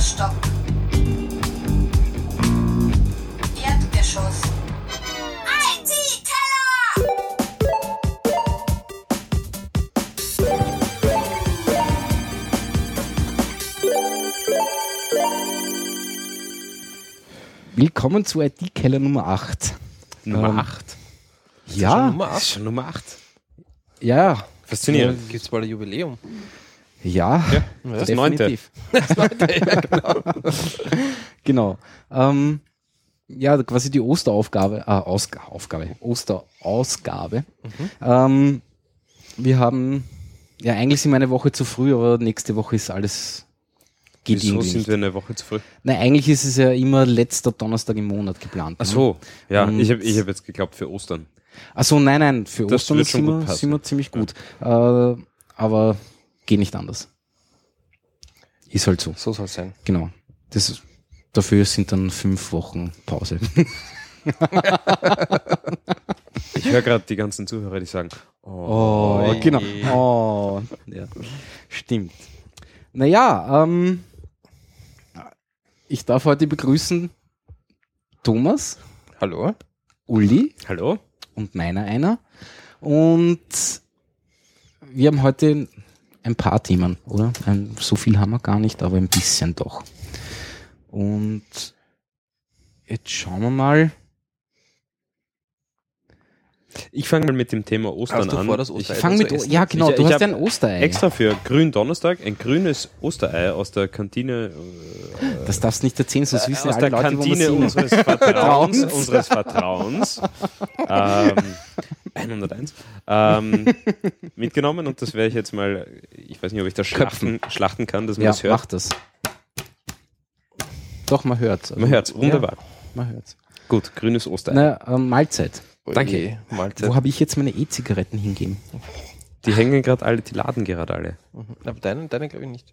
Stock. Erdgeschoss. IT-Keller! Willkommen zu IT-Keller Nummer 8. Ähm, Nummer 8. Ja, Nummer 8. Ah. Schon Nummer 8. ja, Faszinierend. Gibt es bald ein Jubiläum? ja. Das neunte. definitiv. genau. Ähm, ja, quasi die Osteraufgabe, äh, Ausg Aufgabe, Osterausgabe. Mhm. Ähm, wir haben, ja, eigentlich sind wir eine Woche zu früh, aber nächste Woche ist alles, geht Wieso irgendwie sind nicht. wir eine Woche zu früh? Nein, eigentlich ist es ja immer letzter Donnerstag im Monat geplant. ne? Ach so. Ja, Und- ich habe ich hab jetzt geglaubt für Ostern. Achso, nein, nein, für Das Ostern wird schon sind gut wir, passen. sind wir ziemlich gut. Äh, aber geht nicht anders. Ist halt so. So soll es sein. Genau. Das, ist- dafür sind dann fünf Wochen Pause. Ich höre gerade die ganzen Zuhörer, die sagen, oh, Oh, genau. Oh, ja. Stimmt. Naja, ähm, ich darf heute begrüßen Thomas, Hallo? Uli hallo? und meiner einer. Und wir haben heute ein paar Themen, oder? Ein, so viel haben wir gar nicht, aber ein bisschen doch. Und jetzt schauen wir mal. Ich fange mal mit dem Thema Ostern Hast du an. vor, das ich Osterei Fang mit, zu O- essen? ja genau, Ich- du ich hast hab ja ein Osterei. extra für Grünen Donnerstag ein grünes Osterei aus der Kantine, Äh, Das darfst du nicht erzählen, sonst äh, wissen aus alle der Leute, Kantine wo wir sind. unseres Vertrauens, unseres Vertrauens, ähm, 101, ähm, mitgenommen und das werde ich jetzt mal, ich weiß nicht, ob ich das schlachten, schlachten kann, dass man Ja, das hört. mach das. Doch, man hört Man hört wunderbar. man hört's. Gut, grünes Osterei. Na, ähm, Mahlzeit. Danke. Oje, Malte. Wo habe ich jetzt meine E-Zigaretten hingeben? Die hängen gerade alle, die laden gerade alle. Aber deine, deine glaube ich nicht.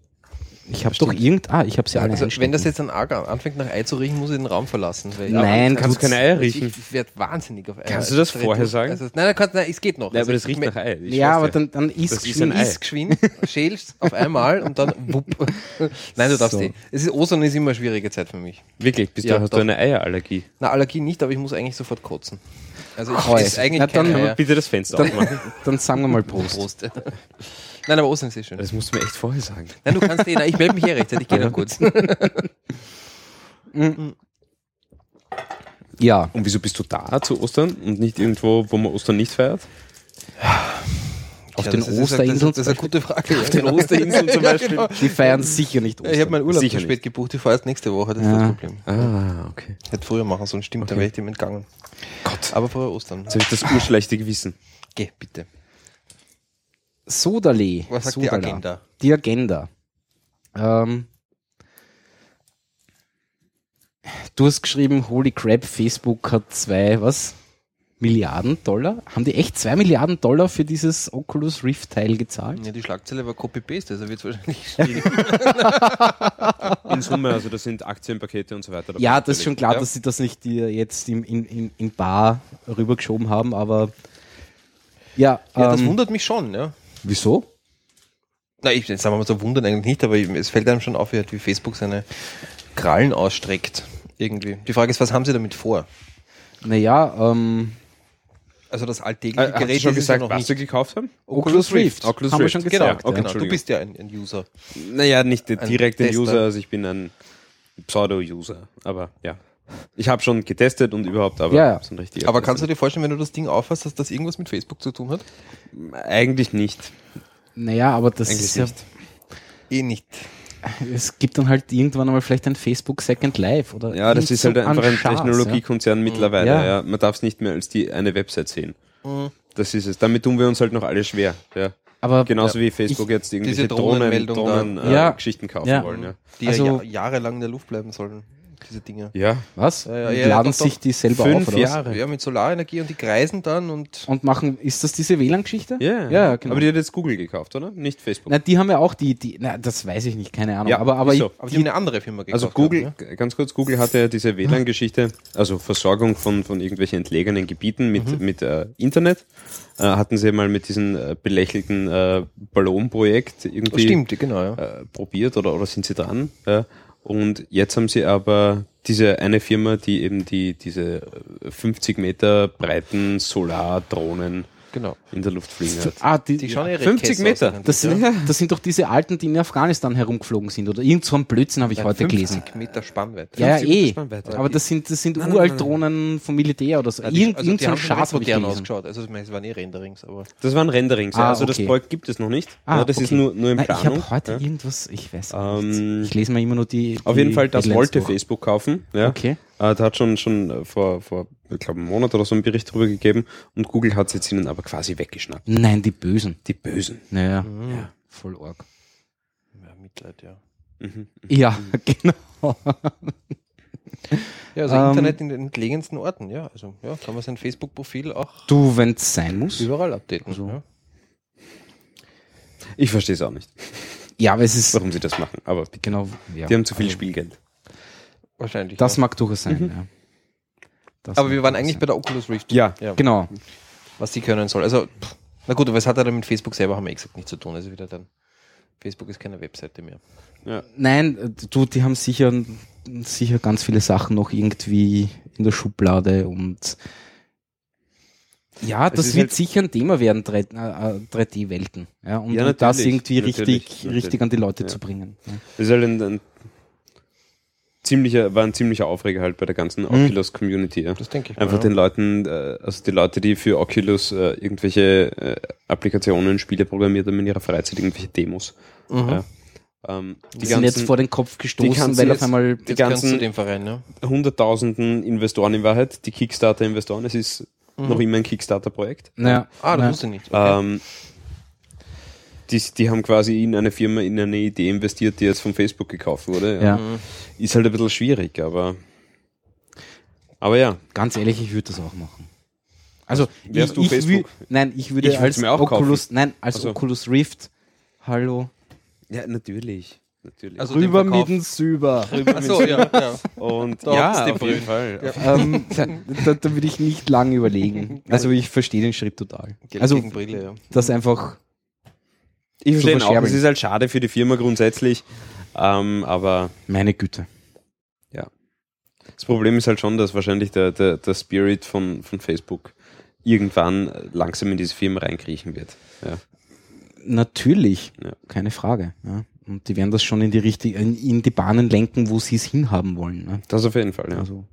Ich habe doch irgend... Ah, ich habe sie alle Also, wenn einstecken. das jetzt dann arg an- anfängt nach Ei zu riechen, muss ich den Raum verlassen. Weil Nein, also ich, also kannst du keine Eier riechen. Ich, ich werde wahnsinnig auf Eier. Kannst du das vorher sagen? Also, nein, nein, kannst, nein, es geht noch. Ja, Also, aber das ich- riecht nach Ei. ich Ja, schwör's aber dir. dann, dann isst Das ist geschwind. ein Ei. Iss geschwind, schälst auf einmal und dann wupp. Nein, du darfst So. nicht. Es ist Ostern ist immer eine schwierige Zeit für mich. Wirklich, bist Ja, du, hast doch. du eine Eierallergie? Na, Allergie nicht, aber ich muss eigentlich sofort kotzen. Also ich Heu. esse eigentlich Na, dann- keine Eier. Bitte das Fenster aufmachen. Dann sagen wir mal Prost. Prost. Nein, aber Ostern ist eh schön. Das musst du mir echt vorher sagen. Nein, du kannst eh, nein, ich melde mich eh rechtzeitig, ich gehe dann kurz. Ja, Und wieso bist du da zu Ostern und nicht irgendwo, wo man Ostern nicht feiert? auf Ja, den das ist- das ist- Osterinseln. Das ist eine gute Frage. genau. Auf den Osterinseln zum Beispiel. genau. Die feiern sicher nicht Ostern. Ich habe meinen Urlaub Sicher zu spät gebucht, ich fahre erst nächste Woche, das Ja. ist das Problem. Ah, okay. Hätte früher machen sollen, stimmt, dann wäre ich dem entgangen. Gott. Aber vorher Ostern. Jetzt habe ich das urschlechte Gewissen. Geh, bitte. Sodale. Was sagt die Sodala. Agenda? Die Agenda. Ähm, du hast geschrieben, holy crap, Facebook hat zwei, was? Milliarden Dollar? Haben die echt zwei Milliarden Dollar für dieses Oculus Rift Teil gezahlt? Ja, die Schlagzeile war Copy-Paste, also wird es wahrscheinlich schwierig. In Summe, also das sind Aktienpakete und so weiter. dabei Ja, das ist schon natürlich. klar, Ja. dass sie das nicht dir jetzt im, in, in, in Bar rübergeschoben haben, aber ja, Ja, das ähm, wundert mich schon, ja. wieso? Na, ich sagen wir mal so wundern eigentlich nicht, aber es fällt einem schon auf, wie wie Facebook seine Krallen ausstreckt. Irgendwie. Die Frage ist, was haben sie damit vor? Naja, ähm, Also das alltägliche Äh, hast du Gerät schon ist es ja gesagt, was sie gekauft haben? Oculus Rift. Oculus haben wir Rift, schon Genau, gesagt. Ja, okay, genau. du Entschuldigung. bist ja ein, ein User. Naja, nicht der Ein direkte Tester. User, also ich bin ein Pseudo-User. Aber ja. Ich habe schon getestet und überhaupt, aber Ja, ja. so ein richtiger Aber kannst du dir vorstellen, wenn du das Ding auffasst, dass das irgendwas mit Facebook zu tun hat? du eigentlich nicht. Naja, aber das Eigentlich ist ja, nicht. Eh nicht. es gibt dann halt irgendwann einmal vielleicht ein Facebook Second Life oder Ja, das irgend ist halt so einfach ein Schatz, Technologiekonzern mittlerweile. Mhm. Ja. Ja. Man darf es nicht mehr als die eine Website sehen. Das ist es. Damit tun wir uns halt noch alle schwer. Ja. Ja. Aber Genauso wie Facebook jetzt irgendwelche Diese Drohnen, Drohnenmeldung da. Drohnen äh, Ja. Geschichten kaufen Ja. wollen. Ja. Die ja Also- ja jahrelang in der Luft bleiben sollen, diese Dinge. ja. was? Ja, ja, Und ja, laden doch, doch. sich die selber auf Fünf oder was? Jahre. Ja, mit Solarenergie und die kreisen dann und Und machen ist das diese WLAN Geschichte? Ja, Ja, genau. Aber die hat jetzt Google gekauft, oder? Nicht Facebook. na, die haben ja auch die, die na, das weiß ich nicht, keine Ahnung, Ja, genau, aber aber ist so. ich- aber die haben eine andere Firma gekauft. also Google, haben, g- ganz kurz, Google hatte ja diese WLAN-Geschichte, also Versorgung von, von irgendwelchen entlegenen Gebieten mit, Mhm. mit äh, Internet. Äh, hatten sie mal mit diesem äh, belächelten äh, Ballonprojekt ja. irgendwie Stimmt, genau, ja. äh, probiert oder, oder sind sie dran? Ja. Und jetzt haben sie aber diese eine Firma, die eben die, diese 50 Meter breiten Solardrohnen Genau. in der Luft fliegen hat. Ah, die, Die schauen ihre 50 Käse Meter. auseinander, das, ja. sind, das sind doch diese Alten, die in Afghanistan herumgeflogen sind oder irgend so ein Blödsinn habe ich Nein, heute 50 gelesen. Meter Spannweite. Ja, ja, 50 Meter eh. Spannweite. Aber das sind, das sind nein, Uralt-Drohnen vom Militär oder so. Irgend, also irgend die so ein haben schon Schatz ganz habe ich modern gelesen. ausgeschaut. Also ich meine, es waren eh Renderings, aber Das waren Renderings, ja. Ah, also okay. das Projekt gibt es noch nicht. Ah, ja, das ist okay. nur, nur in Nein, ich Planung. habe heute ja. irgendwas, ich weiß Ähm, nicht. Ich lese mir immer nur die. Auf die jeden Fall, das Headlines wollte durch. Facebook kaufen. Ja. Okay. Äh, da hat schon schon äh, vor, vor ich glaube, einem Monat oder so einen Bericht drüber gegeben und Google hat es jetzt ihnen aber quasi weggeschnappt. Nein, die Bösen. Die Mhm. Bösen. Naja, ja. voll arg. Mitleid, ja. Mhm. Ja, genau. Ja, also Ähm, Internet in den entlegensten Orten, ja. Also ja, kann man sein Facebook-Profil auch Du, Also, wenn es sein muss. überall updaten. Ja. Ich verstehe es auch nicht, Ja, aber es ist. warum sie das machen, aber bitte. Genau, ja. Die haben zu viel Mhm. Spielgeld. Wahrscheinlich. Das ja. mag durchaus sein, ja. Das Aber mag wir waren durchaus eigentlich bei der Oculus Rift, Ja, ja. Genau. was die können soll. Also, pff, na gut, aber es hat ja dann mit Facebook selber, haben wir eh gesagt, nichts zu tun. Also wieder dann, Facebook ist keine Webseite mehr. Nein, äh, du, die haben sicher, sicher ganz viele Sachen noch irgendwie in der Schublade und ja, Es das ist wird halt- sicher ein Thema werden, äh, 3D-Welten. Ja, und, Ja, und das natürlich, irgendwie richtig, natürlich, natürlich. richtig an die Leute Ja. zu bringen. Ja. das ist halt ein, ein ziemlicher, war ein ziemlicher Aufreger halt bei der ganzen Mhm. Oculus-Community. Ja. Das denke ich Einfach mal, den Leuten, äh, also die Leute, die für Oculus äh, irgendwelche äh, Applikationen, Spiele programmiert haben in ihrer Freizeit, irgendwelche Demos. ja. Mhm. Ja. Ähm, Die sind jetzt vor den Kopf gestoßen, ganzen weil auf jetzt- einmal die Jetzt kannst du ganzen dem Verein, ne? hunderttausenden Investoren in Wahrheit, die Kickstarter-Investoren, es ist Mhm. noch immer ein Kickstarter-Projekt. naja, Ah, das naja, wusste ich nicht. Ähm, die, die haben quasi in eine Firma, in eine Idee investiert, die jetzt von Facebook gekauft wurde. ja. Ist halt ein bisschen schwierig, aber. Aber ja, Ganz ehrlich, ich würde das auch machen. Also, Wärst ich, du ich wü- Facebook? nein, ich würde Ich würd's als mir auch Oculus, nein, als Also- Oculus Rift, hallo, ja, natürlich. Natürlich. Also den rüber mit Verkauf- dem Süber. Achso, ja. ja. und Da hat's ja, die auf Brille. jeden Fall. Ja. ähm, da, da, da würde ich nicht lange überlegen. Also ich verstehe den Schritt total. Geld Also gegen Brille, ja. das einfach. Ich verstehe ihn Super auch, Sharing. es ist halt schade für die Firma grundsätzlich, ähm, aber Meine Güte. Das Problem ist halt schon, dass wahrscheinlich der, der, der Spirit von, von Facebook irgendwann langsam in diese Firma reinkriechen wird. Ja. Natürlich, Ja. keine Frage. Ja. Und die werden das schon in die richtige, in, in die Bahnen lenken, wo sie es hinhaben wollen. Ne? Das auf jeden Fall, ja. Also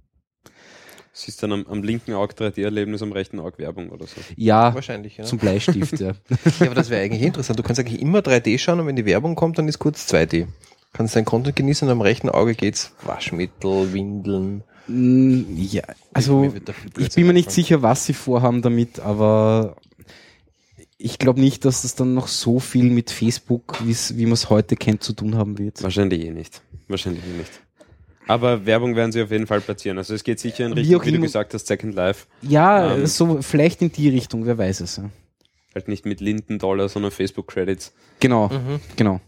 Es ist dann am, am linken Auge 3D-Erlebnis, am rechten Auge Werbung oder so. ja, Wahrscheinlich, ja. zum Bleistift. ja. Ja, aber das wäre eigentlich interessant. Du kannst eigentlich immer 3D schauen und wenn die Werbung kommt, dann ist kurz 2D. Kannst dein Content genießen und am rechten Auge geht's Waschmittel, Windeln. Mm, ja, also Mir wird da viel ich Blödsinn bin mir nicht einfallen. sicher, was sie vorhaben damit, aber ich glaube nicht, dass das dann noch so viel mit Facebook, wie's- wie man es heute kennt, zu tun haben wird. Wahrscheinlich eh nicht. Wahrscheinlich eh nicht. Aber Werbung werden sie auf jeden Fall platzieren. Also es geht sicher in Wie Richtung, auch wie, du immer. gesagt hast, Second Life. Ja, Ähm. so vielleicht in die Richtung, wer weiß es. Ja. Halt nicht mit Linden-Dollar, sondern Facebook-Credits. Genau, Mhm. genau.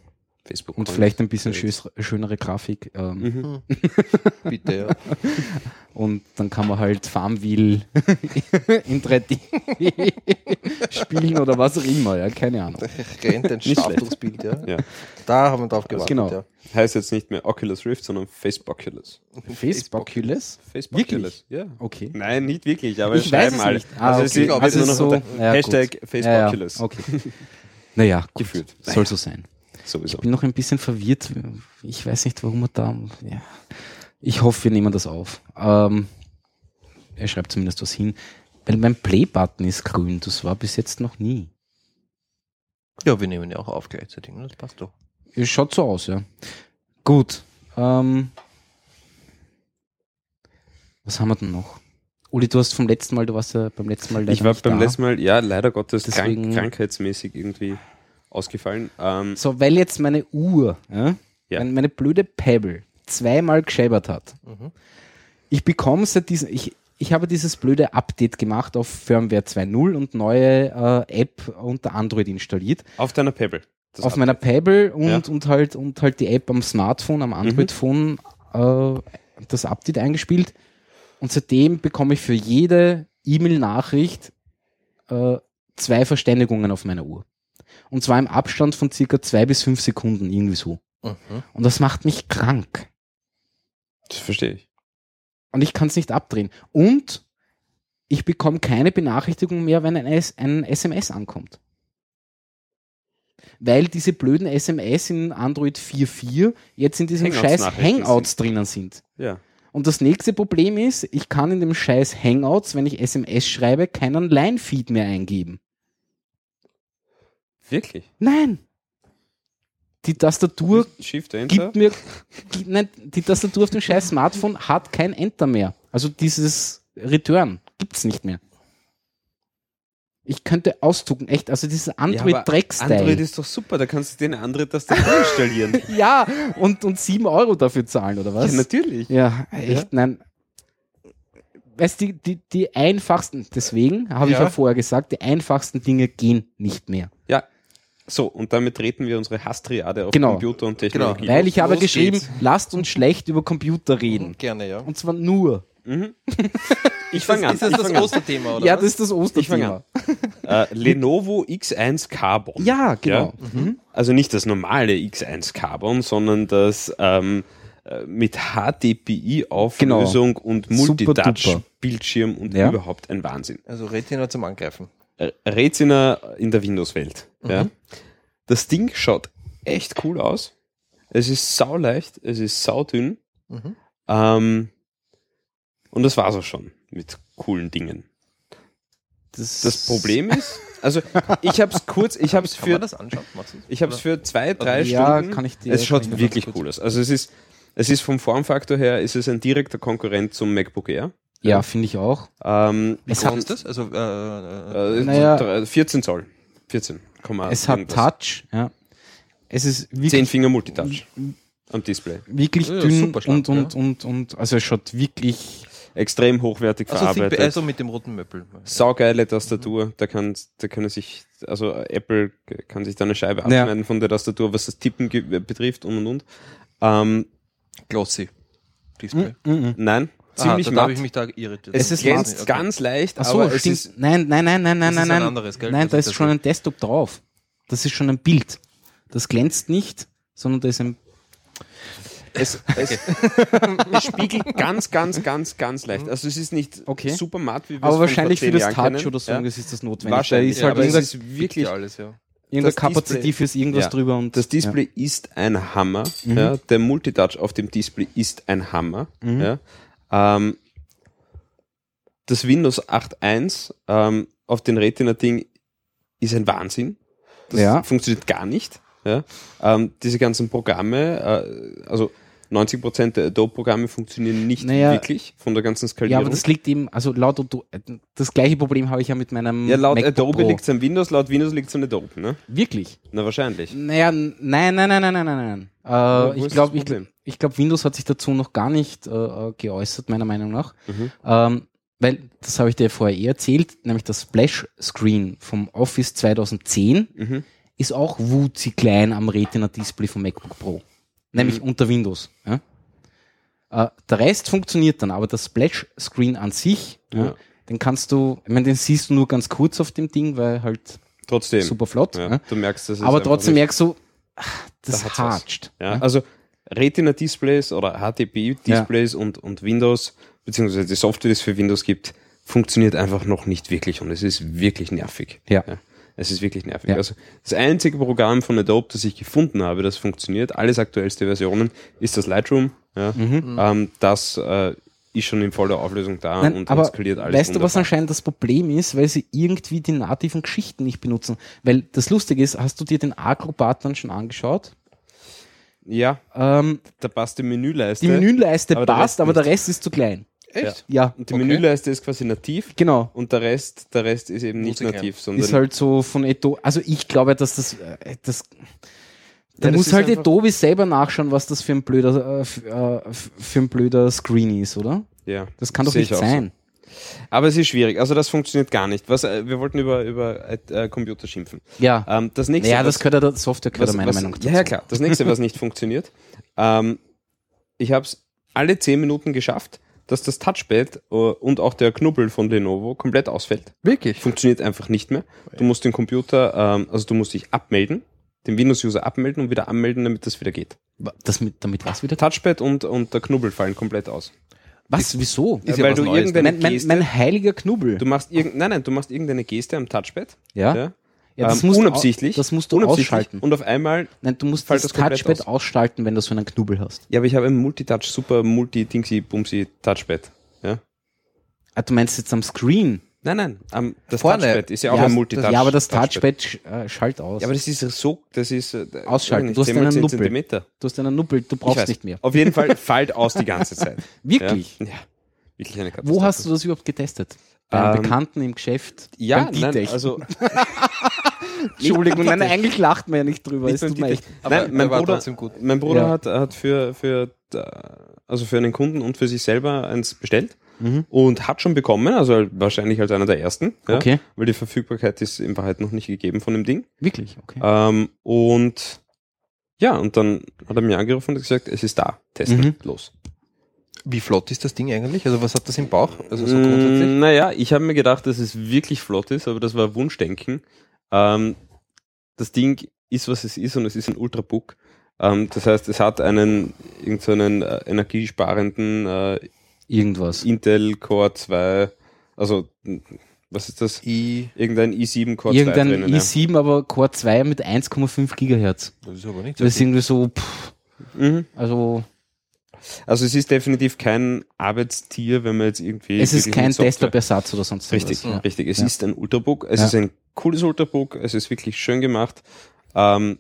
Facebook Und vielleicht ein bisschen schös, schönere Grafik. Ähm, Mhm. Bitte, ja. Und dann kann man halt Farmville in 3D spielen oder was auch immer. Ja, keine Ahnung. Rennt ein schlecht. Stab durchs Bild, ja. Ja. Also Da haben wir drauf gewartet, Genau. ja. Heißt jetzt nicht mehr Oculus Rift, sondern Faceboculus. Facebooculus? Faceboculus, ja. Okay. Nein, nicht wirklich, aber Ich es weiß schreiben es alle. nicht. Ah, also okay. es ist, Also also es nur noch ist unter so- ja, Hashtag Ja, ja, Faceboculus. okay. Naja, gut. Gefühlt. Soll so sein. Sowieso. Bin noch ein bisschen verwirrt. Ich weiß nicht, warum er da. Ja. Ich hoffe, wir nehmen das auf. Ähm, er schreibt zumindest was hin. Weil mein Play-Button ist grün. Das war bis jetzt noch nie. Ja, wir nehmen ja auch auf gleichzeitig, ne? das passt doch. Es Schaut so aus, ja. Gut. Ähm, was haben wir denn noch? Uli, du hast vom letzten Mal, du warst ja beim letzten Mal leider Ich war nicht beim da. letzten Mal, ja, leider Gottes, Deswegen- krank, krankheitsmäßig irgendwie ausgefallen. Ähm, So, weil jetzt meine Uhr, ja, Ja. Meine, meine blöde Pebble, zweimal gescheibert hat. Ich bekomme seit diesem, ich, ich habe dieses blöde Update gemacht auf Firmware 2.0 und neue äh, App unter Android installiert. auf deiner Pebble. Das auf hat- meiner Pebble und, Ja. Mhm. und, halt, und halt die App am Smartphone, am Android-Phone äh, das Update eingespielt. Und seitdem bekomme ich für jede E-Mail-Nachricht äh, zwei Verständigungen auf meiner Uhr. Und Mhm. zwar im Abstand von circa zwei bis fünf Sekunden, irgendwie so. Und das macht mich krank. Das verstehe ich. Und ich kann es nicht abdrehen. Und ich bekomme keine Benachrichtigung mehr, wenn ein, S ein SMS ankommt. Weil diese blöden SMS in Android 4.4 jetzt in diesem scheiß Hangouts-Nachrichten Hangouts drinnen sind. Ja. Und das nächste Problem ist, ich kann in dem scheiß Hangouts, wenn ich SMS schreibe, keinen Line-Feed mehr eingeben. Wirklich? Nein! Die Tastatur Shift Enter? gibt mir, gibt, nein, die Tastatur auf dem scheiß Smartphone hat kein Enter mehr. Also dieses Return gibt's nicht mehr. Ich könnte auszucken, echt. Also dieses aber Android-Dreck-Style. ist doch super, da kannst du dir eine andere Tastatur installieren. Ja, und, und sieben Euro dafür zahlen, oder was? Ja, natürlich. Ja, echt, nein. Weißt du, die, die, die einfachsten, deswegen habe ich Ja. ja vorher gesagt, die einfachsten Dinge gehen nicht mehr. So, und damit treten wir unsere Hastriade auf Genau. Computer und Technologie. Genau. Weil ich habe Los geschrieben, geht's. Mhm. lasst uns schlecht über Computer reden. Gerne, ja. Und zwar nur. Mhm. Ich fange an. Ist das ich das fang an. Osterthema, oder ja, was? das ist das fang Osterthema. an. Äh, Lenovo X1 Carbon. Ja, genau. Mhm. Also nicht das normale X1 Carbon, sondern das ähm, äh, mit HDPI-Auflösung und Genau. Super duper. Multitouch-Bildschirm und Ja. überhaupt ein Wahnsinn. Also Retina zum Angreifen. Äh, Retina in der Windows-Welt. Ja. Mhm. Das Ding schaut echt cool aus. Es ist sauleicht, es ist saudünn. Mhm. Ähm, und das war's auch schon mit coolen Dingen. Das Problem ist, also ich habe es kurz, ich habe es Kann man für, das anschauen? Machst du's? ich habe es für zwei, drei Ja, Stunden. kann ich dir- es schaut kann ich dir wirklich ganz cool aus. Also es ist, es ist vom Formfaktor her, ist es ein direkter Konkurrent zum MacBook Air. Ja, finde ich auch. Ähm, Es Groß hat, ist das? Also, äh, äh, äh, Naja. drei- 14 Zoll, 14, Komma es hat irgendwas. Touch. Ja. Es ist Zehn wirklich, Finger Multitouch am Display. wirklich Ja, ja, dünn super schlank, und, und, und, und, also es schaut wirklich, Extrem hochwertig also, ThinkPad- verarbeitet. also mit dem roten Möppel. Saugeile Tastatur, da kann, da können sich, also Apple kann sich da eine Scheibe abschneiden von der Tastatur, was das Tippen ge- äh, betrifft und und und. Ähm, Glossy. Display. nein, ziemlich Aha, da matt. habe ich mich da irritiert. es Es ist glänzt matt, okay. ganz leicht, Ach so, aber es stimmt. ist, nein, nein, nein, nein, nein, Das ist nein, ein nein. anderes, gell? Nein, Also Das da ist ist das schon Ding. ein Desktop drauf. Das ist schon ein Bild. Das glänzt nicht, sondern da ist ein. es, es, es spiegelt ganz, ganz, ganz, ganz leicht. Also es ist nicht Mhm. Okay. super matt, wie wir es Aber von wahrscheinlich vor für zehn das Jahren Touch kennen. oder so Ja. ist das notwendig. Wahrscheinlich, Da ist halt aber es irgendein- ist wirklich Ja, alles, ja. irgendeine das Display- Kapazitives irgendwas Ja. drüber und Das Display ist ein Hammer. Mhm. Ja, der Multitouch auf dem Display ist ein Hammer. Mhm. Ja. Ähm, das Windows 8.1 ähm, auf den Retina-Ding ist ein Wahnsinn. Das Ja. funktioniert gar nicht. Ja. Ähm, diese ganzen Programme, äh, also 90% der Adobe-Programme funktionieren nicht Naja. wirklich von der ganzen Ja, Skalierung. aber das liegt eben, also laut Ado- das gleiche Problem habe ich ja mit meinem Ja, laut MacBook Adobe Pro. liegt es an Windows, laut Windows liegt es an Adobe. Ne? Wirklich? Na, wahrscheinlich. Naja, n- nein, nein, nein, nein, nein, nein, nein. wo Äh, ich ist glaube, das ich, Problem? gl- ich glaub, Windows hat sich dazu noch gar nicht äh, äh, geäußert, meiner Meinung nach. Mhm. Ähm, weil, das habe ich dir vorher eh erzählt, nämlich das Splash-Screen vom Office 2010 Mhm. ist auch wuzi klein am Retina-Display vom MacBook Pro. Mhm. Nämlich unter Windows. Ja? Äh, der Rest funktioniert dann, aber das Splash-Screen an sich, ja. Ja. den kannst du, ich meine, den siehst du nur ganz kurz auf dem Ding, weil halt Trotzdem. super flott. Ja, Ja? Du merkst, das ist ne? Aber einfach trotzdem nicht- merkst du, ah, das Da hat's was. hatscht. Ja, also Retina-Displays oder HDPI-Displays und, und Windows, beziehungsweise die Software, die es für Windows gibt, funktioniert einfach noch nicht wirklich und es ist wirklich nervig. Ja. es ist wirklich nervig. Ja. Also das einzige Programm von Adobe, das ich gefunden habe, das funktioniert, alles aktuellste Versionen, ist das Lightroom. Ja. Ähm, das äh, ist schon in voller Auflösung da Mhm. Nein, und aber skaliert alles. weißt du, was wunderbar. anscheinend das Problem ist? Weil sie irgendwie die nativen Geschichten nicht benutzen. Weil das Lustige ist, hast du dir den Acrobat dann schon angeschaut? Ja, Ähm, da passt die Menüleiste. die Menüleiste aber der passt, Rest aber der nicht. Rest ist zu klein. Echt? Ja, und die Okay. Menüleiste ist quasi nativ genau. und der Rest, der Rest ist eben nicht Multicam. nativ, sondern Ist halt so von Eto. Also ich glaube, dass das, äh, das da das muss ist halt einfach- Adobe selber nachschauen, was das für ein blöder, äh, f- äh, f- für ein blöder Screen ist, oder? ja, Das kann doch sehe nicht ich auch so. sein. Aber es ist schwierig. Also das funktioniert gar nicht. Was, äh, wir wollten über, über äh, Computer schimpfen. Ja. Ähm, das nächste, Ja, das was- gehört ja der Software, gehört was, ja meiner was, Meinung nach ja, ja, klar. Das nächste, was nicht funktioniert. Ähm, ich habe es alle 10 Minuten geschafft, dass das Touchpad äh, und auch der Knubbel von Lenovo komplett ausfällt. Wirklich? Funktioniert einfach nicht mehr. Du musst den Computer, ähm, also du musst dich abmelden den Windows-User abmelden und wieder anmelden, damit das wieder geht. Wa- Das mit, damit was wieder? Touchpad und, und der Knubbel fallen komplett aus. Was? Wieso? Ist ja weil was du Neues, irgendeine Mein, mein, Geste, mein heiliger Knubbel. du machst irgend, nein, nein, du machst irgendeine Geste am Touchpad. ja? ja, ja das ähm, musst du au- unabsichtlich. Das musst du unabsichtlich, ausschalten. Und auf einmal, Nein, du musst Fällt das das komplett Touchpad aus. ausschalten, wenn du so einen Knubbel hast. ja, aber ich habe ein Multitouch, super Multi-Dingsy-Bumsy-Touchpad. Ja. Ah, du meinst jetzt am Screen? Nein, nein, am- das Vorne. Touchpad ist ja auch ein Multitouch. Das, ja, aber das Touchpad sch, äh, schallt aus. Ja, aber das ist so, das ist äh, Ausschalten. weiß Du hast nicht, 10 mal einen 10 Nuppel. Zentimeter. du hast einen Nuppel, du Ich brauchst weiß. nicht mehr. Auf jeden Fall fällt aus die ganze Zeit. Wirklich? Ja. ja. Wirklich eine Katastrophe. Wo hast du das überhaupt getestet? Bei einem Ähm, Bekannten im Geschäft? Ja, beim nein, Ditech? also Entschuldigung, nein, nein, eigentlich lacht man ja nicht drüber. Nicht es beim tut mir Dieter. echt- Aber Nein, mein der war Bruder, trotzdem gut. Mein Bruder Ja. hat, hat für, für, äh, also für einen Kunden und für sich selber eins bestellt und hat schon bekommen, also wahrscheinlich als einer der ersten. Ja, Okay. Weil die Verfügbarkeit ist in Wahrheit noch nicht gegeben von dem Ding. Wirklich, okay. Ähm, und ja, und dann hat er mir angerufen und gesagt, es ist da, testen, Mhm. los. Wie flott ist das Ding eigentlich? Also was hat das im Bauch? Also so grundsätzlich? Mm, naja, ich habe mir gedacht, dass es wirklich flott ist, aber das war Wunschdenken. Ähm, das Ding ist, was es ist und es ist ein Ultrabook. Ähm, das heißt, es hat einen irgendeinen äh, energiesparenden äh, Irgendwas. Intel Core 2, also n- was ist das? I. Irgendein i7 Core 2 Irgendein drinnen. ja. i7, aber Core 2 mit 1,5 Gigahertz. Das ist aber nicht Das ist irgendwie so, pff, Mhm. also Also es ist definitiv kein Arbeitstier, wenn man jetzt irgendwie es ist wirklich kein mit Software- Desktop-Ersatz oder sonst Richtig, was. richtig. Es Ja. ist ein Ultrabook, es Ja. ist ein cooles Ultrabook, es ist wirklich schön gemacht. Ähm,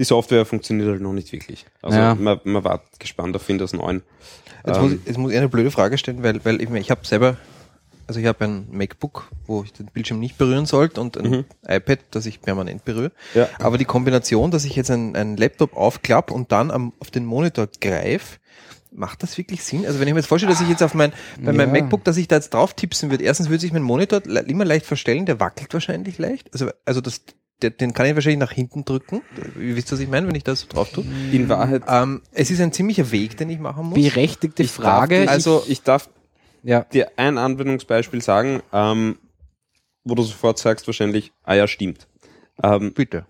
die Software funktioniert halt noch nicht wirklich. Also Ja. man, man war gespannt auf Windows 9. Jetzt, Ähm, muss, ich- jetzt muss ich eine blöde Frage stellen, weil, weil ich, mir- ich habe selber, also ich habe ein MacBook, wo ich den Bildschirm nicht berühren sollte und ein iPad, das ich permanent berühre. Mhm. Ja. Aber die Kombination, dass ich jetzt einen, einen Laptop aufklappe und dann am, auf den Monitor greife, macht das wirklich Sinn? Also wenn ich mir jetzt vorstelle, dass ich jetzt auf mein, bei meinem Ja. MacBook, dass ich da jetzt drauf tipsen würde, erstens würde sich mein Monitor le- immer leicht verstellen, der wackelt wahrscheinlich leicht. Also, also das, der, den kann ich wahrscheinlich nach hinten drücken. Wisst ihr, was ich meine, wenn ich da so drauf tue? In Wahrheit, Ähm, es ist ein ziemlicher Weg, den ich machen muss. Berechtigte Frage. darf, also ich darf ja. dir ein Anwendungsbeispiel sagen, ähm, wo du sofort sagst wahrscheinlich, ah ja, stimmt. Ähm, Bitte.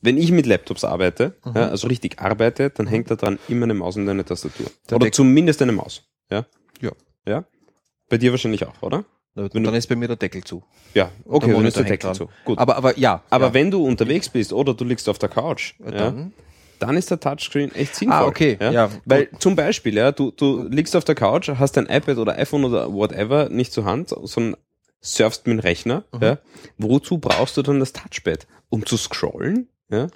wenn ich mit Laptops arbeite, Mhm. ja, also richtig arbeite, dann hängt da dran immer eine Maus und eine Tastatur. Der oder Deck- zumindest eine Maus. Ja? Ja. Ja? Bei dir wahrscheinlich auch, oder? Na, Wenn du- dann ist bei mir der Deckel zu. Ja, okay, Der dann Monitor ist der hängt Deckel dran. zu. Gut. Aber, aber ja. Aber ja. wenn du unterwegs bist oder du liegst auf der Couch, ja, dann? dann- ist der Touchscreen echt sinnvoll. Ah, okay, Ja? ja, Weil zum Beispiel, ja, du, du liegst auf der Couch, hast dein iPad oder iPhone oder whatever nicht zur Hand, sondern surfst mit dem Rechner. Mhm. Ja? Wozu brauchst du dann das Touchpad? Um zu scrollen? Ja?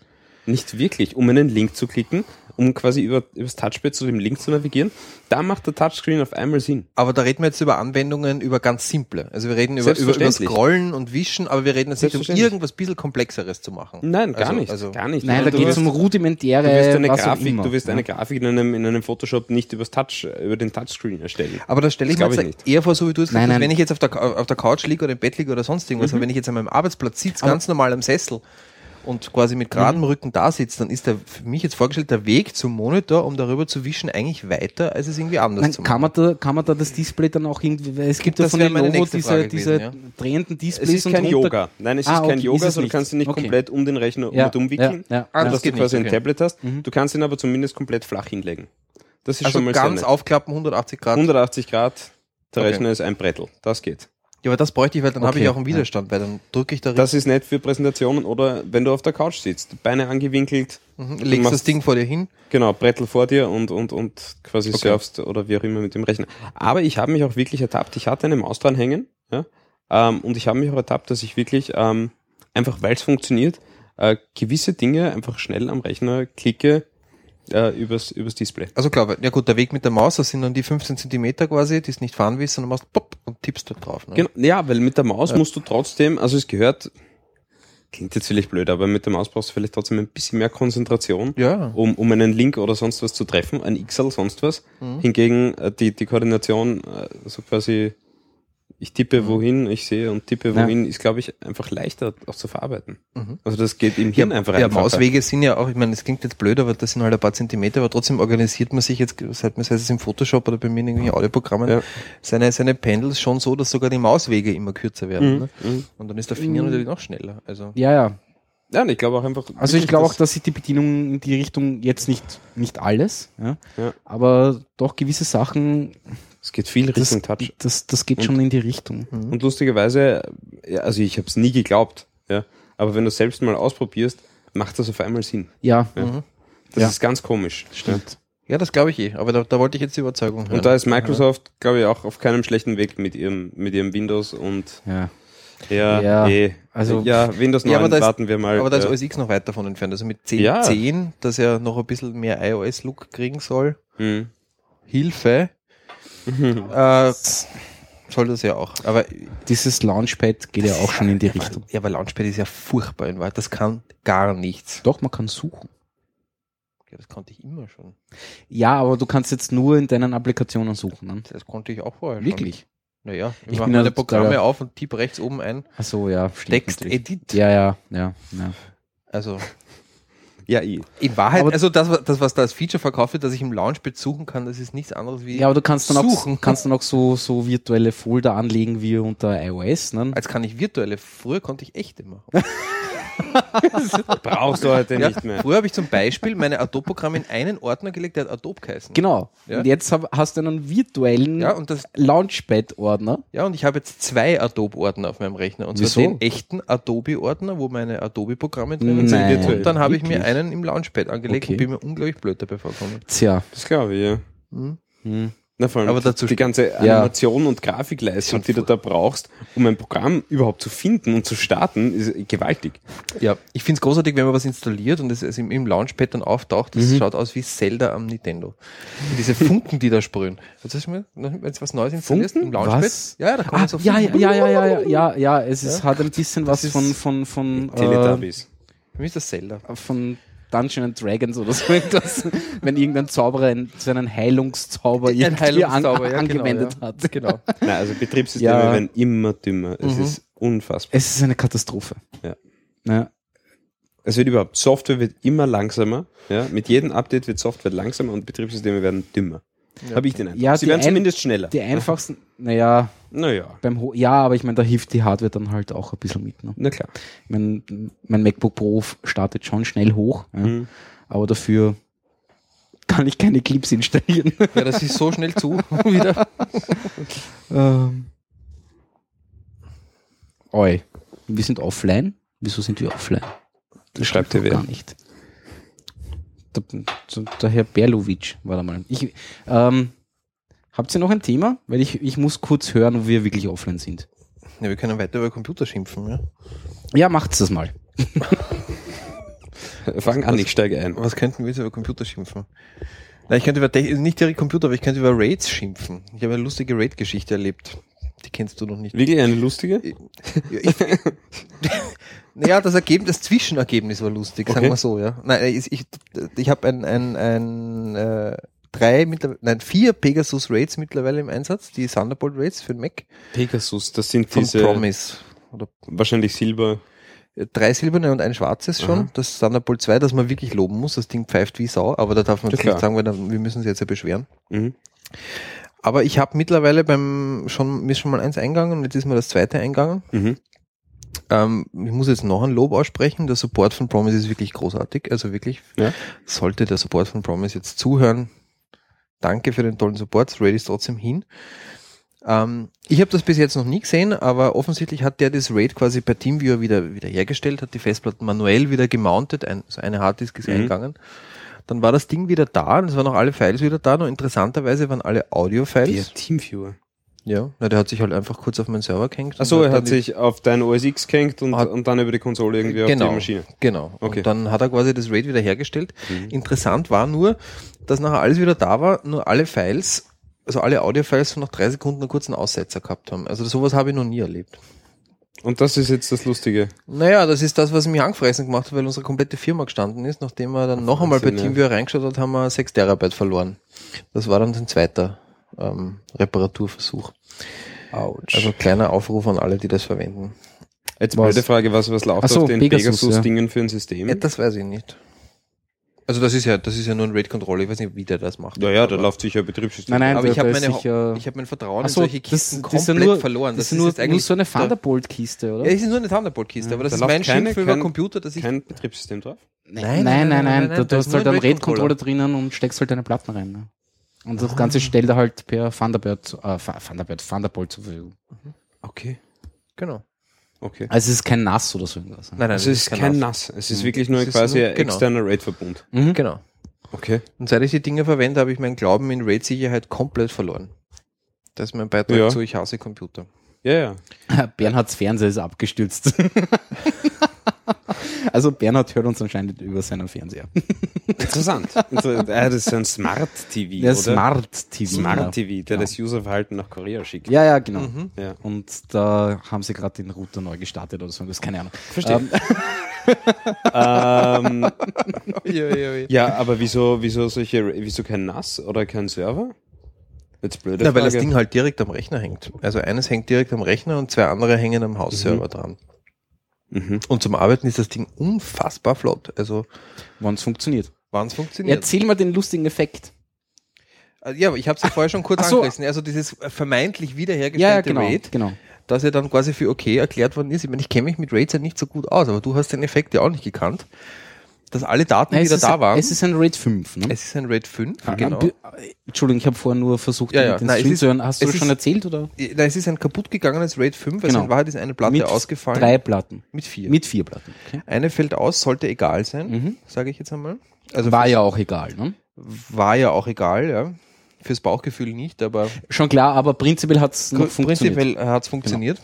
Nicht wirklich, um einen Link zu klicken, um quasi über, über das Touchpad zu dem Link zu navigieren. Da macht der Touchscreen auf einmal Sinn. Aber da reden wir jetzt über Anwendungen, über ganz simple. Also wir reden über, über, über Selbstverständlich. Scrollen und Wischen, aber wir reden jetzt nicht um Selbstverständlich. irgendwas bisschen komplexeres zu machen. Nein, gar also, nicht. Also gar nicht. Nein, da Sondern du geht es wirst- um rudimentäre Du wirst eine Ähm, was auch Grafik, immer. du wirst eine Grafik in einem, in einem Photoshop nicht übers Touch, äh, über den Touchscreen erstellen. Aber da stelle ich Das mir glaub jetzt ich nicht. eher vor, so wie du es Nein, gesagt hast, nein. wenn ich jetzt auf der, Ka- auf der Couch liege oder im Bett liege oder sonst irgendwas, Mhm. aber wenn ich jetzt an meinem Arbeitsplatz sitze, ganz normal am Sessel und quasi mit geradem Mhm. Rücken da sitze, dann ist der für mich jetzt vorgestellt der Weg zum Monitor, um darüber zu wischen, eigentlich weiter, als es irgendwie anders Nein, zu kann, man da, kann man da das Display dann auch irgendwie, weil es gibt ja Das von wäre meine Lenovo nächste diese, Frage diese gewesen, drehenden Es Displays. ist kein runter- Yoga. Nein, es Ah, ist kein okay, Yoga, ist es also du nicht. kannst ihn nicht Okay. komplett um den Rechner Ja, mit umwickeln, ja, ja. ah, Ah, dass das du geht quasi nicht, ein okay. Tablet hast. Du kannst ihn aber zumindest komplett flach hinlegen. Das ist Also schon mal ganz sehr nett. aufklappen, 180 Grad. 180 Grad, der Okay. Rechner ist ein Brettel. Das geht. Ja, aber das bräuchte ich, weil dann habe Okay, ich auch einen Widerstand, weil dann drücke ich da Das ist nett für Präsentationen oder wenn du auf der Couch sitzt, Beine angewinkelt, Mhm, du legst das machst- Ding vor dir hin. Genau, Brettel vor dir und, und, und quasi surfst oder wie auch immer mit dem Rechner. Aber ich habe mich auch wirklich ertappt, ich hatte eine Maus dran hängen ja, ähm, und ich habe mich auch ertappt, dass ich wirklich, ähm, einfach weil es funktioniert, äh, gewisse Dinge einfach schnell am Rechner klicke äh, übers, übers Display. Also klar, weil- ja gut, der Weg mit der Maus, das sind dann die 15 Zentimeter quasi, die es nicht fahren willst, sondern machst pop und tippst dort drauf. Ne? Genau, ja, weil mit der Maus musst du trotzdem, also es gehört, klingt jetzt vielleicht blöd, aber mit der Maus brauchst du vielleicht trotzdem ein bisschen mehr Konzentration. Ja. um, um einen Link oder sonst was zu treffen, ein XL, sonst was. Mhm. Hingegen äh, die, die Koordination, äh, so quasi, ich tippe wohin, ich sehe und tippe Mhm. Ja. Mhm. wohin, ist, glaube ich, einfach leichter auch zu verarbeiten. Also das geht im Hirn einfach ja, einfacher. Mauswege sind ja auch, ich meine, es klingt jetzt blöd, aber das sind halt ein paar Zentimeter, aber trotzdem organisiert man sich jetzt, seit man sei es im Photoshop oder bei mir in irgendwelchen Audioprogrammen, Ja. seine, seine Pendels schon so, Mhm. dass sogar die Mauswege immer kürzer werden. Ne? Und dann ist der Finger Mhm. natürlich noch schneller. Also Ja, ja. Nein, ich glaube auch einfach. Also ich wirklich, glaube auch, dass- dass sich die Bedienung in die Richtung jetzt nicht, nicht alles, ja, Ja. aber doch gewisse Sachen, es geht viel das, Mhm. Richtung Touch. Hm. das, das geht schon in die Richtung. Und lustigerweise, ja, also ich habe es nie geglaubt, ja, aber wenn du selbst mal ausprobierst, macht das auf einmal Sinn. Ja, Das Mhm. Ja. ist ganz komisch. stimmt. Ja, das glaube ich eh. Aber da, da wollte ich jetzt die Überzeugung hören. Und da ist Microsoft, glaube ich, auch auf keinem schlechten Weg mit ihrem, mit ihrem Windows und Ja. ja, Ja, eh. also- ja Windows 9 Ja, aber da ist- warten wir mal. aber da ist ja. OS X noch weit davon entfernt. Also mit 10, Ja. 10 dass er noch ein bisschen mehr iOS-Look kriegen soll. Hm. Hilfe. äh, soll das ja auch. Aber, Dieses Launchpad geht ja auch schon in die Richtung. ja, aber Launchpad ist ja furchtbar in Wahrheit. Das kann gar nichts. Doch, man kann suchen. Ja, das konnte ich immer schon. Ja, aber du kannst jetzt nur in deinen Applikationen suchen. Ne? Das konnte ich auch vorher schon. Wirklich? Naja, ich, Ich mache bin also meine ja Programme totaler- auf und tippe rechts oben ein. Achso, ja. stimmt Text natürlich. Edit. Ja, ja, ja. ja. Also Ja, eh. in Wahrheit, Aber- also das, was- das, was da als Feature verkauft wird, dass ich im Launchpad suchen kann, das ist nichts anderes wie Ja, aber du kannst dann Suchen. auch, kannst dann auch so, so virtuelle Folder anlegen wie unter iOS. Ne? Als kann ich virtuelle. Früher konnte ich echte machen. Brauchst du heute Ja, nicht mehr. Früher habe ich zum Beispiel meine Adobe-Programme in einen Ordner gelegt, der hat Adobe geheißen. Genau. Ja. Und jetzt hab, hast du einen virtuellen Ja, und das- Launchpad-Ordner. Ja, und ich habe jetzt zwei Adobe-Ordner auf meinem Rechner. Und Wieso? zwar den echten Adobe-Ordner, wo meine Adobe-Programme drinnen Nein, sind. Und dann habe ich mir wirklich? einen im Launchpad angelegt Okay. und bin mir unglaublich blöd dabei vorgekommen. Tja. Das glaube ich, ja. Hm. Na, vor allem Aber dazu die ganze Animation und Grafikleistung, die du da brauchst, um ein Programm überhaupt zu finden und zu starten, ist gewaltig. Ja, ich finde es großartig, wenn man was installiert und es es im, im Launchpad dann auftaucht. Das schaut aus wie Zelda am Nintendo. Und diese Funken, die da sprühen. Also, wenn du was Neues installierst Funken? im Launchpad, Was? ja, ja, da kommen Ah, so ja, ja, Funken. ja, ja, ja, ja, ja, es ist, Ja. hat ein bisschen was von, von, von, Ähm. äh, Teletubbies. Für mich ist das Zelda. von Dungeon and Dragons oder so etwas, wenn irgendein Zauberer einen, seinen Heilungszauber irgendwie Ein Heilungszauber, an, ja, genau, angewendet ja. hat. Genau. Nein, also Betriebssysteme Ja. werden immer dümmer. Es Mhm. ist unfassbar. Es ist eine Katastrophe. Ja. Ja. Es wird überhaupt, Software wird immer langsamer. Ja? Mit jedem Update wird Software langsamer und Betriebssysteme werden dümmer. Habe ich den Eindruck. Ja, Sie die werden ein- zumindest schneller. Die einfachsten, naja, Naja, beim Ho ja, aber ich meine, da hilft die Hardware dann halt auch ein bisschen mit. Ne? na klar. Ich mein, mein MacBook Pro f- startet schon schnell hoch, ja? Mhm. aber dafür kann ich keine Clips installieren. Ja, das ist so schnell zu wieder. ähm. Oi, wir sind offline. Wieso sind wir offline? Das Schreibt stimmt ihr doch wer? gar nicht. Der, der Herr Berlowitsch war da mal. Ich, ähm, habt ihr noch ein Thema? Weil ich, ich muss kurz hören, ob wir wirklich offline sind. Ja, wir können weiter über Computer schimpfen. Ja. Ja, macht's das mal. Fang an, ich steige ein. Was könnten wir jetzt über Computer schimpfen? Na, ich könnte über Techn- nicht direkt Computer, aber ich könnte über Raids schimpfen. Ich habe eine lustige Raid-Geschichte erlebt. Die kennst du noch nicht. Wirklich eine lustige? Ja, ich, naja, das Ergebnis, das Zwischenergebnis war lustig, sagen Okay. wir so, ja. Nein, äh, ich, ich, ich habe ein, ein, ein äh, drei, mittler- nein, vier Pegasus Raids mittlerweile im Einsatz, die Thunderbolt Raids für den Mac Pegasus, das sind von diese Promise. Oder äh, wahrscheinlich Silber. drei silberne und ein schwarzes schon. Aha. Das Thunderbolt 2, das man wirklich loben muss. Das Ding pfeift wie Sau, aber da darf man Ja, jetzt klar. nicht sagen, weil dann, wir müssen sie jetzt ja beschweren. Mhm. Aber ich habe mittlerweile beim schon, mir ist schon mal eins eingegangen und jetzt ist mir das zweite eingegangen. Mhm. Ähm, ich muss jetzt noch ein Lob aussprechen. Der Support von Promise ist wirklich großartig. Also wirklich, Ja. sollte der Support von Promise jetzt zuhören. Danke für den tollen Support. Ready ist trotzdem hin. Ähm, ich habe das bis jetzt noch nie gesehen, aber offensichtlich hat der das Raid quasi per Teamviewer wieder, wieder hergestellt, hat die Festplatten manuell wieder gemountet, ein, so eine Harddisk ist Mhm. eingegangen. Dann war das Ding wieder da und es waren auch alle Files wieder da. Nur interessanterweise waren alle Der Audio-Files. Teamviewer. Ja, na, der hat sich halt einfach kurz auf meinen Server gehängt. und Achso, er dann hat die- sich auf dein OS X gehängt und, Hat- und dann über die Konsole irgendwie auf die Maschine. Genau. Okay. Mhm. Und dann hat er quasi das RAID wieder hergestellt. Interessant war nur, dass nachher alles wieder da war, nur alle Files, also alle Audio-Files von nach drei Sekunden einen kurzen Aussetzer gehabt haben. Also sowas habe ich noch nie erlebt. Und das ist jetzt das Lustige. Naja, das ist das, was mich angefressen gemacht hat, weil unsere komplette Firma gestanden ist. Nachdem wir dann noch einmal bei Wahnsinn, ja. TeamViewer reingeschaut hat, haben wir 6 Terabyte verloren. Das war dann sein zweiter ähm, Reparaturversuch. Autsch. Also kleiner Aufruf an alle, die das verwenden. Jetzt Was? blöde Frage, was, was läuft Ach so, auf den Pegasus, Hm? Pegasus-Dingen für ein System? Ja, das weiß ich nicht. Also das ist ja, das ist ja nur ein Raid-Controller. Ich weiß nicht, wie der das macht. Ja, ja, da Aber- läuft sicher Betriebssystem. Nein, nein, Aber da- ich habe da ist meine, sicher- ich hab mein Vertrauen Ach so, in solche Kisten das, das ist ja komplett nur, verloren. Das, ist nur, jetzt eigentlich nur so eine der- Thunderbolt-Kiste, oder? Ja, es ist nur eine Thunderbolt-Kiste, aber das da ist läuft mein keine- Schimpf über kein- Computer, dass ich Kein Betriebssystem drauf. Nein, nein, nein, nein. nein, du, da du ist hast nur halt ein einen RAID-Controller RAID-Controller drinnen und steckst halt deine Platten rein. Ne? Und Ah. das Ganze stellt er halt per Thunderbird, äh, Fa- Thunderbird, Thunderbolt zur Verfügung. Okay. Genau. Also Okay. Also es ist kein NAS oder so irgendwas. ne? Nein, nein, Also Es ist kein Nass. Nass. Es ist wirklich nur Es ein ist quasi nur- ein genau. externer RAID-Verbund. Mhm. Genau. Okay. Und seit ich die Dinge verwende, habe ich meinen Glauben in RAID-Sicherheit komplett verloren. Das ist mein Beitrag Ja. zu Ich hasse Computer. Ja, ja. Bernhards Fernseher ist abgestürzt. also Bernhard hört uns anscheinend über seinen Fernseher. Interessant. Inter- ah, das ist ein Smart TV. Der oder? Smart TV. ja. Smart TV, der das Userverhalten nach Korea schickt. Ja, ja, genau. Mhm. Ja. Und da haben sie gerade den Router neu gestartet oder so. Das keine Ahnung. Verstehe. Ähm, Ähm, ja, ja, ja. ja, aber wieso, wieso solche, wieso kein NAS oder kein Server? Jetzt blöde Na, weil das Frage. Ding halt direkt am Rechner hängt. Also eines hängt direkt am Rechner und zwei andere hängen am Hausserver dran. Mhm. Und zum Arbeiten ist das Ding unfassbar flott. Also Wann es funktioniert. wann es funktioniert. Erzähl mal den lustigen Effekt. Also, Ja, aber ich habe es ja vorher schon kurz Ach so. angerissen. Also dieses vermeintlich wiederhergestellte Ja, ja, genau. RAID, genau. das ja dann quasi für okay erklärt worden ist. Ich meine, ich kenne mich mit RAIDs ja nicht so gut aus, aber du hast den Effekt ja auch nicht gekannt, dass alle Daten, Nein, die es da ist- da waren, Es ist ein RAID 5, ne? es ist ein RAID 5, genau. Bi- Entschuldigung, ich habe vorher nur versucht, Ja, ja. den Nein, es Stream ist- zu hören. Hast du es das schon ist- erzählt oder? Na, Äh, es ist ein kaputt gegangenes RAID 5, also Genau. in Wahrheit ist eine Platte mit ausgefallen. drei Platten. Mit vier. Mit vier Platten. Okay. Eine fällt aus, sollte egal sein, sage ich jetzt einmal. Also Mhm. War ja auch egal, ne? war ja auch egal, ja. Fürs Bauchgefühl nicht, aber Schon klar, aber prinzipiell hat es noch funktioniert. Genau. prinzipiell hat es funktioniert.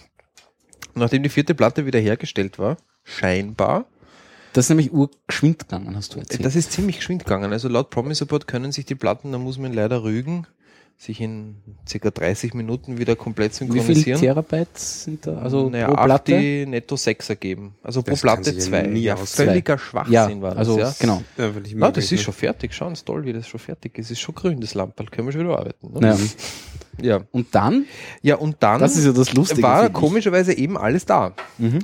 Nachdem die vierte Platte wiederhergestellt war, scheinbar, äh, Das ist nämlich urgeschwind gegangen, hast du erzählt. das ist ziemlich geschwind gegangen. Also laut Promise Support können sich die Platten, da muss man leider rügen, sich in circa 30 Minuten wieder komplett Wie viel synchronisieren. Terabyte sind da? Also naja, pro acht, Platte? die netto 6 ergeben. Also pro Das kann Platte sich ja 2. nie Ja, ausgehen. völliger Schwachsinn Ja, war das. also ja. genau. Ja, weil ich ne? mir Na, das überlege, ist schon fertig. Schauen Sie, toll, wie das schon fertig ist. Ist schon grün, das Lamperl. Können wir schon wieder arbeiten. Ne? Naja. Ja. Und dann, ja, und dann das ist ja das Lustige. war finde ich. Mhm. komischerweise eben alles da.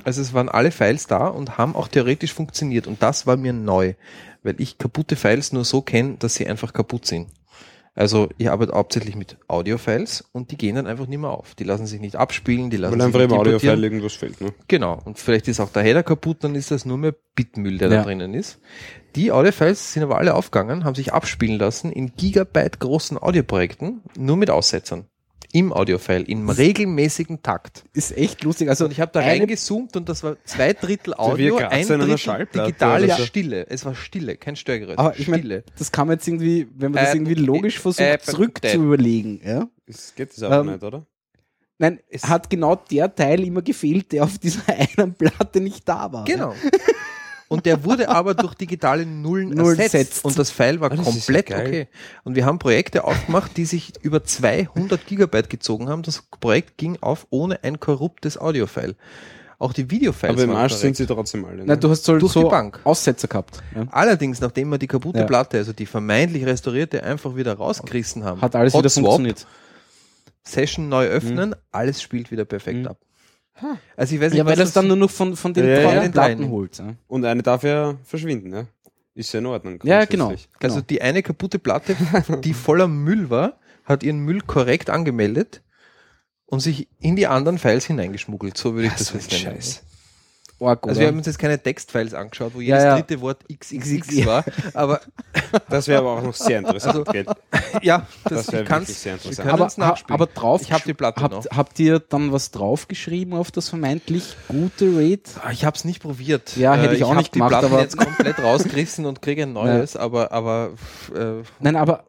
Also es waren alle Files da und haben auch theoretisch funktioniert. Und das war mir neu, weil ich kaputte Files nur so kenne, dass sie einfach kaputt sind. Also ich arbeite hauptsächlich mit Audio-Files und die gehen dann einfach nicht mehr auf. Die lassen sich nicht abspielen, Also die lassen Weil sich einfach nicht im Audio-File importieren. irgendwas fehlt, ne? Genau. Und vielleicht ist auch der Header kaputt, dann ist das nur mehr Bitmüll, der da Ja. drinnen ist. Die Audio-Files sind aber alle aufgegangen, haben sich abspielen lassen in Gigabyte großen Audioprojekten, nur mit Aussetzern. Im Audio-File, im regelmäßigen Takt. ist echt lustig. Also Und ich habe da eine- reingezoomt und das war zwei Drittel Audio, wie Graz ein in einer Drittel Schallplatte digitale oder so. Stille. Es war Stille, kein Störgerät. Aber ich meine, Stille. das kann man jetzt irgendwie, wenn man das Äh, irgendwie logisch äh, versucht, äh, zurück äh, zu überlegen. Ja? Das geht das aber Ähm, nicht, oder? Nein, Es- es hat genau der Teil immer gefehlt, der auf dieser einen Platte nicht da war. Genau. Und der wurde aber durch digitale Nullen Nullen ersetzt. ersetzt. Und das File war Ah, das ist ja komplett geil. okay. Und wir haben Projekte aufgemacht, die sich über 200 Gigabyte gezogen haben. Das Projekt ging auf ohne ein korruptes Audio-File. Auch die Videofiles Aber im waren Arsch sind korrekt. sie trotzdem alle. Ne? Na, du hast so, Durch die so Bank. Aussetzer gehabt. Ja? Allerdings, nachdem wir die kaputte Ja. Platte, also die vermeintlich restaurierte, einfach wieder rausgerissen haben, Hat alles Hot wieder Swap, funktioniert. Mhm. Session neu öffnen, alles spielt wieder perfekt ab. Also ich weiß nicht, Ja, weil was das dann nur noch von, von den Ja, ja, tollen ja. Platten holt. Ja, Und eine darf ja verschwinden, ne? Ist ja in Ordnung. ja genau. genau. grundsätzlich. Also die eine kaputte Platte, die voller Müll war, hat ihren Müll korrekt angemeldet und sich in die anderen Files hineingeschmuggelt. So würde ich das so ein jetzt nennen. Scheiß. Org, Also oder? wir haben uns jetzt keine Textfiles angeschaut, wo Ja, jedes ja. dritte Wort XXX Ja. war. Aber genau. Das wäre aber auch noch sehr interessant, Also gell? ja, das, Das wär ich kann's, wirklich sehr interessant. wir können aber, es ha- nachspielen. aber drauf, ich habe die Platte habt, noch. habt ihr dann was draufgeschrieben auf das vermeintlich gute Raid? Ah, Ich habe es nicht probiert. Äh, Ja, hätte ich auch hab nicht die gemacht, Platten aber- jetzt komplett rausgerissen und kriege ein neues, aber, aber äh, Nein, aber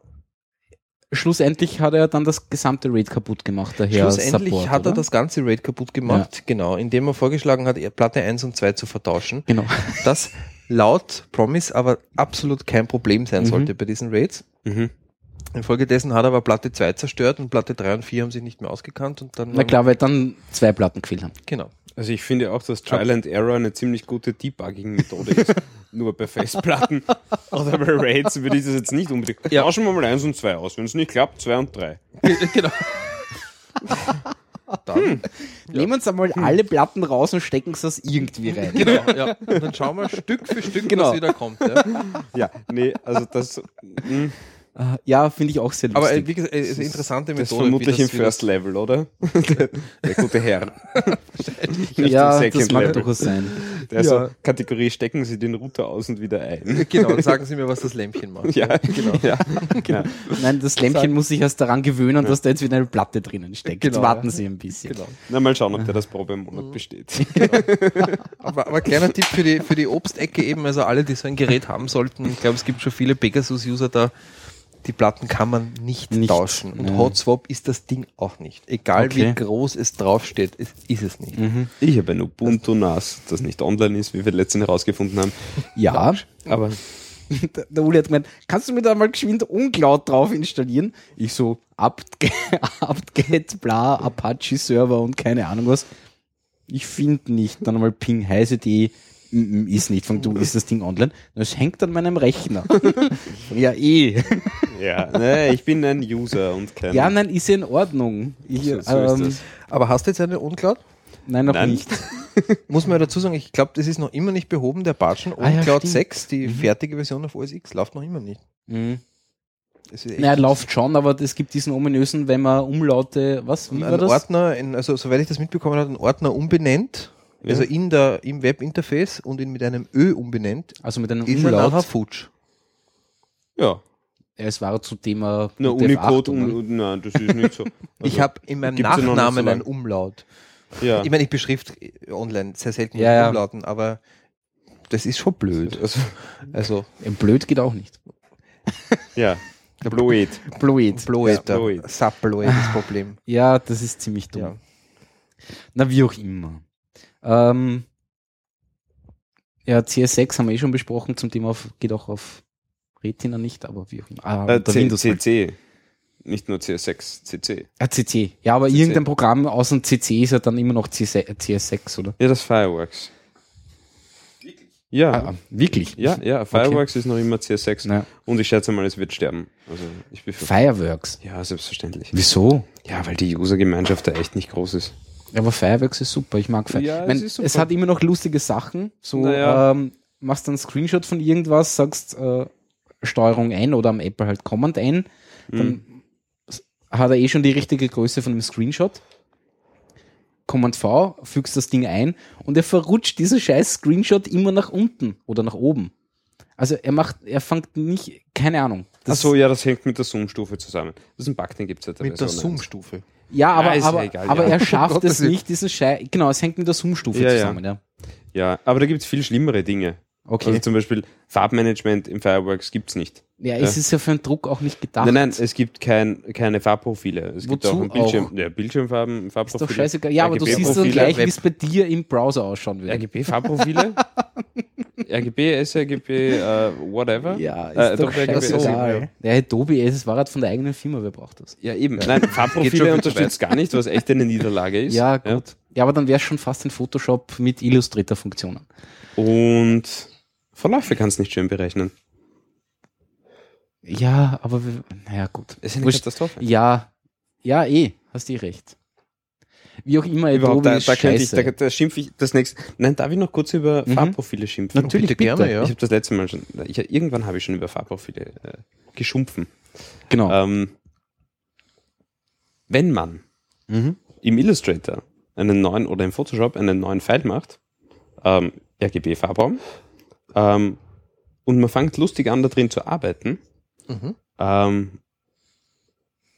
schlussendlich hat er dann das gesamte Raid kaputt gemacht, daher Schlussendlich Support, hat er oder? das ganze Raid kaputt gemacht, genau, indem er vorgeschlagen hat, er Platte 1 und 2 zu vertauschen. Genau. Das laut Promise aber absolut kein Problem sein sollte bei diesen Raids. Mhm. Infolgedessen hat er aber Platte 2 zerstört und Platte 3 und 4 haben sich nicht mehr ausgekannt und dann. Na klar, weil dann zwei Platten gefehlt haben. Genau. Also ich finde auch, dass Trial and Error eine ziemlich gute Debugging-Methode ist. Nur bei Festplatten oder bei Raids würde ich das jetzt nicht unbedingt. Ja. Tauschen wir mal eins und zwei aus. Wenn es nicht klappt, zwei und drei. genau. Dann, Nehmen uns einmal alle Platten raus und stecken sie das irgendwie rein. genau, Hm. ja. Und dann schauen wir Stück für Stück, Genau. was wieder kommt. Ja. Ja, nee, also das, mh, Äh, Ja, finde ich auch sehr lustig. Aber äh, wie gesagt, äh, ist eine interessante das ist Methode. vermutlich wie im das, wie das- First Level, oder? Der, der gute Herr. Nicht im ja, Second das mag Level. durchaus sein. Der so, Ja. Kategorie stecken Sie den Router aus und wieder ein. Genau, und sagen Sie mir, was das Lämpchen macht. Ja, genau. Ja, ja. Nein, das Lämpchen muss sich erst daran gewöhnen, dass da jetzt wieder eine Platte drinnen steckt. Jetzt Genau, warten ja. Sie ein bisschen. Genau. Na, mal schauen, ob der das Probe im Monat besteht. Aber, aber kleiner Tipp für die, für die Obstecke eben, also alle, die so ein Gerät haben sollten, ich glaube, es gibt schon viele Pegasus-User da, die Platten kann man nicht, Nicht, tauschen. Und ja. Hotswap ist das Ding auch nicht. Egal Okay. Mhm. wie groß es draufsteht, es ist es nicht. Ich habe ein Ubuntu NAS, das nicht online ist, wie wir letztens herausgefunden haben. Ja, Aber der der Uli hat gemeint, kannst du mir da mal geschwind Uncloud drauf installieren? Ich so, apt- apt-get, bla, Apache-Server und keine Ahnung was. Ich finde nicht. Dann einmal ping heise.de, mm, mm, ist nicht, von Oh. du ist das Ding online. Das hängt an meinem Rechner. ja, eh. ja, nee, Ne, ich bin ein User und kein. Ja, ne. nein, ist ja in Ordnung. Ich, Genau. So- so ist ähm, das. Aber hast du jetzt eine Uncloud? nein, noch Nein. nicht. Muss man ja dazu sagen, ich glaube, das ist noch immer nicht behoben. Der Batschen Ah ja, Uncloud stimmt. 6, die fertige Version auf OS X, läuft noch immer nicht. Mhm. Das ist echt Naja, läuft schon, aber es gibt diesen ominösen, wenn man Umlaute, was, wie war ein das? Ordner, in, also soweit ich das mitbekommen habe, ein Ordner umbenennt, Ja. also in der, im Webinterface und ihn mit einem Ö umbenennt, Also mit einem ist er nachher Umlaut. futsch. Ja, Ja, es war zu Thema na, mit der Unicode, um Verachtung, ne? un, nein, das ist nicht so. ich habe in meinem Also, gibt's ja noch nicht Nachnamen so lang. einen Umlaut. Also, ja. Ich meine, ich beschrift online sehr selten Ja, mit ja. Umlauten, aber das ist schon blöd. also, Also, Ja, Blöd geht auch nicht. ja, Bloed. Blöd. Bloet, Ja, Bloet. Subloet das Problem. Ja, das ist ziemlich dumm. Ja. Na, wie auch immer. Ähm, ja, CS6 haben wir eh schon besprochen zum Thema, auf, geht auch auf Retina nicht, aber wie auch immer. Ah, Äh, unter C- Windows halt. CC. Nicht nur CS6, CC. Ah, CC. Ja, aber CC. irgendein Programm außer dem CC ist ja dann immer noch CS6, CS6 oder? Ja, das Fireworks. Ja, Ah, wirklich? ja, ja, Fireworks ist noch immer CS6. Na, Und ich schätze mal, es wird sterben. Also, ich befürchte. Fireworks. Ja, selbstverständlich. Wieso? Ja, weil die Usergemeinschaft da echt nicht groß ist. Aber Fireworks ist super, ich mag Fireworks. Ja, es ich mein, ist es, super. hat immer noch lustige Sachen. So, Naja. ähm, machst einen Screenshot von irgendwas, sagst äh, Steuerung ein oder am Apple halt Command ein, Mhm. dann s- hat er eh schon die richtige Größe von dem Screenshot. Command V, fügst das Ding ein und er verrutscht diesen scheiß Screenshot immer nach unten oder nach oben. Also er macht, er fängt nicht, keine Ahnung. Das- Achso, ja, das hängt mit der Zoom-Stufe zusammen. Das ist ein Bug, den gibt es ja Mit der Version eins. Zoom-Stufe. Ja, aber, ist ja aber, egal, aber ja. er schafft Gottes es Willen. nicht, diesen Scheiß. Genau, es hängt mit der Zoom-Stufe Ja, ja. zusammen, ja. Ja, aber da gibt es viel schlimmere Dinge. Okay. Also zum Beispiel Farbmanagement im Fireworks gibt es nicht. Ja, es ist ja für einen Druck auch nicht gedacht. Nein, nein, es gibt kein, keine Farbprofile. Es gibt Wozu auch ein Bildschirm. Ja, Bildschirmfarben, ist Farbprofile. doch scheißegal. Ja, aber du siehst dann RGB-Profile. gleich, wie es bei dir im Browser ausschauen würde. RGB-Farbprofile? RGB, sRGB, äh, whatever? äh, RGB, scheißegal. Ja, Adobe, es war halt von der eigenen Firma, wer braucht das? Ja, eben. Nein, Geht schon Farbprofile viel unterstützt gar nicht, was echt eine Niederlage ist. Ja, gut. Ja, aber dann wär's schon fast ein Photoshop mit Illustrator-Funktionen. Und Verläufe kannst nicht schön berechnen. Ja, aber wir- naja, gut. Es ist eine Wurscht. Katastrophe. Ja, ja, eh, hast eh recht. Wie auch immer, Überhaupt, Adobe da, ist da könnte ich, scheiße. Mhm. da, da schimpfe ich das nächste. Nein, darf ich noch kurz über Farbprofile schimpfen? Natürlich, bitte. gerne, ja. Ich habe das letzte Mal schon, ich, irgendwann habe ich schon über Farbprofile äh, geschumpfen. Genau. Ähm, wenn man Mhm. im Illustrator einen neuen oder im Photoshop einen neuen Pfeil macht, ähm, RGB Farbraum, ähm, und man fängt lustig an, da drin zu arbeiten, Mhm. ähm,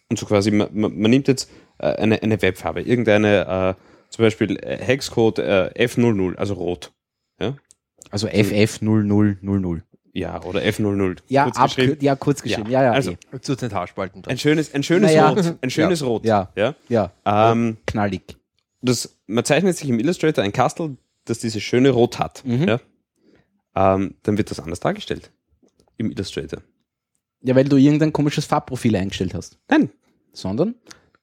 und so quasi, man, man, man nimmt jetzt äh, eine, eine Webfarbe, irgendeine, äh, zum Beispiel äh, Hexcode äh, F00, also rot. Also FF0000. Ja, oder F00. Ja, kurz ab, geschrieben. ja, kurz geschrieben. Ja, ja, also eh. Zu den Haarspalten. ein schönes, ein schönes Naja. Rot. Ein schönes Rot. Ja. ja? ja. Ähm, Knallig. das, man zeichnet sich im Illustrator ein Kastel, das dieses schöne Rot hat. Mhm. Ja? Ähm, dann wird das anders dargestellt im Illustrator. Ja, weil du irgendein komisches Farbprofil eingestellt hast. Nein, Sondern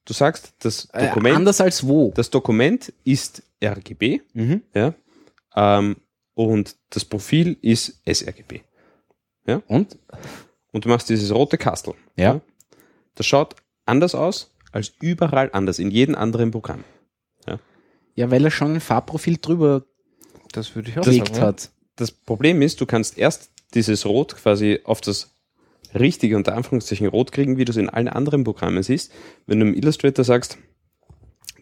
du sagst, das äh, Dokument, anders als wo. das Dokument ist RGB Mhm. ja? ähm, und das Profil ist sRGB. Und? Und du machst dieses rote Kastel. Ja. Das schaut anders aus als überall anders in jedem anderen Programm. Ja, weil er schon ein Farbprofil drüber Das würde ich auch gelegt sagen. ja. hat. Das Problem ist, du kannst erst dieses Rot quasi auf das richtige, unter Anführungszeichen, Rot kriegen, wie du es in allen anderen Programmen siehst, wenn du im Illustrator sagst,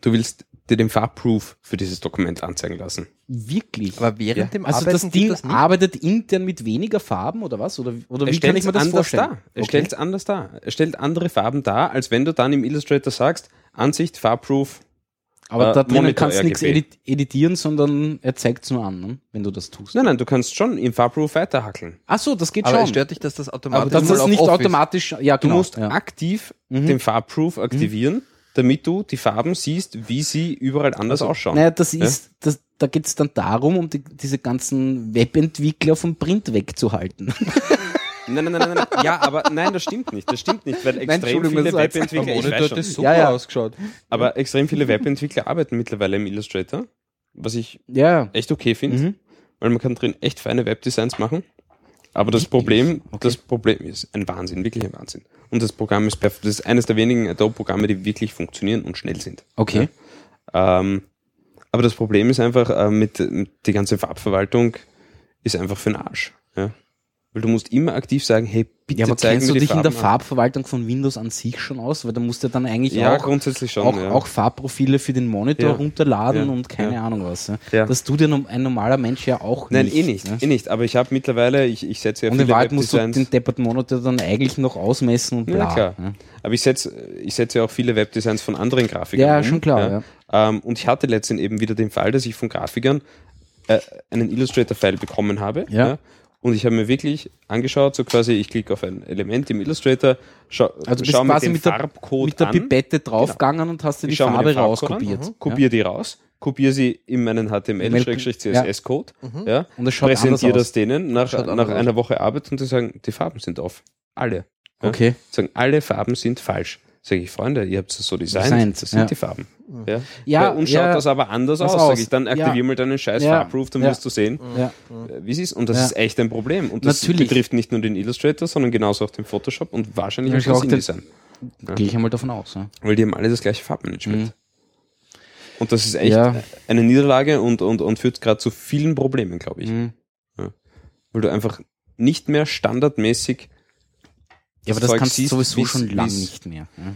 du willst dir den Farbproof für dieses Dokument anzeigen lassen. Wirklich. Aber während Ja. dem also das Arbeiten geht Ding das nicht. arbeitet intern mit weniger Farben oder was? Oder, oder wie kann ich stellt's mir das anders vorstellen? Dar. Er stellt es anders dar. Er stellt andere Farben dar, als wenn du dann im Illustrator sagst, Ansicht, Farbproof, Aber äh, da drinnen Monitor kannst du nichts RGB. edit editieren, sondern er zeigt es nur an, ne? wenn du das tust. Nein, nein, du kannst schon im Farbproof weiterhackeln. Ach so, das geht Aber es schon. stört dich, dass das automatisch aber das mal ist auf nicht Off ist. automatisch. Ja, Du genau, musst ja. Mhm. aktiv den Farbproof aktivieren, damit du die Farben siehst, wie sie überall anders ausschauen. Also, Naja, das Ja? ist, das, da geht es dann darum, um die, diese ganzen Webentwickler vom Print wegzuhalten. Nein, nein, nein, nein, nein. Ja, aber nein, das stimmt nicht. Das stimmt nicht, weil extrem Entschuldigung, viele das war jetzt- Am Webentwickler, ich Monitor weiß hat das schon, super Ja, ja. ausgeschaut. aber extrem viele Webentwickler arbeiten mittlerweile im Illustrator, was ich ja. echt okay finde, Mhm. weil man kann drin echt feine Webdesigns machen. Aber das Problem, das Problem ist ein Wahnsinn, wirklich ein Wahnsinn. Und das Programm ist perfekt. Das ist eines der wenigen Adobe-Programme, die wirklich funktionieren und schnell sind. Okay. Ähm, aber das Problem ist einfach, äh, mit, mit die ganze Farbverwaltung ist einfach für den Arsch. Ja? Weil du musst immer aktiv sagen, hey, bitte Ja, aber zeig kennst du mir die dich in der Farben an. Farbverwaltung von Windows an sich schon aus? Weil da musst du ja dann eigentlich Ja, auch, grundsätzlich schon. auch, ja. auch Farbprofile für den Monitor Ja. runterladen Ja. und keine Ahnung was. Ja. Ja. Das tut ja nom- ein normaler Mensch ja auch Nein, nicht. eh nicht, ne? eh nicht. Aber ich habe mittlerweile, ich, ich setze ja Und in viele Wahrheit musst du Webdesigns- den depperten Monitor dann eigentlich noch ausmessen und bla. Ja, klar. ne? Aber ich setze ich setz ja auch viele Webdesigns von anderen Grafikern. Ja, um, schon klar, Ähm, und ich hatte letztens eben wieder den Fall, dass ich von Grafikern äh, einen Illustrator-File bekommen habe. Ja. und ich habe mir wirklich angeschaut, so quasi, ich klicke auf ein Element im Illustrator, schau, Also du bist schau mir quasi den mit der, Farbcode mit der an. Genau. Pipette draufgegangen und hast dir die Ich schau mir Farbe den Farbcode rauskopiert. an, Ja. mhm. kopiere die raus, kopiere sie in meinen HTML-CSS-Code ja. Mhm. Und es schaut präsentiere anders das denen nach, Schaut nach anders aus. einer Woche Arbeit und die sagen, die Farben sind off. Alle. Ja. Okay. Sagen, alle Farben sind falsch. Sage ich, Freunde, ihr habt es so designt, Designt, das sind ja. die Farben. Ja. Ja, Bei uns schaut ja. das aber anders Das aus. Sag aus. ich, dann aktivier Ja. mal deinen scheiß Ja. Farbroof, dann Ja. wirst du sehen, Ja. äh, wie es ist. Und das Ja. ist echt ein Problem. Und das Natürlich. betrifft nicht nur den Illustrator, sondern genauso auch den Photoshop und wahrscheinlich Natürlich auch das auch den- InDesign. Gehe ich einmal davon aus. Ja. Weil die haben alle das gleiche Farbmanagement. Und das ist echt Mhm. Ja. eine Niederlage und, und, und führt gerade zu vielen Problemen, glaube ich. Mhm. Ja. Weil du einfach nicht mehr standardmäßig. Ja, aber das Zeug kannst du siehst, sowieso wie's- schon lang wie's- nicht mehr. Ja.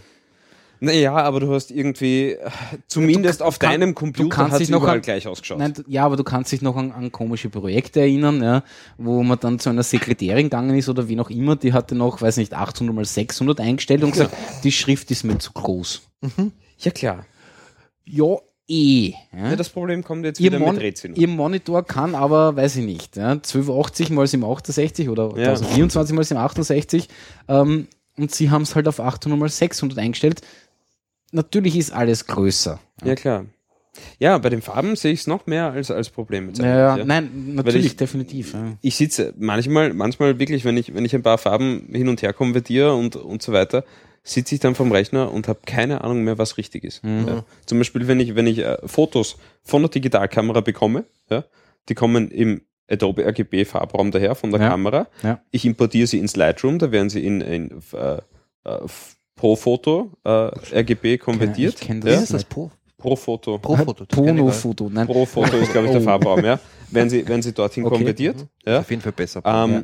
Naja, aber du hast irgendwie, äh, zumindest auf kann- deinem du Computer kannst hat dich es noch überall an- gleich ausgeschaut. Nein, du- ja, aber du kannst dich noch an, an komische Projekte erinnern, ja, wo man dann zu einer Sekretärin gegangen ist oder wie auch immer, die hatte noch, weiß nicht, 800 mal 600 eingestellt und gesagt, die Schrift ist mir zu groß. Ja, klar. Ja, eh. Ja. Ja, das Problem kommt jetzt Ihr, wieder Mon mit Rätseln. ihr Monitor kann aber, weiß ich nicht, ja, 1280 mal 768 oder Ja. 1024 mal 768 ähm, und sie haben es halt auf 800 mal 600 eingestellt. Natürlich ist alles größer. Ja, klar. Ja, bei den Farben sehe ich es noch mehr als, als Problem. jetzt Ja, eigentlich, ja, ja. nein, natürlich, ich- definitiv. Ja. ich sitze manchmal, manchmal wirklich, wenn ich, wenn ich ein paar Farben hin und her konvertiere und, und so weiter, sitze ich dann vom Rechner und habe keine Ahnung mehr, was richtig ist. Mhm. Halt Ja. Zum Beispiel, wenn ich, wenn ich äh, Fotos von der Digitalkamera bekomme, ja, die kommen im Adobe RGB Farbraum daher von der Ja. Kamera. Ja. Ich importiere sie ins Lightroom, da werden sie in, in äh, äh, pro Foto äh, RGB konvertiert. ich kenn Wie das. ja? ist das Pro, Pro Foto. Pro Foto? Das kenn ich gar nicht. Pono-Foto, nein. Pro Foto ist, glaube ich, der Oh. Farbraum, ja. Wenn sie, wenn sie dorthin Okay. Mhm. konvertiert. Ist Ja. Auf jeden Fall besser. Ähm, Ja.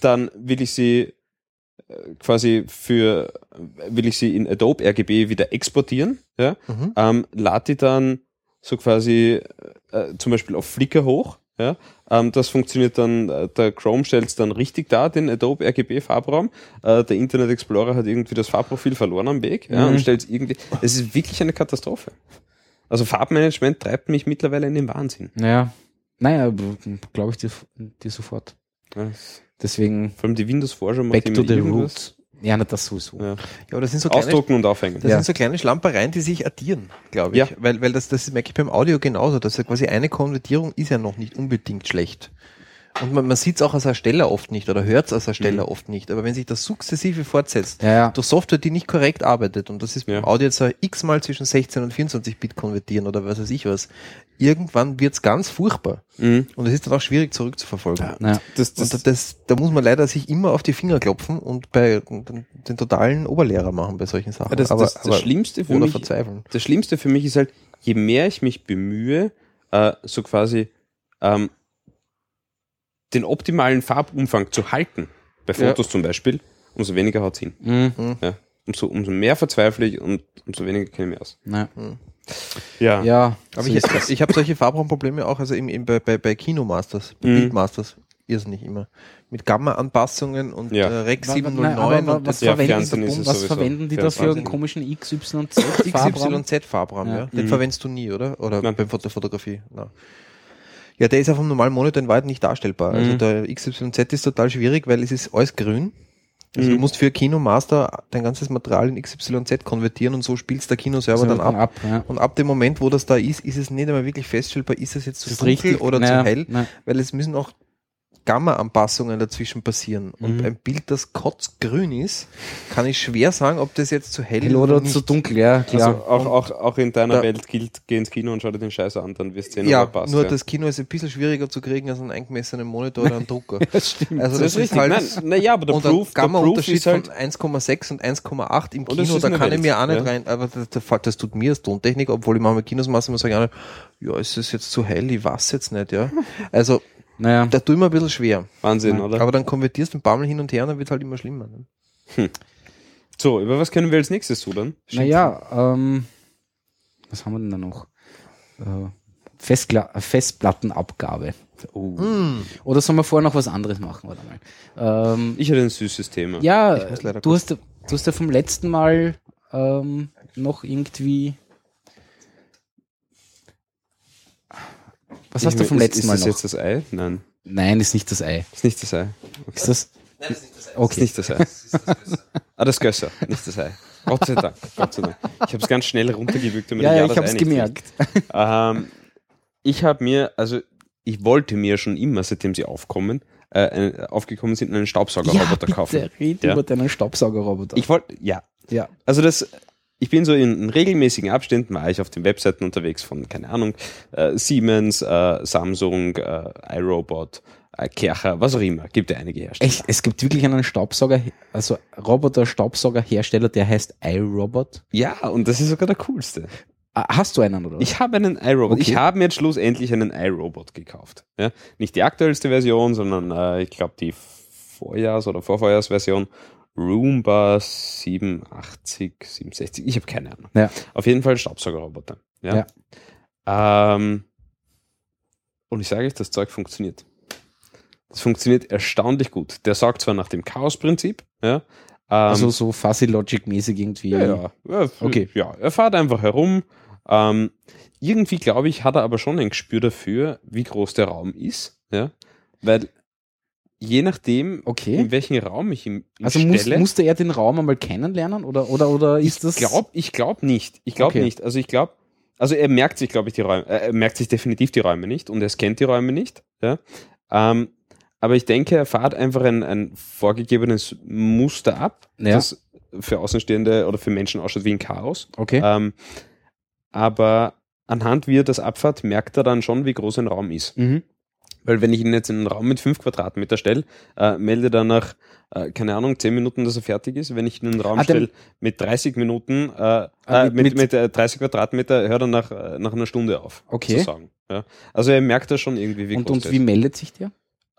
Dann will ich sie äh, quasi für, will ich sie in Adobe RGB wieder exportieren. Ja? Mhm. Ähm, lad die dann so quasi äh, zum Beispiel auf Flickr hoch. Ja? Ähm, das funktioniert dann, äh, der Chrome stellt es dann richtig dar, den Adobe RGB Farbraum. Äh, der Internet Explorer hat irgendwie das Farbprofil verloren am Weg ja, Mhm. und stellt es irgendwie. Es ist wirklich eine Katastrophe. Also Farbmanagement treibt mich mittlerweile in den Wahnsinn. Ja. Naja, glaube ich dir, dir sofort. Ja. Deswegen Vor allem die Windows-Vorschau macht back immer to the irgendwas. roots. Ja, na, das sowieso. Ja. Ja, aber das sind so kleine Ausdrucken und aufhängen. Das Ja. sind so kleine Schlampereien, die sich addieren, glaube ich. Ja. Weil, weil das, das merke ich beim Audio genauso, dass ja quasi eine Konvertierung ist ja noch nicht unbedingt schlecht. Und man, man sieht es auch als Ersteller oft nicht oder hört es als Ersteller Mhm. oft nicht. Aber wenn sich das sukzessive fortsetzt, Ja, ja. durch Software, die nicht korrekt arbeitet, und das ist Ja. beim Audio jetzt ein x-mal zwischen 16 und 24 Bit konvertieren oder was weiß ich was, irgendwann wird's ganz furchtbar. Mhm. Und es ist dann auch schwierig zurückzuverfolgen. Ja. Das, Das, das, und das, da muss man leider sich immer auf die Finger klopfen und bei den, den totalen Oberlehrer machen bei solchen Sachen. das, das, das Schlimmste für oder mich, verzweifeln. das Schlimmste für mich ist halt, je mehr ich mich bemühe, äh, so quasi ähm, den optimalen Farbumfang zu halten, bei Ja. Fotos zum Beispiel, umso weniger haut hin. Ja. Umso, umso mehr verzweifle ich und umso weniger kenne ich mich aus. Na, Ja. ja. Aber so ich, ist ich, ich habe solche Farbraumprobleme auch, also im, im, bei, bei, bei Kinomasters, bei Mhm. Bildmasters, irrsinnig immer. Mit Gamma-Anpassungen und Ja. äh, Rec Wa- wa- 709 nein, aber wa- und was, das Ja, verwenden, Fernsehen die, ist es was sowieso. verwenden die da für einen Fernsehen. komischen XY und Z-Farbraum? XYZ-Farbraum, ja. Ja. Den Mhm. verwendest du nie, oder? Oder Nein. beim Foto Fotografie? Nein. Ja, der ist auf einem normalen Monitor in Wahrheit nicht darstellbar. Also Mhm. der XYZ ist total schwierig, weil es ist alles grün. Also du Mhm. musst für Kinomaster dein ganzes Material in XYZ konvertieren und so spielst der Kinoserver Also dann ab. ja. Und ab dem Moment, wo das da ist, ist es nicht einmal wirklich feststellbar, ist es jetzt zu Ist das dunkel richtig oder Naja, zu hell, na, weil es müssen auch Gamma-Anpassungen dazwischen passieren. Und Mhm. ein Bild, das kotzgrün ist, kann ich schwer sagen, ob das jetzt zu hell, Hell oder zu dunkel, ja, klar. Also auch, auch, auch in deiner Da- Welt gilt, geh ins Kino und schau dir den Scheiß an, dann wirst du sehen, ja, ob er passt. nur ja. das also Kino ist ein bisschen schwieriger zu kriegen als einen eingemessenen Monitor oder einen Drucker. das stimmt. Also das ist richtig. Nein, naja, aber der und ein Proof, der Proof Gamma-Unterschied ist halt, von 1,6 und 1,8 im Und das Kino, ist da eine kann ich Welt, mir auch nicht ja. rein, aber das, das, das tut mir als Tontechniker, obwohl ich manchmal Kinos mache, immer sage ich auch nicht, ja, ist das jetzt zu hell, ich weiß jetzt nicht, ja. Also, naja. da tue ich mir ein bisschen schwer. Wahnsinn, oder? Aber dann konvertierst du ein paar Mal hin und her, dann wird halt immer schlimmer. Ne? So, über was können wir als nächstes rudern? Naja, ähm, was haben wir denn da noch? Äh, Festkla äh, Festplattenabgabe. Oh. Mm. Oder sollen wir vorher noch was anderes machen? Warte mal. Ähm, Ich hätte ein süßes Thema. ja, Ich muss leider du hast, du hast ja vom letzten Mal ähm, noch irgendwie. Was Ich hast du mein, vom ist- letzten Mal Ist noch? das jetzt das Ei? Nein, Nein, ist nicht das Ei. ist nicht das Ei. Ist das? Okay. Ist nicht das Ei. ah, das Gösser, nicht das Ei. Gott sei Dank, Gott sei Dank. Ich habe es ganz schnell runtergewürgt, damit Ja, ich ja, das ich habe Ei es nicht gemerkt. krieg. Ähm, ich habe mir, also ich wollte mir schon immer, seitdem sie aufkommen, äh, einen- aufgekommen sind, einen Ja, Staubsaugerroboter kaufen. bitte, red Ja. über deinen Staubsaugerroboter. Ich wollte, ja, ja. Also das, ich bin so in, in regelmäßigen Abständen, war ich auf den Webseiten unterwegs von, keine Ahnung, äh, Siemens, äh, Samsung, äh, iRobot, äh, Kercher, was auch immer. Gibt ja einige Hersteller. Echt, es gibt wirklich einen Staubsauger, also Roboter-Staubsauger-Hersteller, der heißt iRobot. Ja, und das ist sogar der coolste. Ah, Hast du einen, oder? was? Ich habe einen iRobot. Okay. Ich habe mir jetzt schlussendlich einen iRobot gekauft. Ja? Nicht die aktuellste Version, sondern äh, ich glaube die Vorjahrs- oder Vorvorjahrsversion. Roomba 87, 67, ich habe keine Ahnung. Ja. Auf jeden Fall Staubsaugerroboter. Ja. Ähm, und ich sage euch, das Zeug funktioniert. Das funktioniert erstaunlich gut. Der saugt zwar nach dem Chaos-Prinzip, ja. ähm, also so Fuzzy Logic-mäßig irgendwie. ja, ja. ja Hm. Okay. okay. Ja, er fährt einfach herum. Ähm, irgendwie, glaube ich, hat er aber schon ein Gespür dafür, wie groß der Raum ist. Ja? Weil je nachdem, Okay. in welchen Raum ich ihm ihm Also muss, stelle, musste er den Raum einmal kennenlernen oder, oder, oder ist das. ich glaube ich glaub nicht. Ich glaube Okay. nicht. Also ich glaube, also er merkt sich, glaube ich, die Räume, äh, er merkt sich definitiv die Räume nicht und er scannt die Räume nicht. Ja? Ähm, aber ich denke, er fährt einfach ein, ein vorgegebenes Muster ab, Ja. das für Außenstehende oder für Menschen ausschaut wie ein Chaos. Okay. Ähm, aber anhand wie er das abfährt, merkt er dann schon, wie groß ein Raum ist. Mhm. Weil wenn ich ihn jetzt in einen Raum mit 5 Quadratmeter stelle, äh, melde dann nach, äh, keine Ahnung, 10 Minuten, dass er fertig ist. Wenn ich ihn in einen Raum Ah, dann- stelle mit 30 Minuten, äh, Ah, äh, mit- mit, mit- mit, äh, 30 Quadratmeter, hört er nach, äh, nach einer Stunde auf. Okay. sozusagen, Ja. Also er merkt das schon irgendwie, wie und groß und der wie ist. meldet sich der?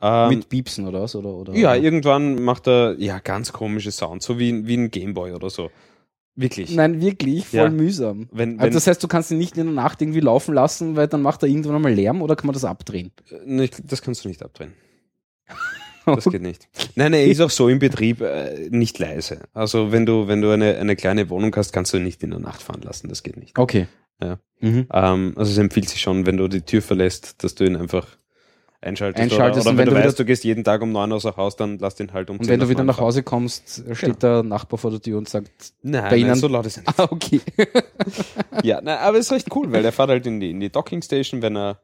Ähm, Mit Piepsen oder was? Oder, oder, ja, oder? irgendwann macht er ja ganz komische Sounds, so wie, wie ein Gameboy oder so. Wirklich. Nein, wirklich, voll Ja. mühsam. Wenn, also wenn, das heißt, du kannst ihn nicht in der Nacht irgendwie laufen lassen, weil dann macht er irgendwann einmal Lärm oder kann man das abdrehen? Ne, ich- das kannst du nicht abdrehen. Das geht nicht. Nein, nein, er ist auch so im Betrieb äh, nicht leise. Also wenn du, wenn du eine, eine kleine Wohnung hast, kannst du ihn nicht in der Nacht fahren lassen. Das geht nicht. Okay. Ja. Mhm. Ähm, also es empfiehlt sich schon, wenn du die Tür verlässt, dass du ihn einfach einschaltest. Einschaltest oder, und oder wenn, wenn du du weißt, du gehst jeden Tag um 9 Uhr aus dem Haus, dann lass den halt um Und 10 wenn du auf wieder 9 nach fahren. Hause kommst, Genau. steht der Nachbar vor der Tür und sagt, Nein, bei nein, Ihnen- so laut ist er nicht. ah, okay. Ja, nein, aber ist recht cool, weil er fährt halt in die, in die Docking Station, wenn er,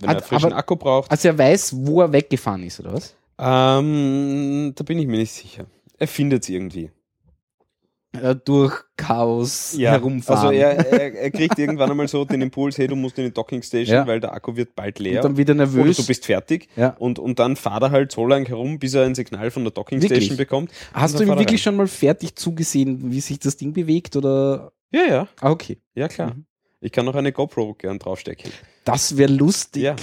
wenn Ah, er frischen aber- Akku braucht. Also er weiß, wo er weggefahren ist, oder was? Ähm, da bin ich mir nicht sicher. Er findet es irgendwie. durch Chaos herumfahren. Also er, er, er kriegt irgendwann einmal so den Impuls, hey, du musst in die Docking Station, Ja. weil der Akku wird bald leer. und dann wieder oder nervös. du bist fertig. Ja. Und, und dann fahrt er halt so lange herum, bis er ein Signal von der Docking Wirklich? Station bekommt. Hast Und du ihm dann fährt er wirklich schon mal fertig zugesehen, wie sich das Ding bewegt? Oder? rein. Ja, ja. Ah, okay. Ja, klar. Mhm. Ich kann noch eine GoPro gern draufstecken. Das wäre lustig. Ja.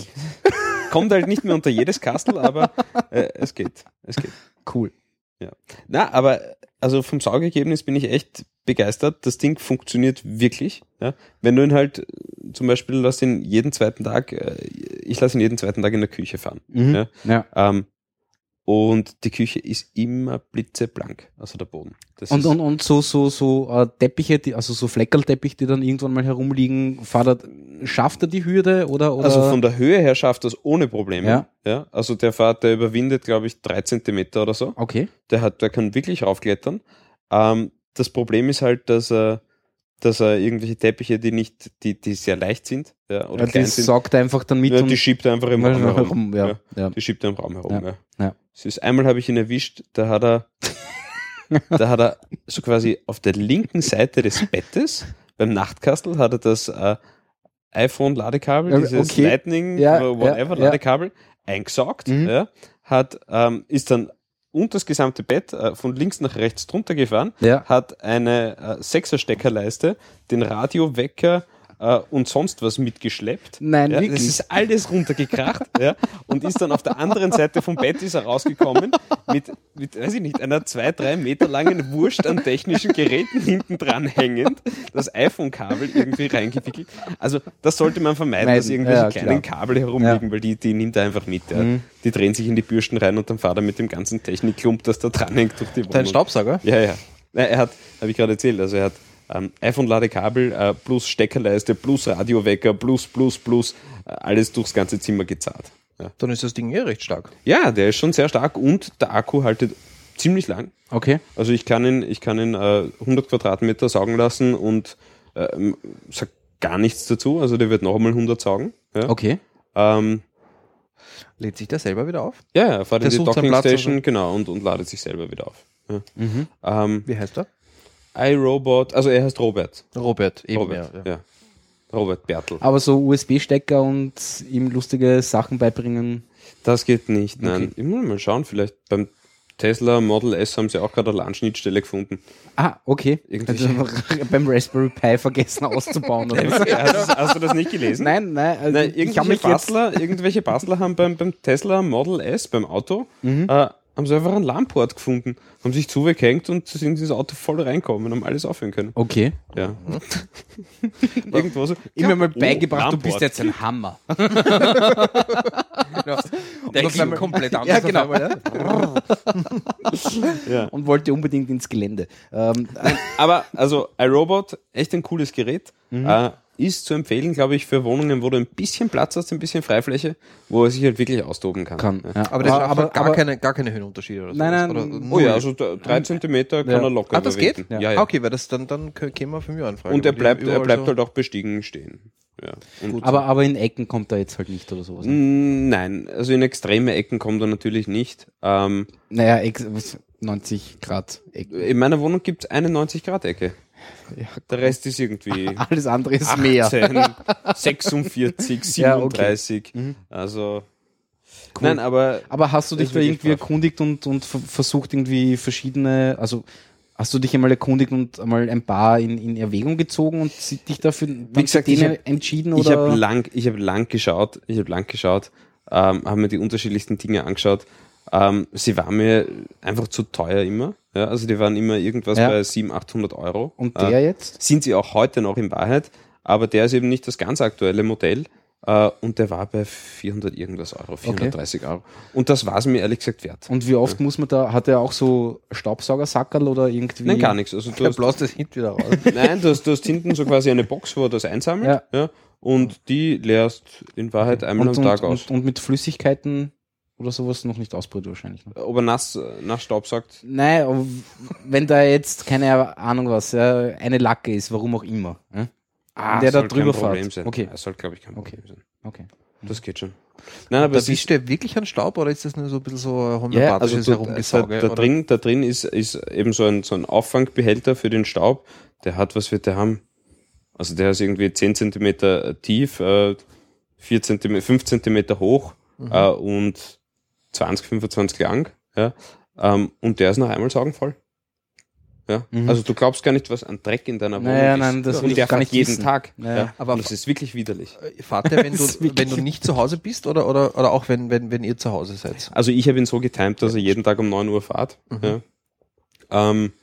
Kommt halt nicht mehr unter jedes Kastel, aber äh, es geht. Es geht. Cool. Na, aber also vom Saugergebnis bin ich echt begeistert. Das Ding funktioniert wirklich. Ja. Wenn du ihn halt äh, zum Beispiel lass ihn jeden zweiten Tag, äh, ich lasse ihn jeden zweiten Tag in der Küche fahren. Ja. Mhm. Ja. Ähm, und die Küche ist immer blitzeblank, also der Boden. Das Und, ist, und, und so, so, so äh, Teppiche, die, also so Fleckerlteppiche, die dann irgendwann mal herumliegen, fahrt er, schafft er die Hürde oder, oder? also von der Höhe her schafft das ohne Probleme. Ja. Also der Fahrt, der überwindet, glaube ich, drei Zentimeter oder so. okay. Der, hat, der kann wirklich raufklettern. Ähm, das Problem ist halt, dass er, dass er irgendwelche Teppiche, die nicht, die, die sehr leicht sind, ja, oder Ja, klein die sind, saugt einfach dann mit ja, und die schiebt er einfach im mal Raum herum. herum. Ja, Ja. ja. Die schiebt er im Raum herum. Ja. Ja. Es ist, einmal habe ich ihn erwischt, da hat er, da hat er so quasi auf der linken Seite des Bettes beim Nachtkastel hat er das äh, iPhone-Ladekabel, Ja, dieses okay. Lightning, Ja, ja, ja. whatever-Ladekabel eingesaugt, Mhm. ja, hat, ähm, ist dann unter das gesamte Bett äh, von links nach rechts drunter gefahren, Ja. hat eine äh, Sechser-Steckerleiste, den Radiowecker äh, und sonst was mitgeschleppt. Nein, ja, wirklich? Das ist alles runtergekracht ja, und ist dann auf der anderen Seite vom Bett ist er rausgekommen mit, mit weiß ich nicht, einer zwei, drei Meter langen Wurst an technischen Geräten hinten dran hängend, das iPhone-Kabel irgendwie reingewickelt. Also das sollte man vermeiden, Meiden, dass irgendwelche ja, Mhm. kleinen Kabel herumliegen, weil die, die nimmt er einfach mit. Ja. Die drehen sich in die Bürsten rein und dann fährt er mit dem ganzen Technikklump, das da dranhängt durch die Wohnung. Dein Staubsauger? Ja, ja. Na, Er hat, habe ich gerade erzählt, also er hat ähm, iPhone-Ladekabel äh, plus Steckerleiste plus Radiowecker plus plus plus äh, alles durchs ganze Zimmer gezahlt. Ja. Dann ist das Ding eh recht stark. ja, der ist schon sehr stark und der Akku haltet ziemlich lang. Okay. Also ich kann ihn, ich kann ihn äh, 100 Quadratmeter saugen lassen und ähm, sag gar nichts dazu. Also der wird noch einmal 100 saugen. Ja, Okay. ähm, Lädt sich der selber wieder auf? ja er fährt Der in die sucht seinen Docking Platz Station, also. Mhm. genau, und, und ladet sich selber wieder auf. Ja. Ähm, Wie heißt er? iRobot, also er heißt Robert. Robert, eben. Robert, ja, ja. ja. Robert Bertel. Aber so USB-Stecker und ihm lustige Sachen beibringen. Das geht nicht, nein. Ich muss mal schauen, vielleicht beim Tesla Model S haben sie auch gerade eine LAN-Schnittstelle gefunden. Ah, okay. Irgendwie- Also, beim Raspberry Pi vergessen auszubauen. Oder? was? hast, du, hast du das nicht gelesen? nein, nein. Also Nein, ich habe irgendwelche, mich jetzt. Bastler, irgendwelche Bastler haben beim, beim Tesla Model S, beim Auto, äh, haben sie einfach einen LAN-Port gefunden, haben sich zugehängt und sind ins Auto voll reinkommen, haben alles aufhören können. Okay. Ja. Oh. Irgendwo so. Immer mal Oh, beigebracht, du LAN-Port. bist jetzt ein Hammer. Der klingt klingt komplett anders. Ja, genau. auf einmal, ja? Ja. Und wollte unbedingt ins Gelände. Ähm, Aber also iRobot, echt ein cooles Gerät. Mhm. Äh, ist zu empfehlen, glaube ich, für Wohnungen, wo du ein bisschen Platz hast, ein bisschen Freifläche, wo er sich halt wirklich austoben kann. kann, Ja. ja. Aber der schafft aber, gar, aber, keine, gar keine Höhenunterschiede oder so. Nein, nein, Oder Oh null. ja, also d- drei Zentimeter kann Ja. er locker Ah, das geht? überwinden. Ja, ja. Okay, weil das dann, dann k- käme man von mir anfragen. Und er Weil die bleibt, er überall bleibt so- halt auch bestiegen stehen. Ja. Und aber, aber in Ecken kommt er jetzt halt nicht oder sowas. Mm, Nein, also in extreme Ecken kommt er natürlich nicht. Ähm, Naja, ex- was, 90 Grad Ecken. in meiner Wohnung gibt es eine 90-Grad-Ecke. Der Rest ist irgendwie Alles andere ist mehr. 18, 46, Ja, okay. Mhm. 37. Also. Nein, aber Aber hast du Das dich ist da wirklich irgendwie brav. erkundigt und, und ver- versucht irgendwie verschiedene, also hast du dich einmal erkundigt und einmal ein paar in, in Erwägung gezogen und sie- dich dafür Wie gesagt, ich denen hab- entschieden ich habe oder? lang, ich habe lang geschaut, ich habe lang geschaut, ähm, habe mir die unterschiedlichsten Dinge angeschaut. Ähm, sie waren mir einfach zu teuer immer. Ja, also die waren immer irgendwas Ja. bei 700, 800 Euro. und Äh, der jetzt? sind sie auch heute noch in Wahrheit, aber der ist eben nicht das ganz aktuelle Modell äh, und der war bei 400 irgendwas Euro, 430 Euro. Und das war es mir ehrlich gesagt wert. Und wie oft muss man da, hat er auch so Staubsaugersackerl oder irgendwie? Nein, gar nichts. Also du Der hast, blaust das hinten wieder raus. nein, du hast, du hast hinten so quasi eine Box, wo er das einsammelt Ja. ja. und die leerst in Wahrheit einmal Und, am Tag und, aus. und, und mit Flüssigkeiten oder sowas noch nicht ausbrüht wahrscheinlich. Ne? Ob er nass, äh, nass Staub sagt, Nein, aber wenn da jetzt, keine Ahnung was, ja, eine Lacke ist, warum auch immer. ja? ah, der da soll drüber kein Problem fährt. sein. Okay. Das soll, glaube ich, kein Problem sein. Okay. Das geht schon. Nein, aber es ist, Erwischt der wirklich an Staub oder ist das nur so ein bisschen so ein Ja, homöopathisches also da, Herumgesauge? da, da oder? drin, da drin ist, ist eben so ein, so ein Auffangbehälter für den Staub. Der hat, was wird der haben? Also der ist irgendwie 10 Zentimeter tief, äh, 4 cm, 5 Zentimeter hoch Mhm. äh, und 20, 25 lang. Ja? Ähm, und der ist nach einmal saugenvoll. Ja? Also du glaubst gar nicht, was an Dreck in deiner Wohnung Mhm. Naja, ist. nein, das will und ich der gar fährt nicht jeden wissen. Tag. Ja. Aber und das ist wirklich widerlich. Äh, Fahrt ihr, wenn Das ist du, wirklich- wenn du nicht zu Hause bist oder, oder, oder auch wenn, wenn, wenn ihr zu Hause seid? Also ich habe ihn so getimt, dass er jeden Tag um 9 Uhr fahrt. Mhm. Ja. Ähm,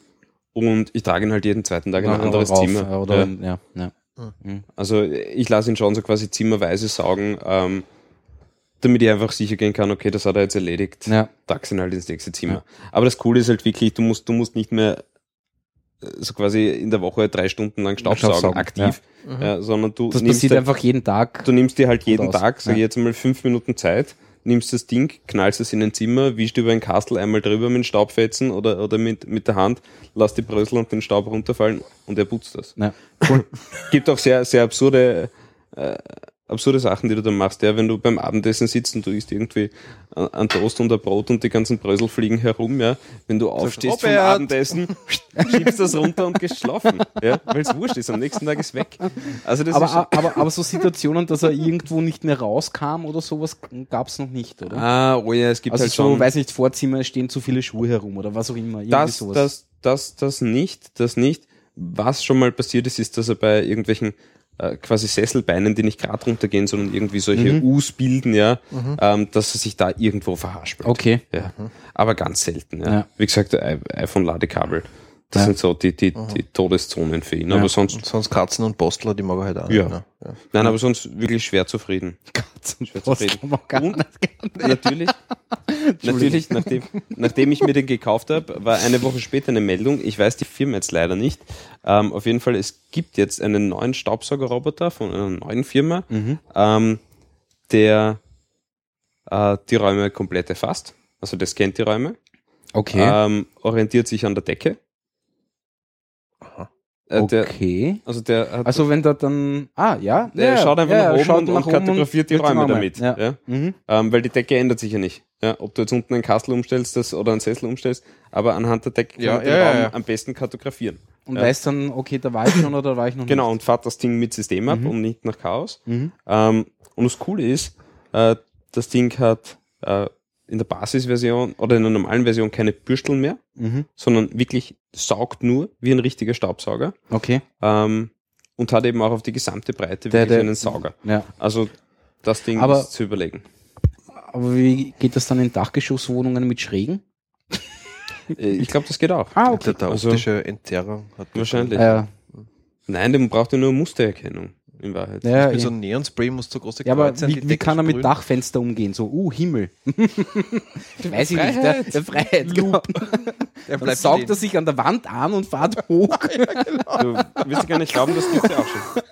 und ich trage ihn halt jeden zweiten Tag in ein anderes rauf, Zimmer. äh, Oder, ja. ja. Ja, Also ich lasse ihn schon so quasi zimmerweise saugen, ähm, damit ich einfach sicher gehen kann, okay, das hat er jetzt erledigt. ja. Tag sind halt ins nächste Zimmer. Aber das Coole ist halt wirklich, du musst, du musst nicht mehr äh, so quasi in der Woche drei Stunden lang Staubsaugen, Staubsaugen, aktiv, ja, sondern du Mhm. Das nimmst, halt passiert dir- einfach jeden Tag. du nimmst dir halt jeden aus. Tag, sag ich Ja. jetzt mal fünf Minuten Zeit, nimmst das Ding, knallst es in ein Zimmer, wischst über ein Kastel einmal drüber mit Staubfetzen oder, oder mit, mit der Hand, lass die Brösel und den Staub runterfallen und er putzt das Ja. gibt auch sehr, sehr absurde, äh, absurde Sachen, die du dann machst. Ja, wenn du beim Abendessen sitzt und du isst irgendwie äh, ein Toast und ein Brot und die ganzen Brösel fliegen herum, ja. Wenn du aufstehst vom Robert! Abendessen, schiebst das runter und gehst schlafen, ja. Weil es wurscht ist, am nächsten Tag ist weg. Also das ist Aber, aber, aber so Situationen, dass er irgendwo nicht mehr rauskam oder sowas, gab es noch nicht, oder? Ah, oh ja, es gibt Also halt so, schon. weiß nicht, Vorzimmer stehen zu viele Schuhe herum oder was auch immer. Irgendwie das, sowas. das, das, das nicht, das nicht. Was schon mal passiert ist, ist, dass er bei irgendwelchen äh, quasi Sesselbeinen, die nicht gerade runtergehen, sondern irgendwie solche U's bilden, ja, ähm, dass er sich da irgendwo verhaspelt. Okay. Ja. Aber ganz selten, ja. Ja. Wie gesagt, I- iPhone-Ladekabel. Das Ja. sind so die, die, die Todeszonen für ihn. Aber sonst, Und sonst Katzen und Postler, die mag er halt auch. Ja. nicht, ne? ja. nein, aber sonst wirklich schwer zufrieden. Was zufrieden. kann man gar Und- nicht. Natürlich, natürlich nachdem, nachdem ich mir den gekauft habe, war eine Woche später eine Meldung. Ich weiß die Firma jetzt leider nicht. Ähm, auf jeden Fall, es gibt jetzt einen neuen Staubsaugerroboter von einer neuen Firma, Mhm. ähm, der äh, die Räume komplett erfasst. Also der scannt die Räume, Okay. ähm, orientiert sich an der Decke. Äh, der, okay. also der hat Also wenn da dann, ah ja, Der ja, schaut einfach ja, nach er oben schaut und, nach und oben kartografiert die und- Räume Ja. damit. Ja. Ja. Mhm. Ähm, weil die Decke ändert sich ja nicht. Ja, ob du jetzt unten einen Kastel umstellst das, oder einen Sessel umstellst, aber anhand der Decke kann Ja, man den ja, ja, Raum ja. am besten kartografieren. Und Ja. weiß dann, okay, da war ich schon oder da war ich noch Genau, nicht. und fahrt das Ding mit System ab Mhm. und nicht nach Chaos. Mhm. Ähm, und das Coole ist, äh, das Ding hat äh, in der Basisversion oder in der normalen Version keine Bürsteln mehr, Mhm. sondern wirklich saugt nur wie ein richtiger Staubsauger Okay. ähm, und hat eben auch auf die gesamte Breite Der- wirklich der- einen Sauger. Ja. Also das Ding Aber- ist zu überlegen. Aber wie geht das dann in Dachgeschosswohnungen mit Schrägen? Äh, Ich glaube, das geht auch. Ah, Ich glaub, Der Also- optische Enterrung hat Wahrscheinlich. Ja, Nein, dem braucht ja nur Mustererkennung in Wahrheit. ja, Mit so ja. einem Neonspray musst du große ja aber Kreuze an die wie, wie Decke kann er mit sprühen. Dachfenster umgehen? So, uh, Himmel. Weiß ich nicht. Der, der Freiheit. Genau. Er Dann bleibt saugt er stehen. sich an der Wand an und fährt hoch. Du wirst ja gar nicht glauben, das gibt's ja auch schon.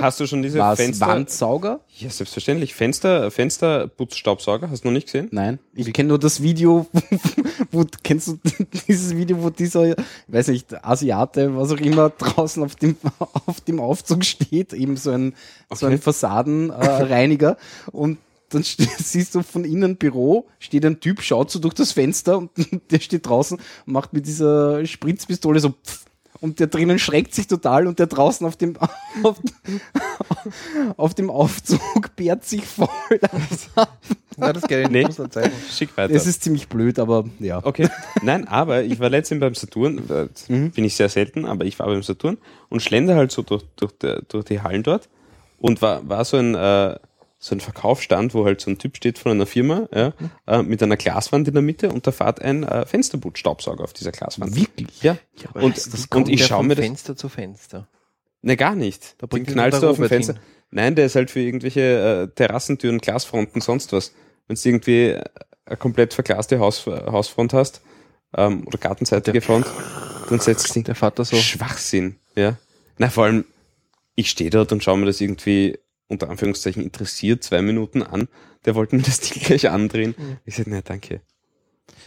Hast du schon diese Was? Fenster? Wandsauger? Ja, selbstverständlich. Fenster, Fensterputzstaubsauger, hast du noch nicht gesehen? Nein, ich kenne nur das Video, wo, kennst du dieses Video, wo dieser, weiß nicht, Asiate, was auch immer, draußen auf dem, auf dem Aufzug steht, eben so ein, so Okay. ein Fassadenreiniger äh, Reiniger. und dann ste- siehst du von innen Büro, steht ein Typ, schaut so durch das Fenster und der steht draußen und macht mit dieser Spritzpistole so pff, und der drinnen schreckt sich total und der draußen auf dem, auf, auf dem Aufzug bärt sich voll. Nein, das geht Nee. nicht. Muss er zeigen. Schick weiter. Es ist ziemlich blöd, aber ja. okay. Nein, aber ich war letztens beim Saturn, äh, Mhm. bin ich sehr selten, aber ich war beim Saturn und schlender halt so durch, durch, der, durch die Hallen dort und war, war so ein, äh, so ein Verkaufsstand, wo halt so ein Typ steht von einer Firma ja, äh, mit einer Glaswand in der Mitte und da fährt ein äh, Fensterputzstaubsauger auf dieser Glaswand. Wirklich? Ja. und was, das und Kommt ich der schaue von mir das. Fenster zu Fenster. Ne, gar nicht. Da Den bringt ihn knallst der du auf dem Robert Fenster. hin. Nein, der ist halt für irgendwelche äh, Terrassentüren, Glasfronten, sonst was. Wenn du irgendwie äh, eine komplett verglaste Haus, äh, Hausfront hast ähm, oder gartenseitige Front, dann setzt das Ding Der Vater so. Schwachsinn. Ja. Na, vor allem, ich stehe dort und schaue mir das irgendwie unter Anführungszeichen interessiert zwei Minuten an. Der wollte mir das Ding gleich andrehen. Mhm. Ich sagte, nein, danke.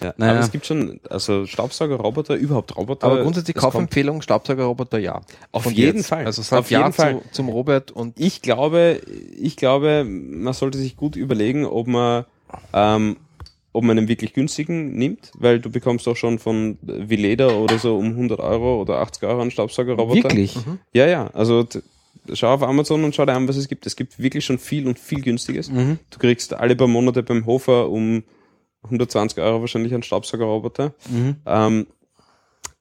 Ja, Naja. Aber es gibt schon, also Staubsauger, Roboter, überhaupt Roboter. Aber grundsätzlich äh, das kommt- Kaufempfehlung, Staubsaugerroboter, ja. Auf Von jeden Fall. Also sag Auf ja jeden Fall. Zu, zum Robert und ich glaube, ich glaube, man sollte sich gut überlegen, ob man, ähm, ob man einen wirklich günstigen nimmt, weil du bekommst auch schon von Vileda oder so um 100 Euro oder 80 Euro einen Staubsaugerroboter. Wirklich? Ja, ja. Also t- schau auf Amazon und schau dir an, was es gibt. Es gibt wirklich schon viel und viel günstiges. Mhm. Du kriegst alle paar Monate beim Hofer um 120 Euro wahrscheinlich einen Staubsaugerroboter. Ähm,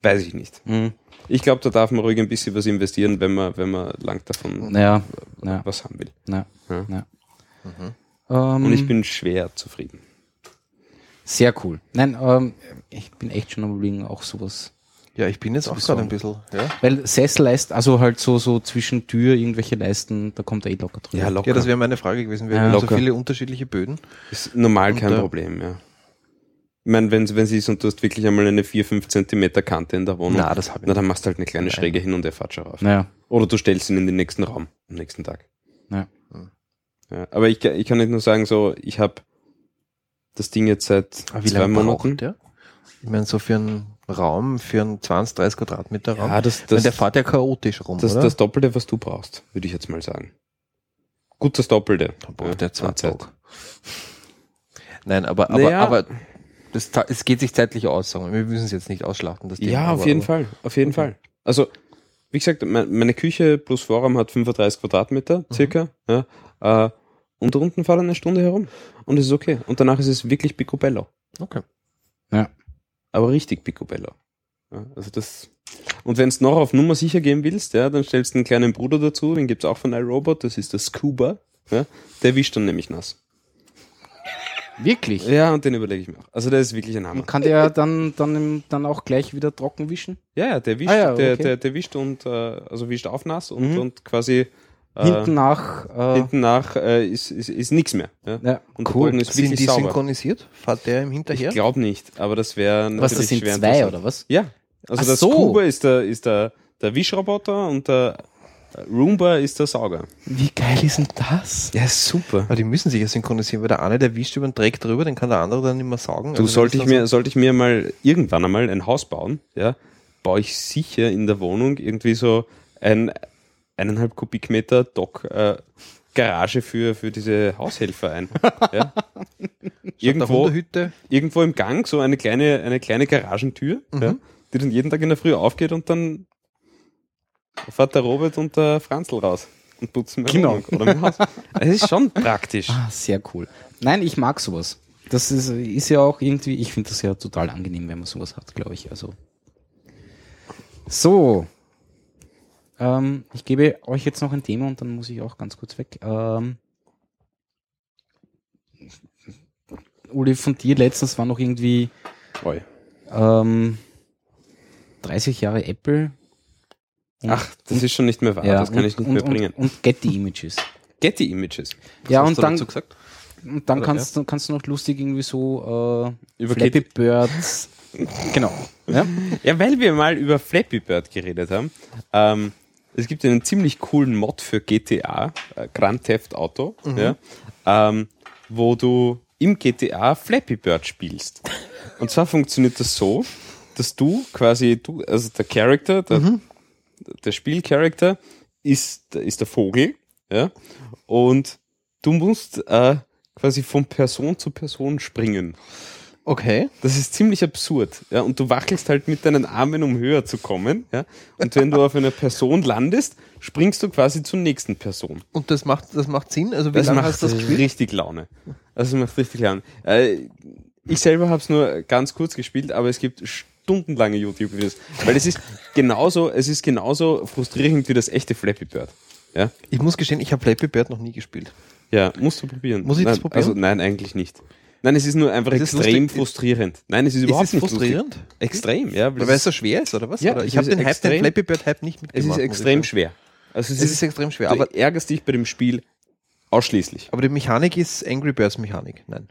Weiß ich nicht. Mhm. Ich glaube, da darf man ruhig ein bisschen was investieren, wenn man, wenn man lang davon Naja, ja, was haben will. ja, Ja. Mhm. ja. Und ich Mhm. Ähm, bin schwer zufrieden. sehr cool. Nein, ähm, ich bin echt schon am überlegen, auch sowas Ja, ich bin jetzt auch gerade ein bisschen. Ja. Weil Sesselleisten, also halt so, so zwischen Tür irgendwelche Leisten, da kommt er eh locker drüber. locker. Ja, das wäre meine Frage gewesen. Wir Ja. haben so Locker. viele unterschiedliche Böden. ist normal kein Und, äh, Problem, ja. Ich meine, wenn es ist und du hast wirklich einmal eine 4-5 Zentimeter Kante in der Wohnung, Na, das hab ich na, dann machst du halt eine kleine Schräge hin und er fährt schon rauf. Naja, Oder du stellst ihn in den nächsten Raum am nächsten Tag. Ja. Ja, aber ich, ich kann nicht nur sagen, so, ich habe das Ding jetzt seit Ah, zwei Monaten. der? Ich meine, so für einen Raum, für einen 20, 30 Quadratmeter Raum. Ja, das, ich mein, das, der fährt ja chaotisch rum, das, oder? das Doppelte, was du brauchst, würde ich jetzt mal sagen. Gut, das Doppelte. Dann braucht er zwei an Zeit. Tage. Nein, aber, aber, Naja. aber das, ta- es geht sich zeitlich aus. Sagen wir. wir müssen es jetzt nicht ausschlachten. Das Thema, Ja, aber, auf jeden aber, Fall. Auf jeden Okay. Fall. Also, wie gesagt, mein- meine Küche plus Vorraum hat 35 Quadratmeter circa. Ja, äh, und unten fahrt eine Stunde herum. Und es ist okay. Und danach ist es wirklich Picobello. Okay. Aber richtig Picobello. Ja, also das. Und wenn du noch auf Nummer sicher gehen willst, ja, dann stellst du einen kleinen Bruder dazu, den gibt's auch von iRobot, das ist der Scuba. Ja, der wischt dann nämlich nass. wirklich. Ja, und den überlege ich mir auch. Also der ist wirklich ein Hammer. Man kann der dann, dann, im- dann auch gleich wieder trocken wischen. Ja, ja, der wischt, Ah ja, der, okay. der, der wischt und äh, also wischt auf nass und, Mhm. und quasi äh, Hinten nach. Äh, hinten nach äh, ist, ist, ist nichts mehr. Ja? Ja, Und der cool. Boden ist Sind wirklich die sauber. synchronisiert? Fährt der im Hinterher? Ich glaube nicht, aber das wäre natürlich was, das sind schwer zwei interessant. oder was? Ja, also Ach das so. Kuba ist der, ist der, der Wischroboter und der äh, Roomba ist der Sauger. Also, Wie geil ist denn das? Ja, super. Aber Ah, die müssen sich ja synchronisieren, weil der eine, der wischt über den Dreck drüber, den kann der andere dann nicht mehr saugen. Du, Also sollte ich, das ist mir, sollte ich mir mal irgendwann einmal ein Haus bauen, ja, baue ich sicher in der Wohnung irgendwie so ein eineinhalb Kubikmeter Dock äh, Garage für, für diese Haushelfer ein. ja. dann statt der Irgendwo, Hunderhütte. irgendwo im Gang so eine kleine, eine kleine Garagentür, Mhm. ja, die dann jeden Tag in der Früh aufgeht und dann fährt der Robert und der Franzl raus und putzen meine Genau. Wohnung oder mein Haus. Es ist schon praktisch. Ah, sehr cool. Nein, ich mag sowas. Das ist, ist ja auch irgendwie, ich finde das ja total angenehm, wenn man sowas hat, glaube ich. Also. So. Ähm, ich gebe euch jetzt noch ein Thema und dann muss ich auch ganz kurz weg. Ähm, Uli, von dir letztens war noch irgendwie Oi. ähm, 30 Jahre Apple. Und- Ach, das ist schon nicht mehr wahr, ja, das kann und- ich nicht und, mehr bringen. Und, und Getty Images. Getty Images. ja, Hast und du dann, dazu gesagt? und dann Oder, kannst, du kannst du noch lustig irgendwie so äh, Über Flappy Birds. genau. Ja? Ja, weil wir mal über Flappy Bird geredet haben. Ähm, es gibt einen ziemlich coolen Mod für GTA, äh, Grand Theft Auto, ja, ähm, wo du im GTA Flappy Bird spielst. Und zwar funktioniert das so, dass du quasi, du, also der Charakter, der, der Spielcharakter ist, ist der Vogel, ja, und du musst äh, quasi von Person zu Person springen. Okay. Das ist ziemlich absurd. Ja? Und du wackelst halt mit deinen Armen, um höher zu kommen. Ja? Und wenn du auf einer Person landest, springst du quasi zur nächsten Person. Und das macht, das macht Sinn? Also wie Das lange macht hast du das gespielt? richtig Laune. Also macht richtig Laune. Äh, ich selber habe es nur ganz kurz gespielt, aber es gibt stundenlange YouTube-Videos. Weil es ist genauso, es ist genauso frustrierend wie das echte Flappy Bird. Ja, Ich muss gestehen, ich habe Flappy Bird noch nie gespielt. ja musst du probieren. Muss ich nein, das probieren? Also nein, eigentlich nicht. Nein, es ist nur einfach Ist es extrem lustig? frustrierend. Nein, es ist überhaupt es nicht lustig. frustrierend? Extrem, ja. Weil es es so schwer ist, oder was? Ja, oder? es Ich habe ist den Hype, extrem- den Flappy Bird Hype nicht Es mitgemacht. ist muss ich extrem sagen. schwer. Also es, Es ist extrem schwer, du aber, ärgerst dich bei dem Spiel ausschließlich. aber die Mechanik ist Angry Birds Mechanik. Nein.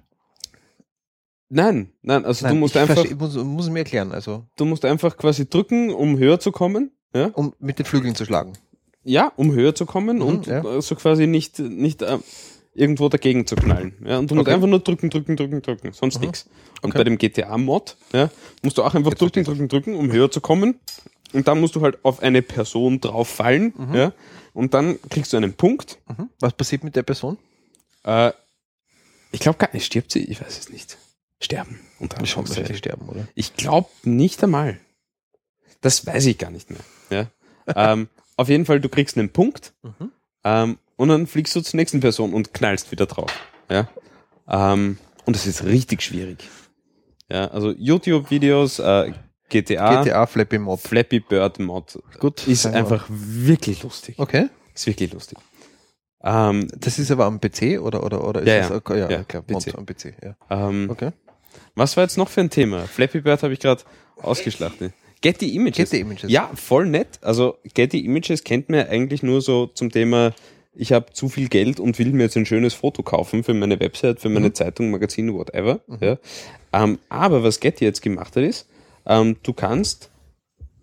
Nein, nein, also Nein, du musst ich einfach, versteh- Ich muss, muss es mir erklären, also du musst einfach quasi drücken, um höher zu kommen. Ja, um mit den Flügeln zu schlagen. ja um höher zu kommen und ja. äh, so quasi nicht, nicht äh, irgendwo dagegen zu knallen. Ja, und du musst Okay. einfach nur drücken, drücken, drücken, drücken, sonst nix. Und bei dem GTA-Mod ja, musst du auch einfach drücken, drücken, drücken, um höher zu kommen. Und dann musst du halt auf eine Person drauf fallen. Ja, und dann kriegst du einen Punkt. Mhm. Was passiert mit der Person? Äh, ich glaube gar nicht, stirbt sie, ich weiß es nicht. Sterben. Unter Die Chance, dass sie Anführungszeichen. sterben, oder? halt. Ich glaube nicht einmal. Das weiß ich gar nicht mehr. Ja? ähm, auf jeden Fall, du kriegst einen Punkt ähm, und dann fliegst du zur nächsten Person und knallst wieder drauf. Ja? Ähm, und das ist richtig schwierig. Ja, also YouTube-Videos, äh, GTA, GTA Flappy Mob. Flappy Bird Mod. Gut. Ist Sagen wir. einfach wirklich lustig. Okay. Ist wirklich lustig. Ähm, Das ist aber am PC oder oder oder ist Ja, das ja. okay, ja, Ja, klar, PC. Mod am PC, ja. ähm, Okay. Was war jetzt noch für ein Thema? Flappy Bird habe ich gerade ausgeschlachtet. Getty Images. Getty Images. Ja, voll nett. Also Getty Images kennt man ja eigentlich nur so zum Thema, ich habe zu viel Geld und will mir jetzt ein schönes Foto kaufen für meine Website, für meine Zeitung, Magazin, whatever. Ja. Ähm, aber was Getty jetzt gemacht hat, ist, ähm, du kannst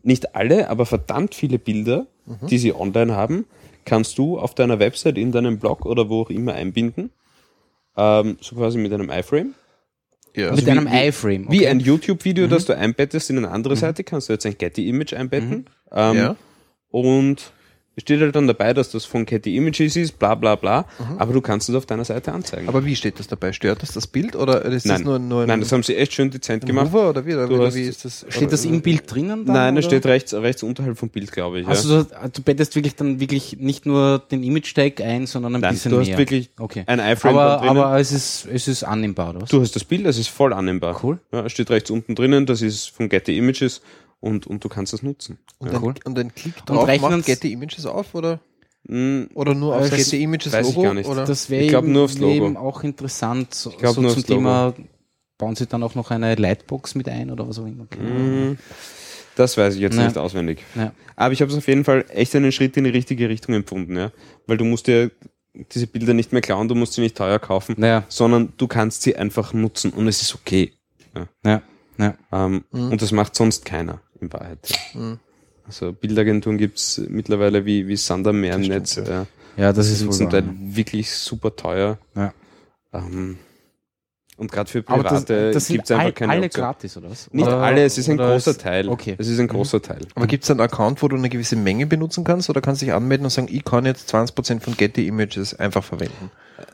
nicht alle, aber verdammt viele Bilder, die sie online haben, kannst du auf deiner Website, in deinem Blog oder wo auch immer einbinden. Ähm, so quasi mit einem iFrame. Ja. Mit einem iFrame. Also Wie okay. ein YouTube-Video, Mhm. das du einbettest in eine andere Seite, kannst du jetzt ein Getty-Image einbetten. Ähm, Mhm. ja. Und es steht halt dann dabei, dass das von Getty Images ist, bla bla bla. Aber du kannst es auf deiner Seite anzeigen. Mhm. Aber wie steht das dabei? Stört das das Bild oder ist nein, das nur, nur ein, nein, das haben sie echt schön dezent ein gemacht. Mover oder wie? Oder Du wie, hast- wie ist das? steht das oder, im Bild drinnen? Dann, Nein, oder? es steht rechts, rechts unterhalb vom Bild, glaube ich. Ja. Also du, du bettest wirklich dann wirklich nicht nur den Image-Tag ein, sondern ein Nein, bisschen du hast mehr. wirklich okay. ein iFrame da aber, drinnen. aber es ist es ist annehmbar, oder was? du hast das Bild, das ist voll annehmbar. Cool. Ja, es steht rechts unten drinnen, das ist von Getty Images und, und du kannst das nutzen. Und, ein, Cool. und ein Klick drauf macht rechnen's- Getty Images auf oder Hm, oder nur auf Äh, das Getty Images weiß ich Logo gar nicht. oder? Das wäre Ich glaub, eben- nur aufs wär Logo. eben auch interessant. So, glaub, so nur zum aufs Logo. Thema bauen sie dann auch noch eine Lightbox mit ein oder was auch immer. Keine Ahnung. Mhm. hm, das weiß ich jetzt Nein. nicht auswendig. Ja. Aber ich habe es auf jeden Fall echt einen Schritt in die richtige Richtung empfunden, ja. Weil du musst dir diese Bilder nicht mehr klauen, du musst sie nicht teuer kaufen, Naja, sondern du kannst sie einfach nutzen und es ist okay. ja, ja. Ähm, Mhm. Und das macht sonst keiner in Wahrheit. ja. Mhm. Also Bildagenturen gibt's mittlerweile wie, wie Sander mehr im Das Netz. stimmt, Ja. ja, das ist Die sind wohl zum wahr, Teil wirklich super teuer. Ja. Ähm, und gerade für ja. Aber das, Private das gibt's sind einfach all- keine alle Option. gratis, oder was? Nicht oder, alle, es ist ein oder großer ist- Teil. Okay. Mhm. Es ist ein großer Teil. Aber gibt es einen Account, wo du eine gewisse Menge benutzen kannst oder kannst dich anmelden und sagen, ich kann jetzt 20% von Getty Images einfach verwenden?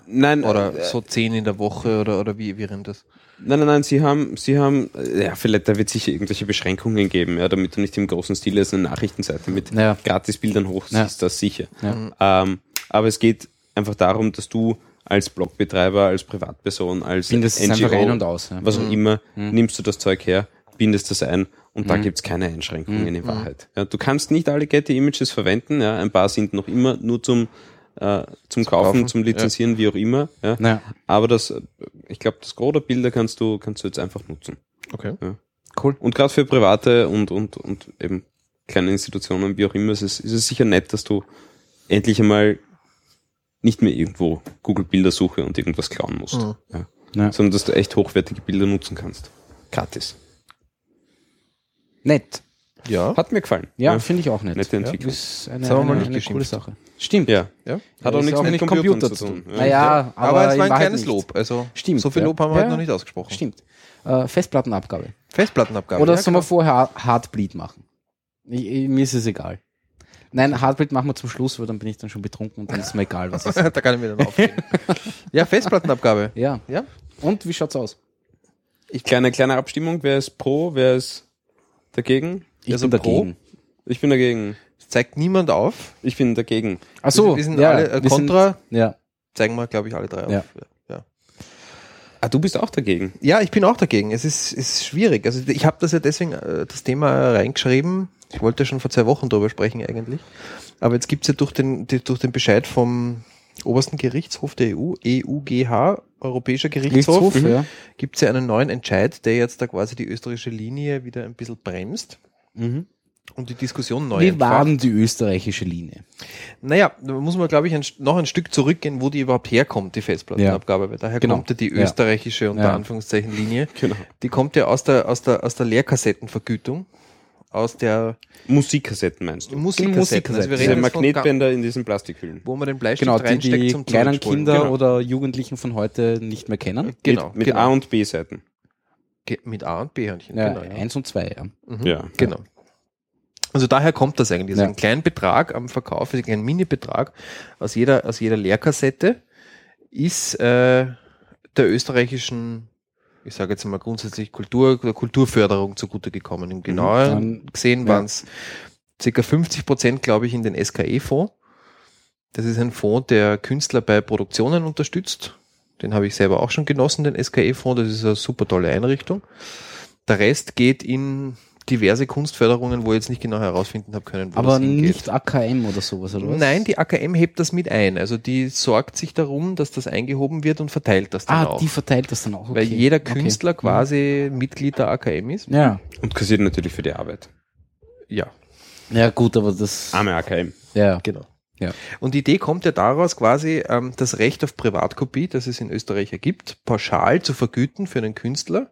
Nein, äh, Oder so 10 in der Woche oder, oder wie, wie rennt das? Nein, nein, nein, sie haben, sie haben, äh, ja, vielleicht, da wird sicher irgendwelche Beschränkungen geben, ja, damit du nicht im großen Stil jetzt eine Nachrichtenseite mit Ja. Gratisbildern hochsiehst, Ja. das sicher. Ja. Ähm, aber es geht einfach darum, dass du als Blogbetreiber, als Privatperson, als Bindest es einfach ein und aus, ja. Mhm. was auch immer, nimmst du das Zeug her, bindest das ein und Mhm. da gibt's keine Einschränkungen in Wahrheit. Ja, du kannst nicht alle Getty Images verwenden, ja, ein paar sind noch immer nur zum, äh, zum, Kaufen, Kaufen, zum Lizenzieren, wie auch immer. Ja. Ja, Aber das, äh, ich glaube, das Gros der Bilder kannst du, kannst du jetzt einfach nutzen. Okay. cool. Und gerade für private und, und, und eben kleine Institutionen, wie auch immer, ist es, ist es sicher nett, dass du endlich einmal nicht mehr irgendwo Google-Bildersuche und irgendwas klauen musst. Mhm. Ja. Ja. Sondern dass du echt hochwertige Bilder nutzen kannst. Gratis. Nett. Ja. Hat mir gefallen. Ja, finde ich auch nett. Nette Entwicklung. Ist eine, Jetzt haben wir eine, mal eine, nicht coole geschimpft. Sache. Stimmt. Ja. ja. Hat auch Ist nichts mit Computern zu tun. Ja. Naja, aber, Aber, es war in ein Wahrheit kleines nicht. Lob. Also Stimmt, so viel ja. Lob haben wir halt Ja. noch nicht ausgesprochen. Stimmt. Äh, Festplattenabgabe. Festplattenabgabe. Oder ja, sollen wir genau. vorher Hardbleed machen? Ich, ich, mir ist es egal. Nein, Hardbleed machen wir zum Schluss, weil dann bin ich dann schon betrunken und dann ist mir egal, was ist. da kann ich mir dann aufregen. ja, Festplattenabgabe. Ja. Ja. Und wie schaut's aus? Kleine, kleine Abstimmung. Wer ist pro? Wer ist dagegen? Ich Also bin dagegen. Ich bin dagegen. Es zeigt niemand auf. Ich bin dagegen. Ach so, wir sind ja, alle äh, wir sind- kontra. Ja. zeigen wir, glaube ich, alle drei auf. Ja. Ja. Ah, du bist auch dagegen. Ja, ich bin auch dagegen. Es ist, ist schwierig. Also ich habe das ja deswegen äh, das Thema reingeschrieben. Ich wollte schon vor zwei Wochen drüber sprechen eigentlich. Aber jetzt gibt's ja durch den, die- durch den Bescheid vom obersten Gerichtshof der E EU, EUGH, Europäischer Gerichtshof, mhm, Gerichtshof, ja. gibt's ja einen neuen Entscheid, der jetzt da quasi die österreichische Linie wieder ein bisschen bremst mhm. und die Diskussion neu Wie entfacht. war denn die österreichische Linie? Naja, da muss man, glaube ich, ein, St- noch ein Stück zurückgehen, wo die überhaupt herkommt, die Festplattenabgabe. Weil daher Genau. kommt ja die Ja. österreichische unter Ja. Anführungszeichen Linie. Genau. Die kommt ja aus der, aus der, aus der Leerkassettenvergütung, aus der Musikkassetten meinst du? Musikkassetten. Also Musikkassetten. wir Diese reden jetzt von Ga- Magnetbänder in diesen Plastikhüllen. wo man den Bleistift Genau, die, reinsteckt die zum kleinen Zurückspulen. Kinder Genau. oder Jugendlichen von heute nicht mehr kennen. Genau, Mit, mit genau. A und B-Seiten. Ge- mit A und B-Hörnchen. Ja, genau, ja. Eins und zwei, ja. Ja. Genau. Also daher kommt das eigentlich. Also Ja. ein kleiner Betrag am Verkauf, also ein kleiner Mini-Betrag aus jeder, aus jeder Lehrkassette ist äh, der österreichischen, ich sage jetzt mal grundsätzlich Kultur, der Kulturförderung zugute gekommen. Im genauen Mhm. Dann- gesehen ja. waren es ca. 50 Prozent, glaube ich, in den SKE-Fonds. Das ist ein Fonds, der Künstler bei Produktionen unterstützt. Den habe ich selber auch schon genossen, den SKE-Fonds. Das ist eine super tolle Einrichtung. Der Rest geht in diverse Kunstförderungen, wo ich jetzt nicht genau herausfinden habe können, wo Aber das hingeht. nicht AKM oder sowas, oder was? Nein, die AKM hebt das mit ein. Also die sorgt sich darum, dass das eingehoben wird und verteilt das dann Ah, auch. die verteilt das dann auch. Okay. Weil jeder Okay. Mhm. Künstler quasi Mitglied der AKM ist. Ja. Und kassiert natürlich für die Arbeit. Ah, Ja, Ja, gut, aber das. Arme AKM. Ja. genau. Ja. Und die Idee kommt ja daraus, quasi ähm, das Recht auf Privatkopie, das es in Österreich ja gibt, pauschal zu vergüten für einen Künstler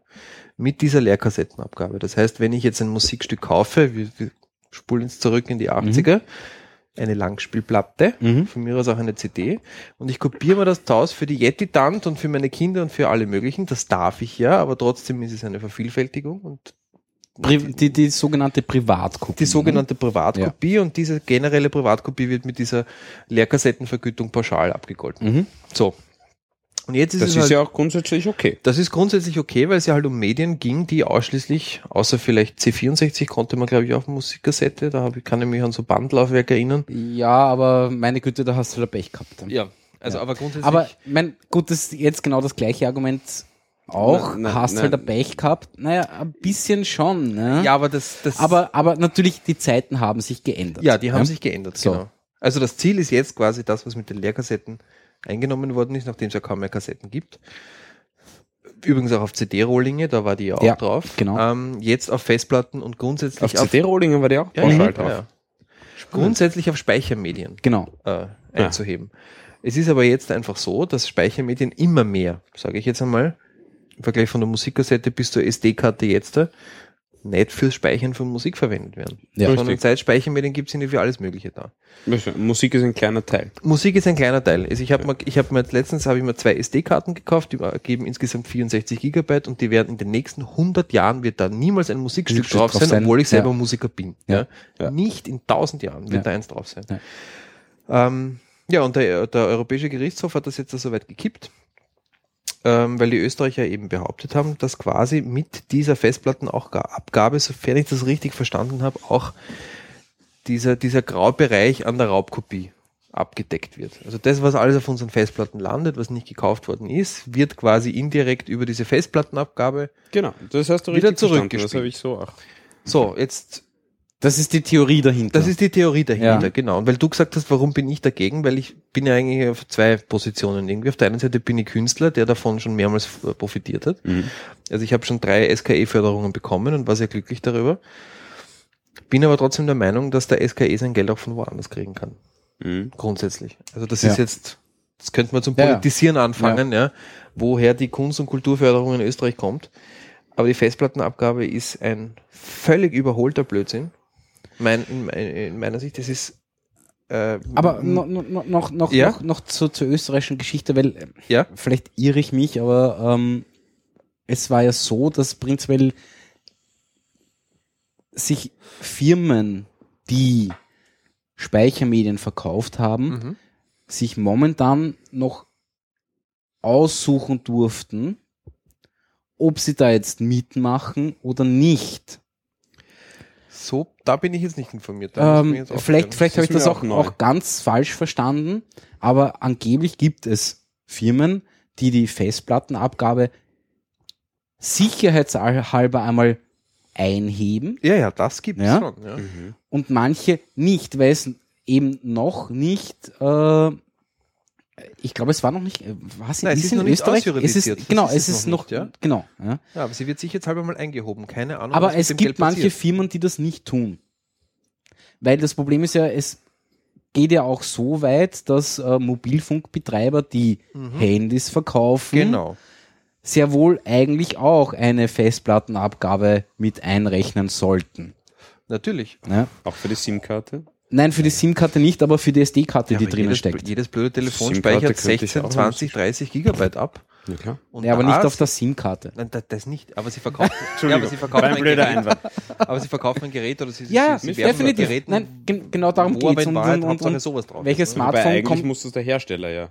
mit dieser Leerkassettenabgabe. Das heißt, wenn ich jetzt ein Musikstück kaufe, wir, wir spulen jetzt zurück in die 80er, eine Langspielplatte, Mhm. von mir aus auch eine CD, und ich kopiere mir das Taus für die Yeti-Tant und für meine Kinder und für alle möglichen, das darf ich ja, aber trotzdem ist es eine Vervielfältigung und Pri die, die sogenannte ne? Privatkopie. die sogenannte Privatkopie und diese generelle Privatkopie wird mit dieser Leerkassettenvergütung pauschal abgegolten. Mhm. So. Und jetzt ist Das es ist halt, ja auch grundsätzlich okay. das ist grundsätzlich okay, weil es ja halt um Medien ging, die ausschließlich, außer vielleicht C64 konnte man glaube ich auf Musikkassette, da hab, ich- kann ich mich an so Bandlaufwerk erinnern. Ja, aber meine Güte, da hast du wieder Pech gehabt. dann. Ja, also Ja. aber grundsätzlich. Aber mein, gut, das ist jetzt genau das gleiche Argument auch. Nein, nein, hast halt nein. ein Pech gehabt. Naja, ein bisschen schon, ne? ja, aber das, das Aber, aber natürlich, die Zeiten haben sich geändert. ja, die haben sich geändert, So. genau. Also das Ziel ist jetzt quasi das, was mit den Leerkassetten eingenommen worden ist, nachdem es ja kaum mehr Kassetten gibt. Übrigens auch auf CD-Rohlinge, da war die ja auch Ja, drauf. genau. Ähm, jetzt auf Festplatten und grundsätzlich Auf CD-Rollingen war die auch ja, ja, pauschal ja, ja. drauf. Grundsätzlich auf Speichermedien Genau. äh, einzuheben. Es ist aber jetzt einfach so, dass Speichermedien immer mehr, sage ich jetzt einmal, im Vergleich von der Musikkassette bis zur SD-Karte jetzt, äh, nicht fürs Speichern von Musik verwendet werden. Ja. Sondern Richtig. seit Speichermedien gibt es für alles Mögliche da. Musik ist ein kleiner Teil. Musik ist ein kleiner Teil. Also ich habe mir, ich habe mir jetzt letztens habe ich mir zwei SD-Karten gekauft, die äh, geben insgesamt 64 Gigabyte und die werden in den nächsten 100 Jahren wird da niemals ein Musikstück Musikstück drauf drauf sein, sein, obwohl ich selber ja. Musiker bin. Ja, Ja. ja. Nicht in 1000 Jahren wird Ja. da eins drauf sein. Ja, ähm, ja und der, der Europäische Gerichtshof hat das jetzt so also weit gekippt. Ähm, weil die Österreicher eben behauptet haben, dass quasi mit dieser Festplatten auch Abgabe, sofern ich das richtig verstanden habe, auch dieser, dieser Graubereich an der Raubkopie abgedeckt wird. Also das, was alles auf unseren Festplatten landet, was nicht gekauft worden ist, wird quasi indirekt über diese Festplattenabgabe. Genau. Das hast du Wieder richtig verstanden. zurückgespielt. Das habe ich so auch. So, jetzt, Das ist die Theorie dahinter. das ist die Theorie dahinter, Ja. genau. Und weil du gesagt hast, warum bin ich dagegen? Weil ich bin ja eigentlich auf zwei Positionen irgendwie. Auf der einen Seite bin ich Künstler, der davon schon mehrmals äh, profitiert hat. Mhm. Also ich habe schon drei SKE-Förderungen bekommen und war sehr glücklich darüber. Bin aber trotzdem der Meinung, dass der SKE sein Geld auch von woanders kriegen kann. Mhm. grundsätzlich. Also das Ja. ist jetzt, das könnte man zum Ja, ja. Politisieren anfangen, ja. woher die Kunst- und Kulturförderung in Österreich kommt. Aber die Festplattenabgabe ist ein völlig überholter Blödsinn. Mein, in, mein- in meiner Sicht, das ist äh, Aber m- no, no, no, noch, noch, Ja? noch, noch zu, zur österreichischen Geschichte, weil äh, ja, vielleicht irre ich mich, aber ähm, es war ja so, dass prinzipiell sich Firmen, die Speichermedien verkauft haben, mhm. sich momentan noch aussuchen durften, ob sie da jetzt mitmachen oder nicht. so, da bin ich jetzt nicht informiert. Da muss ich mir Ähm, jetzt aufklären. vielleicht vielleicht Das habe ich das ist mir auch, auch neu. auch ganz falsch verstanden, aber angeblich gibt es Firmen, die die Festplattenabgabe sicherheitshalber einmal einheben ja, ja, das gibt's Ja? schon. Ja. Mhm. und manche nicht, weil es eben noch nicht, äh, ich glaube, es war noch nicht, äh, was Nein, es ist in noch nicht Österreich? Es ausjuridisiert. ist, genau, Das es ist es ist noch noch, nicht, ja? genau. Ja. ja, aber sie wird sich jetzt halber mal eingehoben, keine Ahnung. was Aber mit es dem gibt Geld manche passiert. Firmen, die das nicht tun. Weil das Problem ist ja, es geht ja auch so weit, dass äh, Mobilfunkbetreiber, die Handys verkaufen, Mhm. Genau. sehr wohl eigentlich auch eine Festplattenabgabe mit einrechnen sollten. Natürlich. Ne? Auch für die SIM-Karte. Nein, für die SIM-Karte nicht, aber für die SD-Karte, Ja, die aber drinnen jedes, steckt. Jedes blöde Telefon SIM-Karte speichert könnte ich 16, auch 20, 30 Gigabyte ab. Ja, klar. Und Ja, aber da- nicht auf der SIM-Karte. Nein, das, das nicht. Aber sie verkaufen. ja, aber Entschuldigung, sie verkaufen mein ein blöder Gerät. Einwand. Aber sie verkaufen ein Gerät oder sie, Ja, sie, sie werben mit definitiv. Geräten. Nein, gen- genau darum wo aber geht's in Und, Wahrheit und, und, Hauptsache und sowas drauf welches ist, ne? Wobei Smartphone eigentlich kommt? muss das der Hersteller ja.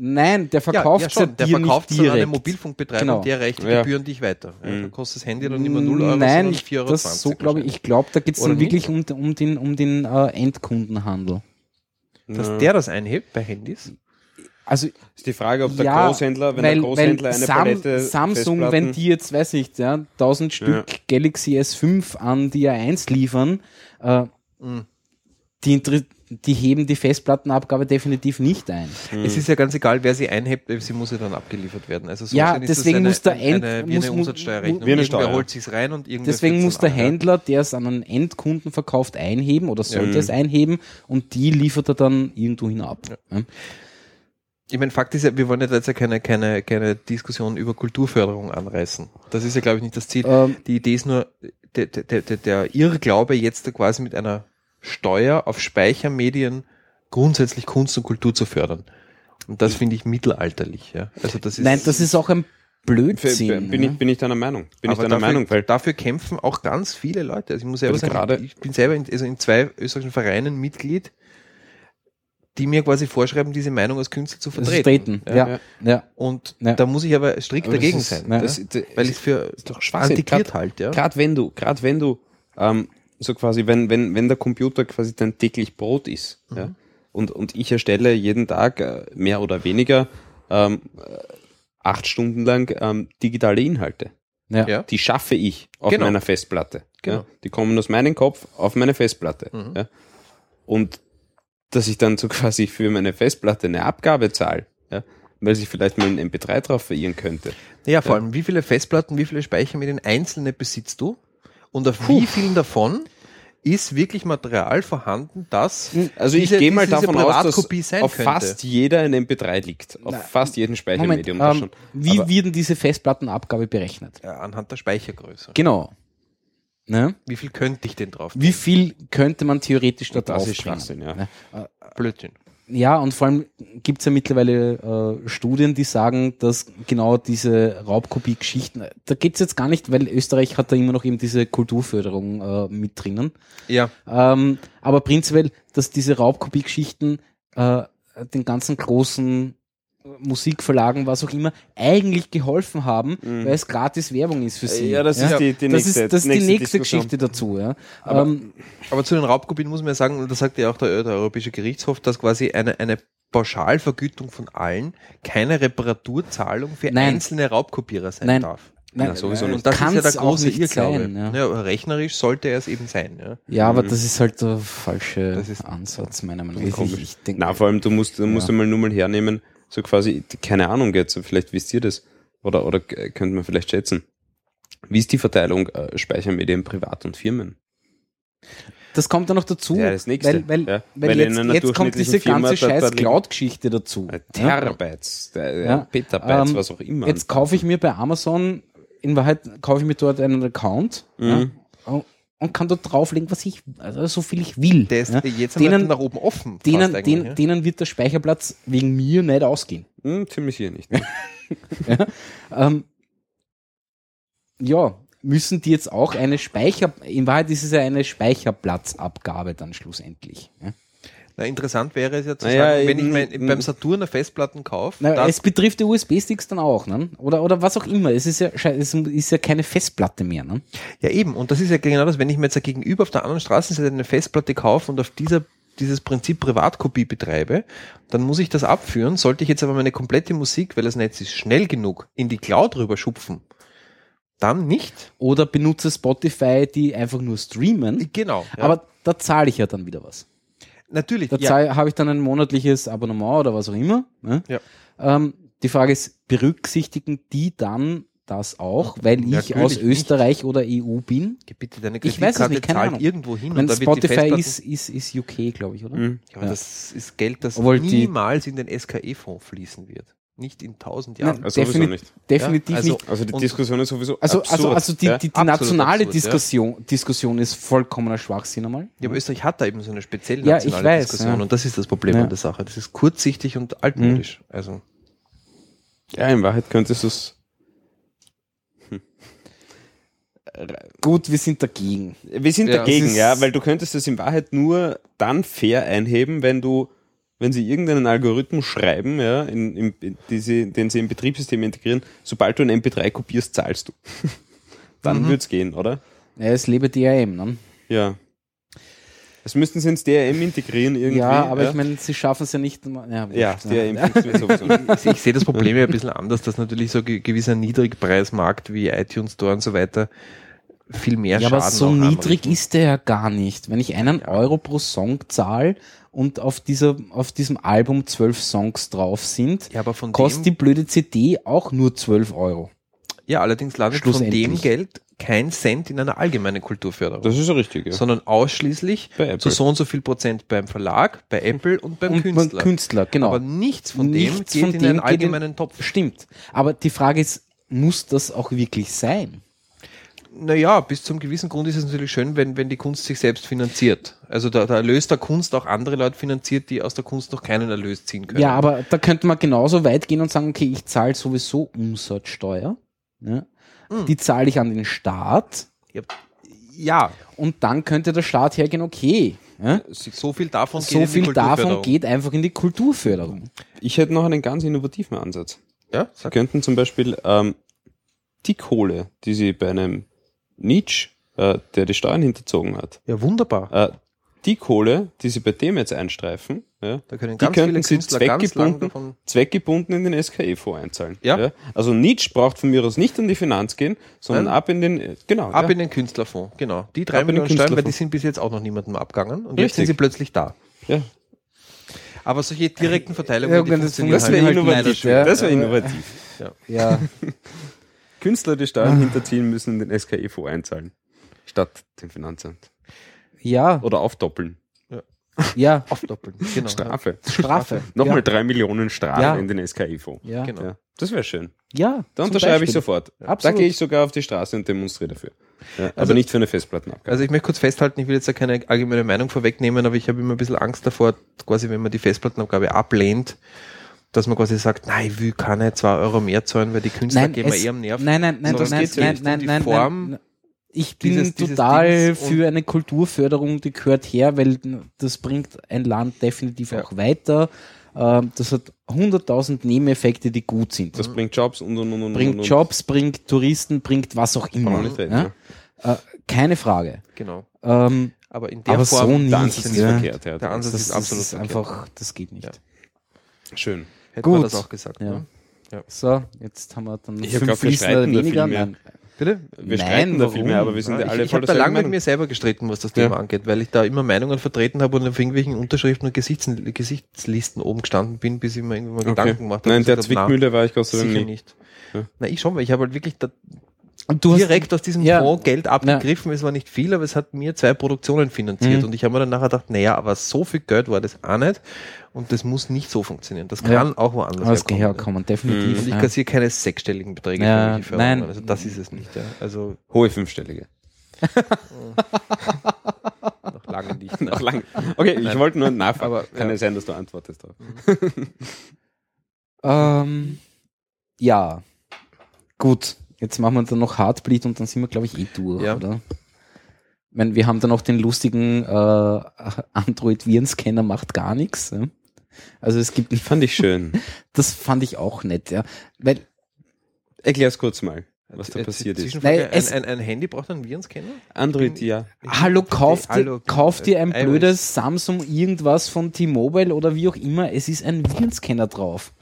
Nein, der verkauft ja, schon. Der dir verkauft nicht es an direkt. einen Mobilfunkbetreiber Genau. und der rechnet Ja. Gebühren dich weiter. Ja, Mm, Mhm. dann kostet das Handy dann nicht mehr 0 Euro, Nein, sondern ich- 4,20 Euro. das so glaube ich. Ich glaube, da geht es Oder dann nicht? wirklich um, um den, um den äh, Endkundenhandel. Mhm. wahrscheinlich. Dass der das einhebt bei Handys? Also Ist die Frage, ob der Ja, Großhändler, wenn der Großhändler eine Sam- Palette Samsung, wenn Festplatten- die jetzt, weiß ich, ja, 1000 Stück Galaxy S5 an die A1 liefern, äh, die, inter- die heben die Festplattenabgabe definitiv nicht ein. Es ist ja ganz egal, wer sie einhebt, sie muss ja dann abgeliefert werden. Also so Ja, gesehen ist das deswegen eine, muss der End- eine, wie muss- eine muss- Umsatzsteuerrechnung. wie eine Irgendwer Steuer. holt sich's rein und irgendwie Deswegen muss der Händler, der es an einen Endkunden verkauft, einheben oder sollte Ja. es einheben und die liefert er dann irgendwo hinab. Ja. Ich meine, Fakt ist ja, wir wollen ja jetzt ja keine, keine, keine Diskussion über Kulturförderung anreißen. Das ist ja, glaube ich, nicht das Ziel. Ähm, Die Idee ist nur, der, der, der, der- der Irrglaube jetzt da quasi mit einer Steuer auf Speichermedien grundsätzlich Kunst und Kultur zu fördern. Und das finde ich mittelalterlich. Ja. Also das ist, Nein, das ist auch ein Blödsinn. Bin ne? ich, bin ich deiner Meinung? Bin ich aber deiner dafür, Meinung? Weil dafür kämpfen auch ganz viele Leute. Also ich muss selber Weil sagen, gerade- ich bin selber in, also in zwei österreichischen Vereinen Mitglied, die mir quasi vorschreiben, diese Meinung als Künstler zu Das vertreten. ist treten. Ja, ja. ja. Und Ja. da muss ich aber strikt Aber das dagegen ist- sein. ne? ja. das, das, weil es für ist doch Schwachsinn. antiquiert Grad- halt, ja. Gerade wenn du, gerade wenn du, ähm, so quasi, wenn, wenn, wenn der Computer quasi dein täglich Brot ist, Mhm. ja, und, und ich erstelle jeden Tag äh, mehr oder weniger ähm, äh, acht Stunden lang ähm, digitale Inhalte. Ja. Ja. Die schaffe ich auf Genau. meiner Festplatte. Genau. Mhm. Ja. Die kommen aus meinem Kopf auf meine Festplatte. Ja. Und dass ich dann so quasi für meine Festplatte eine Abgabe zahle, ja, weil sich vielleicht mal ein MP3 drauf verirren könnte. Ja, vor allem, wie viele Festplatten, wie viele Speichermedien einzelne besitzt du? Und auf wie vielen davon ist wirklich Material vorhanden, das Also ich diese- gehe mal diese davon aus, dass Privatkopie sein auf könnte. fast jeder ein MP3 liegt. Auf Nein. fast jedem Moment, Speichermedium. das ähm, schon. wie Aber- werden diese Festplattenabgabe berechnet? Ja, anhand der Speichergröße. Genau. Ne? Wie viel könnte ich denn drauf? Wie viel könnte man theoretisch da Und das drauf ist bringen? Schwachsinn, ja. Ne? Blödsinn. Ja, und vor allem gibt's ja mittlerweile äh, Studien, die sagen, dass genau diese Raubkopie-Geschichten, da geht's jetzt gar nicht, weil Österreich hat da immer noch eben diese Kulturförderung äh, mit drinnen. Ja, Ähm, aber prinzipiell, dass diese Raubkopie-Geschichten äh, den ganzen großen Musikverlagen, was auch immer, eigentlich geholfen haben, weil es gratis Werbung ist für sie. Mhm. äh, Ja, das ist die- die das nächste- ist, das ist die nächste nächste Diskussion. Geschichte dazu. Ja. ähm, aber zu den Raubkopien muss man ja sagen, und das sagt ja auch der, der Europäische Gerichtshof, dass quasi eine, eine Pauschalvergütung von allen keine Reparaturzahlung für Nein. einzelne Raubkopierer sein Nein. darf. nein, Na, sowieso Und nicht. das ist ja der Kann's auch große nicht Irrglaube. sein, ja. ja. aber rechnerisch sollte er es eben sein. Ja. Ja, Mhm. aber das ist halt der falsche Das ist- Ansatz, meiner Meinung nach. komisch. Ich, ich denk, Na, vor allem, du musst, du musst Ja. einmal nur mal hernehmen, so quasi, keine Ahnung jetzt, vielleicht wisst ihr das, oder, oder äh, könnt man vielleicht schätzen. Wie ist die Verteilung äh, Speichermedien privat und Firmen? das kommt dann noch dazu, Ja, das nächste. weil, weil, Ja. weil, Weil in jetzt, einer jetzt kommt durchschnittlichen diese ganze Firma, da- scheiß da liegen- Cloud-Geschichte dazu. Äh, Ja? Terabytes, äh, Ja. Petabytes, Ähm, was auch immer. Jetzt kaufe ich mir bei Amazon, in Wahrheit kaufe ich mir dort einen Account Mhm. ja, und kann dort drauflegen, was ich, also so viel ich will. Der ist ja? jetzt Denen- einmal nach oben offen. fast denen, eigentlich, den, ja. denen wird der Speicherplatz wegen mir nicht ausgehen. Hm, ziemlich hier nicht. Ähm, ja, müssen die jetzt auch eine Speicher, in Wahrheit ist es ja eine Speicherplatzabgabe dann schlussendlich. Ja? Na, interessant wäre es ja zu Naja, sagen, wenn ich eben, mein, eben. beim Saturn eine Festplatten kaufe, Na, dann, es betrifft die USB-Sticks dann auch, ne? Oder, oder was auch immer. Es ist ja, schei- es ist ja keine Festplatte mehr, ne? ja eben, und das ist ja genau das, wenn ich mir jetzt da gegenüber auf der anderen Straßenseite eine Festplatte kaufe und auf dieser dieses Prinzip Privatkopie betreibe, dann muss ich das abführen. Sollte ich jetzt aber meine komplette Musik, weil das Netz ist schnell genug, in die Cloud rüberschupfen, dann nicht. Oder benutze Spotify, die einfach nur streamen. Genau. Ja. Aber da zahle ich ja dann wieder was. natürlich. Da Ja. zahl- habe ich dann ein monatliches Abonnement oder was auch immer. Ne? Ja. Ähm, die Frage ist, berücksichtigen die dann das auch, weil ich Natürlich aus nicht. Österreich oder EU bin? Bitte deine Ich weiß es Kreditkarte nicht, keine zahlt Ahnung. irgendwo hin Ich meine, Spotify Festplatten- ist, ist, ist UK, glaube ich, oder? Hm. Ja, aber Ja. das ist Geld, das Obwohl die- niemals in den SKE-Fonds fließen wird. Nicht in tausend Nein, Jahren. Also sowieso defini- nicht. Definitiv Ja, also- nicht. Also die Und- Diskussion ist sowieso Also, absurd. also, also die, ja? die, die Absolut nationale absurd, ja. Diskussion, Diskussion ist vollkommener Schwachsinn einmal. Ja, aber Österreich hat da eben so eine spezielle Ja, nationale ich weiß, Diskussion ja. und das ist das Problem Ja. Mhm. an der Sache. Das ist kurzsichtig und altmodisch. Also ja, in Wahrheit könntest du es Gut, wir sind dagegen. Wir sind Ja, es dagegen, ist- ja, weil du könntest es in Wahrheit nur dann fair einheben, wenn du, wenn sie irgendeinen Algorithmus schreiben, ja, in, in, die sie, den sie im Betriebssystem integrieren, sobald du ein MP3 kopierst, zahlst du. Mhm. dann wird's gehen, oder? Ja, es lebe DRM, ne? Ja. Das müssten sie Also ins DRM integrieren irgendwie. Ja, aber ich meine, sie schaffen es ja nicht. Ja, ja, wurscht, DRM funktioniert sowieso nicht. Also ich sehe das Problem ja ein bisschen anders, dass natürlich so ge- gewisser Niedrigpreismarkt wie iTunes Store und so weiter viel mehr Ja, Schaden aber so auch ne? niedrig anrichten. ist der ja gar nicht. Wenn ich einen Euro pro Song zahle und auf, dieser, auf diesem Album zwölf Songs drauf sind, Ja, aber von kostet die dem, blöde CD auch nur 12 Euro. ja, allerdings landet von dem Schlussendlich. Geld kein Cent in einer allgemeinen Kulturförderung. Das ist ja richtig, ja. sondern ausschließlich Bei Apple. zu so und so viel Prozent beim Verlag, bei Apple und beim Mhm. Und beim Künstler. Künstler, genau. Aber nichts von dem Nichts geht von in dem einen geht in- allgemeinen Topf. Stimmt. Aber die Frage ist, muss das auch wirklich sein? Naja, bis zum gewissen Grund ist es natürlich schön, wenn, wenn die Kunst sich selbst finanziert. Also der, der Erlös der Kunst auch andere Leute finanziert, die aus der Kunst noch keinen Erlös ziehen können. Ja, aber da könnte man genauso weit gehen und sagen, okay, ich zahle sowieso Umsatzsteuer. Ne? Hm. Die zahle ich an den Staat. Ja, ja Und dann könnte der Staat hergehen, okay. Ne? so viel davon So in die viel davon Kulturförderung. geht einfach in die Kulturförderung. Ich hätte noch einen ganz innovativen Ansatz. Ja, Sie sag. könnten zum Beispiel ähm, die Kohle, die sie bei einem Nietzsche, äh, der die Steuern hinterzogen hat, ja wunderbar. äh, die Kohle, die sie bei dem jetzt einstreifen, ja, Da können die ganz viele könnten sie Künstler ganz lang zweckgebunden, davon. zweckgebunden in den SKE-Fonds einzahlen. Ja. Also Nietzsche braucht von mir aus nicht an die Finanz gehen, sondern Nein. ab in den, äh, genau, Ab ja. in den Künstlerfonds, genau. Die drei Ab in den Millionen Steuern, weil die Künstlerfonds. sind bis jetzt auch noch niemandem abgegangen und jetzt Richtig. sind sie plötzlich da. ja. Aber solche direkten Verteilungen, die Äh, Irgendwann das funktionieren funktioniert halt halt leider nicht, schwer. ja. Das wäre innovativ. Ja. Künstler, die Steuern hinterziehen, müssen in den SKE-Fonds einzahlen. Statt dem Finanzamt. ja, Oder aufdoppeln. ja, Aufdoppeln, genau. Strafe. Strafe. Nochmal drei Millionen Strafe Ja. in den SKI-Fonds. Ja, ja. Genau. Ja. Das wäre schön. ja Da zum unterschreibe ich Beispiel. sofort. Da Absolut. gehe ich sogar auf die Straße und demonstriere dafür. Ja, aber Also- nicht für eine Festplattenabgabe. Also ich möchte kurz festhalten, ich will jetzt ja keine allgemeine Meinung vorwegnehmen, aber ich habe immer ein bisschen Angst davor, quasi wenn man die Festplattenabgabe ablehnt, dass man quasi sagt, nein, ich will keine zwei Euro mehr zahlen, weil die Künstler Nein, gehen mir es- eher am Nerv. Nein, nein, nein, Sondern es nein, geht ja nein, nicht um nein, die nein, Form nein. Ich bin dieses- dieses total Dings und- für eine Kulturförderung, die gehört her, weil das bringt ein Land definitiv Ja. auch weiter. Ähm, Das hat 100.000 Nebeneffekte, die gut sind. das bringt Jobs und und und und. und, bringt und. Jobs, bringt Touristen, bringt was auch immer. Normalität, Ja? ja. Äh, keine Frage. Genau. Ähm, Aber in der aber Form, so Der Ansatz nicht. ist Ja. verkehrt. Ja. der Ansatz Das Also ist absolut ist verkehrt. einfach, das geht nicht. Ja. Schön. Hätte Gut. man das auch gesagt. Ja. Ne? So, jetzt haben wir dann Ich hab glaub, wir Listener streiten da viel mehr. Nein. Bitte? Wir Nein, streiten da viel warum? mehr, aber wir sind ja, Ja, alle ich ich voll habe da derselben lang mit Meinung. mir selber gestritten, was das Ja. Thema angeht, weil ich da immer Meinungen vertreten habe und auf irgendwelchen Unterschriften und Gesichts Gesichtslisten oben gestanden bin, bis ich mir irgendwie mal Gedanken gemacht habe. Nein, und der gesagt hab, Zwickmühle war ich Gott sei na, Dank sicher nie. nicht. Ja. Na, ich schon, weil ich habe halt wirklich da Und du hast direkt aus diesem ja. Fonds Geld abgegriffen. Es war nicht viel, aber es hat mir zwei Produktionen finanziert. Mhm. Und ich habe mir dann nachher gedacht, naja, aber so viel Geld war das auch nicht. Und das muss nicht so funktionieren. Das kann Ja. auch woanders aus herkommen. herkommen, definitiv. Und Mhm. ich ja. kassiere keine sechsstelligen Beträge Ja, irgendwelche Förderungen. nein. Also das ist es nicht. Ja. Also Hohe Fünfstellige. noch lange nicht. Nach lang. Okay, ich wollte nur nachfragen. Aber, Kann ja. ja sein, dass du antwortest drauf. Ähm, ja. Gut, jetzt machen wir dann noch Heartbleed und dann sind wir, glaube ich, eh durch, Ja. oder? Ich meine, wir haben dann noch den lustigen äh, Android-Virenscanner macht gar nichts. Ja? Also es gibt, Fand ich schön. das fand ich auch nett, ja. Weil, Erklär's kurz mal, was da Äh, passiert ist. Zwischenfrage, Nein, es- ein, ein, ein Handy braucht einen Virenscanner? Android, ja. hallo, kauft hallo, Äh, dir, kauft dir ein iOS. blödes Samsung irgendwas von T-Mobile oder wie auch immer, es ist ein Virenscanner drauf.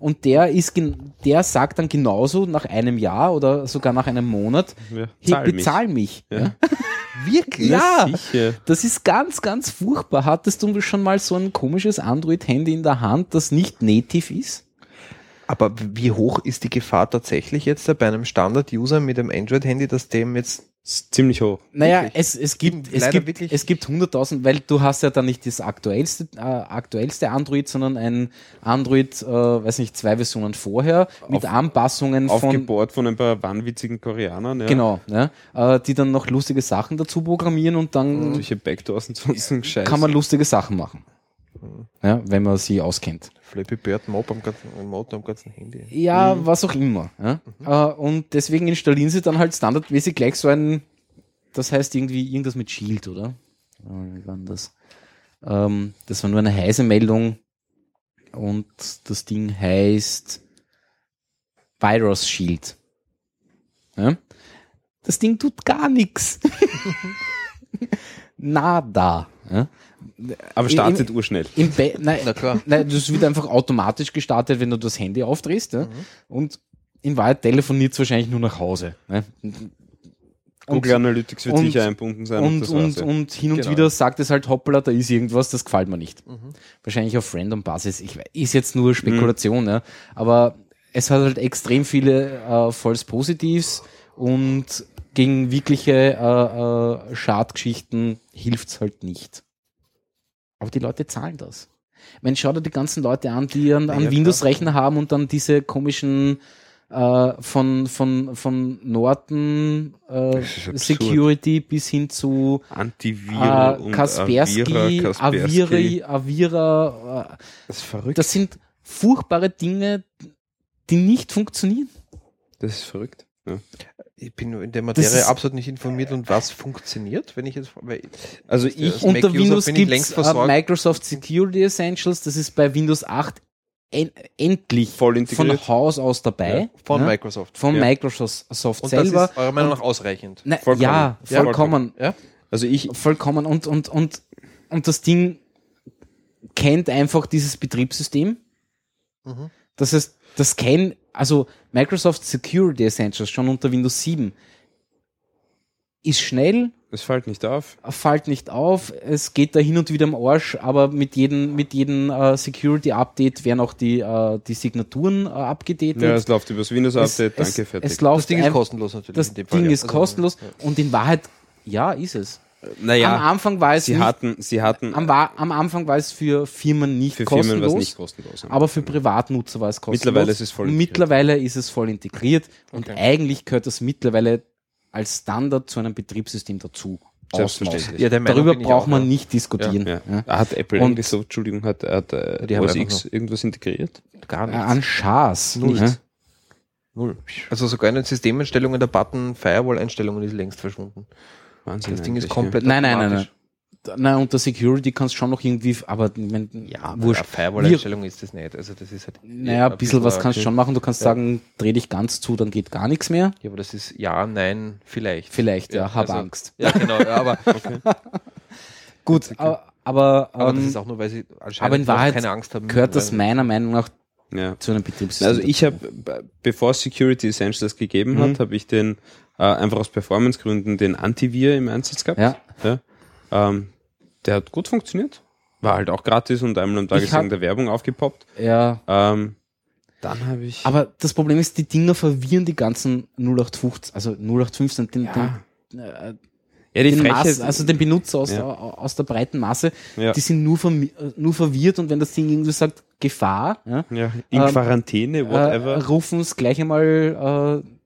Und der ist, gen- der sagt dann genauso nach einem Jahr oder sogar nach einem Monat, Ja, hey, zahl mich. bezahl mich. Ja. Wirklich? Ja, Sicher. das ist ganz, ganz furchtbar. Hattest du schon mal so ein komisches Android-Handy in der Hand, das nicht native ist? Aber wie hoch ist die Gefahr tatsächlich jetzt da bei einem Standard-User mit einem Android-Handy, dass dem jetzt Ist ziemlich hoch. Naja, es, es gibt, es Leider gibt, wirklich. es gibt 100.000, weil du hast ja dann nicht das aktuellste, äh, aktuellste Android, sondern ein Android, äh, weiß nicht, zwei Versionen vorher mit Anpassungen von, Aufgebohrt von ein paar wahnwitzigen Koreanern. Ja. genau, ne, äh, die dann noch lustige Sachen dazu programmieren und dann Solche Backdoors und sonst ein Scheiß. kann man lustige Sachen machen. Ja, wenn man sie auskennt. Flappy Bird Mob am ganzen, ein Mod am ganzen Handy? Ja, was auch immer. Ja? Äh, und deswegen installieren sie dann halt standardmäßig gleich so ein, das heißt irgendwie irgendwas mit Shield, oder? Äh, Wie war denn das? Ähm, das war nur eine heiße Meldung und das Ding heißt Virus Shield. Ja? Das Ding tut gar nichts. Nada. Ja? Aber startet urschnell. Im Be nein, Na klar. nein, das wird einfach automatisch gestartet, wenn du das Handy aufdrehst. Ja? Mhm. Und in Wahrheit telefoniert es wahrscheinlich nur nach Hause. Ne? Google Analytics wird und- sicher einbunden sein. Und, war's, und, ja. und hin und Genau. wieder sagt es halt, hoppala, da ist irgendwas, das gefällt mir nicht. Mhm. Wahrscheinlich auf random Basis. Ich weiß, ist jetzt nur Spekulation, ja. aber es hat halt extrem viele äh, False Positives und gegen wirkliche äh, äh, Schadgeschichten hilft es halt nicht. Aber die Leute zahlen das. Man schaut dir die ganzen Leute an, die einen, Ja, einen klar. Windows-Rechner haben und dann diese komischen äh, von, von, von Norton äh, Das ist absurd. Security bis hin zu Antiviro äh, und Kaspersky, Avira, Kaspersky. Aviri, Avira, äh, Das ist verrückt. das sind furchtbare Dinge, die nicht funktionieren. Das ist verrückt. Ja. Ich bin in der Das Materie ist- absolut nicht informiert und was funktioniert, wenn ich jetzt. Weil Also Ja, ich, das Unter Mac-User Windows bin ich gibt längst es versorgt. Microsoft Security Essentials, das ist bei Windows 8 en endlich Voll integriert. von Haus aus dabei. äh, von ja, Microsoft. von Ja. Microsoft Und das selber. ist eurer Meinung nach ausreichend. Na, Vollkommen. Ja, Ja, vollkommen. Ja? also ich, Vollkommen. Und, und, und, und das Ding kennt einfach dieses Betriebssystem. Mhm. Das heißt, das kennen, also Microsoft Security Essentials schon unter Windows 7 ist schnell, es fällt nicht auf. fällt nicht auf, es geht da hin und wieder am Arsch, aber mit jedem, mit jedem äh, Security Update werden auch die, äh, die Signaturen äh, abgedatet. Ja, es läuft übers Windows-Update, es, danke, fertig. Es läuft Das Ding ist ein- kostenlos natürlich. Das in Ding dem Fall, ja. ist Also, kostenlos ja. und in Wahrheit, ja, ist es. Am naja, Anfang war es sie nicht, hatten, sie hatten am, Wa- am Anfang war es für Firmen nicht für kostenlos. Firmen was nicht kostenlos. Aber für Privatnutzer war es kostenlos. Mittlerweile ist es voll Und integriert. Mittlerweile ist es voll integriert und Okay. eigentlich gehört das mittlerweile als Standard zu einem Betriebssystem dazu. Selbstverständlich. Ja, der Meinung Darüber bin ich braucht auch, man ja. nicht diskutieren. ja. Ah, Ja. Hat Apple Und- irgendwie so, Entschuldigung, hat, hat äh, Die haben OS einfach X irgendwas integriert? Gar Äh, nichts. An ne? Schaas. Null. Ja. Null. Also sogar in den Systemeinstellungen der Button Firewall-Einstellungen ist längst verschwunden. Wahnsinn. Das Ding ist eigentlich, komplett Nein, nein, nein, automatisch. nein. Na, unter Security kannst du schon noch irgendwie, aber ich mein, Ja, wurscht. wurscht. Firewall-Einstellung ist das nicht. Also das ist halt Naja, ein bisschen was kannst du schon machen. Du kannst sagen, dreh dich ganz zu, dann geht gar nichts mehr. Ja, aber das ist ja, nein, vielleicht. Vielleicht, ja, hab also- Angst. Ja, genau, ja, aber, Gut, aber, aber, aber das ähm, ist auch nur, weil sie aber in noch Wahrheit keine Angst haben. gehört das weil- meiner Meinung nach Ja. ja. zu einem Betriebssystem. Also ich dazu. habe, bevor es Security Essentials gegeben hat, habe ich den äh, einfach aus Performancegründen den Antivir im Einsatz gehabt. Ja. Ja. Ähm, der hat gut funktioniert. War halt auch gratis und einmal am Tag Ich ist hab- irgendeine Werbung aufgepoppt. Ja. Ähm, dann habe ich. Aber das Problem ist, die Dinger verwirren die ganzen 0815, also 0815, den, Ja. den, äh, ja, die den Frechheit, Maß, also den Benutzer aus, Ja. der, aus der breiten Masse, ja, die sind nur, vermi- äh, nur verwirrt und wenn das Ding irgendwie sagt, Gefahr, ja, ja, in ähm, Quarantäne, äh, whatever. rufen es gleich einmal äh, Hm,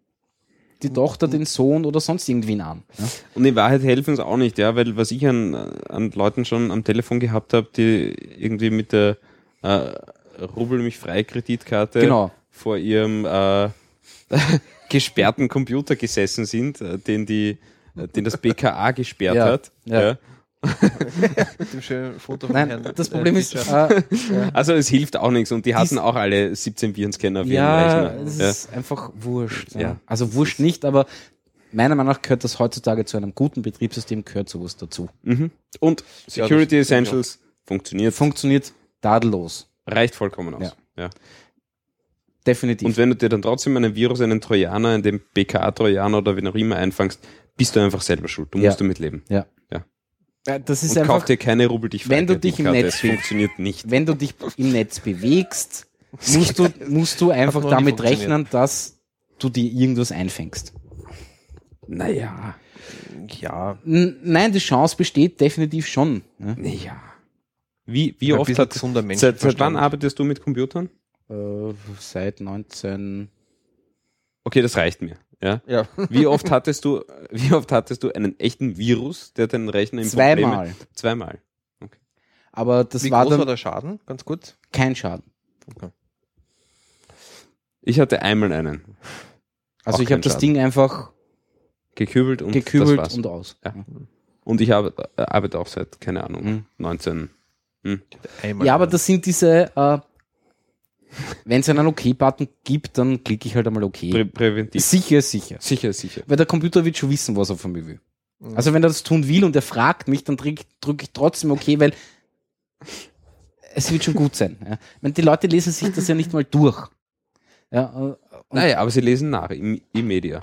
die Tochter, den Sohn oder sonst irgendwen an. Ja. und in Wahrheit helfen es auch nicht, ja, weil was ich an, an Leuten schon am Telefon gehabt habe, die irgendwie mit der äh, Rubbel mich frei Kreditkarte Genau. vor ihrem äh, gesperrten Computer gesessen sind, äh, den die äh, den das BKA gesperrt Ja, hat. ja. Mit dem schönen Foto von Nein, Herrn- das Problem äh, ist, Fischer. äh, Also es hilft auch nichts und die hatten Dies- auch alle 17 Virenscanner auf ja, ihrem es Rechner. Ja. ist einfach wurscht. Ja. Ja. Also wurscht nicht, aber meiner Meinung nach gehört das heutzutage zu einem guten Betriebssystem, gehört sowas dazu. Mhm. Und Security Ja, das- Essentials funktioniert, Funktioniert tadellos. reicht vollkommen aus. Ja. Definitiv. Und wenn du dir dann trotzdem einen Virus, einen Trojaner, einen dem BKA-Trojaner oder wen auch immer einfangst, bist du einfach selber schuld. Du Ja. musst damit leben. Ja. Ja. Ja, Das ist Und kauf einfach, dir keine Rubbel dich Wenn du dich im Karte. Netz Es bewegst. funktioniert nicht. wenn du dich im Netz bewegst, musst du, musst du einfach noch nie damit funktioniert. rechnen, dass du dir irgendwas einfängst. Naja. äh, ja, N nein, die Chance besteht definitiv schon. Ne? Naja. Wie, wie ein oft bisschen hat gesunder Mensch. Seit, seit wann arbeitest du mit Computern? Äh, seit 19. Okay, das reicht mir. Ja. Ja, Wie oft hattest du, wie oft hattest du einen echten Virus, der deinen Rechner im Zweimal. Probleme, zweimal. Aber das wie war groß dann war der Schaden? Ganz kurz. kein Schaden. Ich hatte einmal einen Also Auch ich habe kein das Schaden. Ding einfach gekübelt und das gekübelt war's. und aus. Ja. Und ich arbeite, äh, arbeite auch seit keine Ahnung Mhm. 19. Einmal Ja, aber das sind diese, äh, wenn es einen OK-Button gibt, dann klicke ich halt einmal OK. Prä präventiv. Sicher, sicher. Sicher, sicher. Weil der Computer wird schon wissen, was er von mir will. Also wenn er das tun will und er fragt mich, dann drücke drück ich trotzdem okay, weil es wird schon gut sein. Ja. Ich meine, die Leute lesen sich das ja nicht mal durch. Ja, äh, und, Naja, aber sie lesen nach im, im Media.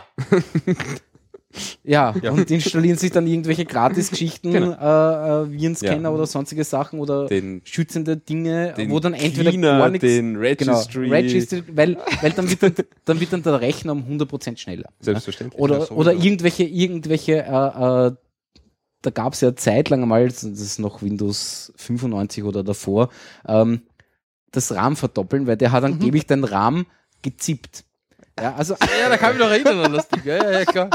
ja, und installieren sich dann irgendwelche Gratis-Geschichten, Genau. äh, äh, Virenscanner Ja. oder sonstige Sachen oder Den, schützende Dinge, den wo dann entweder Cleaner, gar nichts... den Registry, Genau, Registry, weil, weil dann, wird dann, dann wird dann der Rechner um 100% schneller. Ja. selbstverständlich. Oder, sowieso. oder irgendwelche, irgendwelche, äh, äh, da gab es ja zeitlang einmal, das ist noch Windows 95 oder davor, ähm, das RAM verdoppeln, weil der hat angeblich den RAM gezippt. Ja, also Ja, da kann ich mich noch erinnern an das Ding. Ja, ja, ja, klar.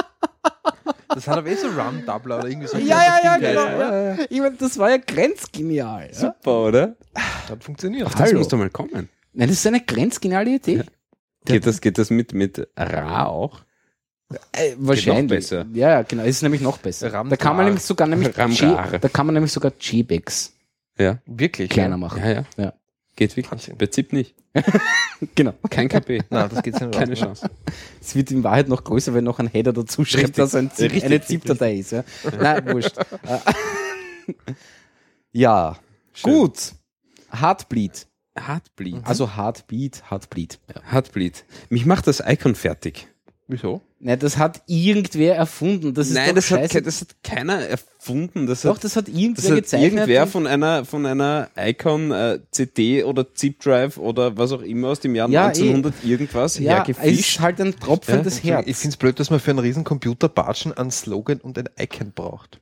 Das hat aber eh so Rum-Doubler oder irgendwie so. Ja, ja, ja, Das Ding genau. heißt, ja. Ja. Ich meine, das war ja grenzgenial. Ja? Super, oder? Hat funktioniert. Ach, das Hallo. muss doch mal kommen. Nein, das ist eine grenzgeniale Idee. Geht das, geht das mit, mit Ra auch? Äh, wahrscheinlich. noch besser. Ja, ja, genau. Ist nämlich noch besser. Ramgar. Da kann man nämlich sogar nämlich Ramgar. G- da kann man nämlich sogar JPEGs Ja. Wirklich? kleiner ja. machen. Ja, ja. Ja. Geht wirklich. Wahnsinn. Bezieht nicht. Genau. Kein KP. Nein, das geht's nicht. Keine Chance. Es wird in Wahrheit noch größer, wenn noch ein Header dazu schreibt, Richtig. dass ein Zip, Richtig, eine ZIP-Datei ist. Ja? Nein, wurscht. Äh, ja, gut. Heartbleed. Heartbleed. Also Heartbeat, Heartbleed. Ja. Heartbleed. Mich macht das Icon fertig. Wieso? Nein, das hat irgendwer erfunden. Das ist Nein, doch das hat, scheiße. ke- das hat keiner erfunden. Das doch, hat, das hat irgendwer das hat gezeichnet. irgendwer von einer, von einer Icon äh, CD oder Zip Drive oder was auch immer aus dem Jahr Ja, eh. 1900 irgendwas ja, es hergefischt. ist halt ein Tropfen des Herz. Ich find's blöd, dass man für einen riesen Computerbatschen einen Slogan und ein Icon braucht.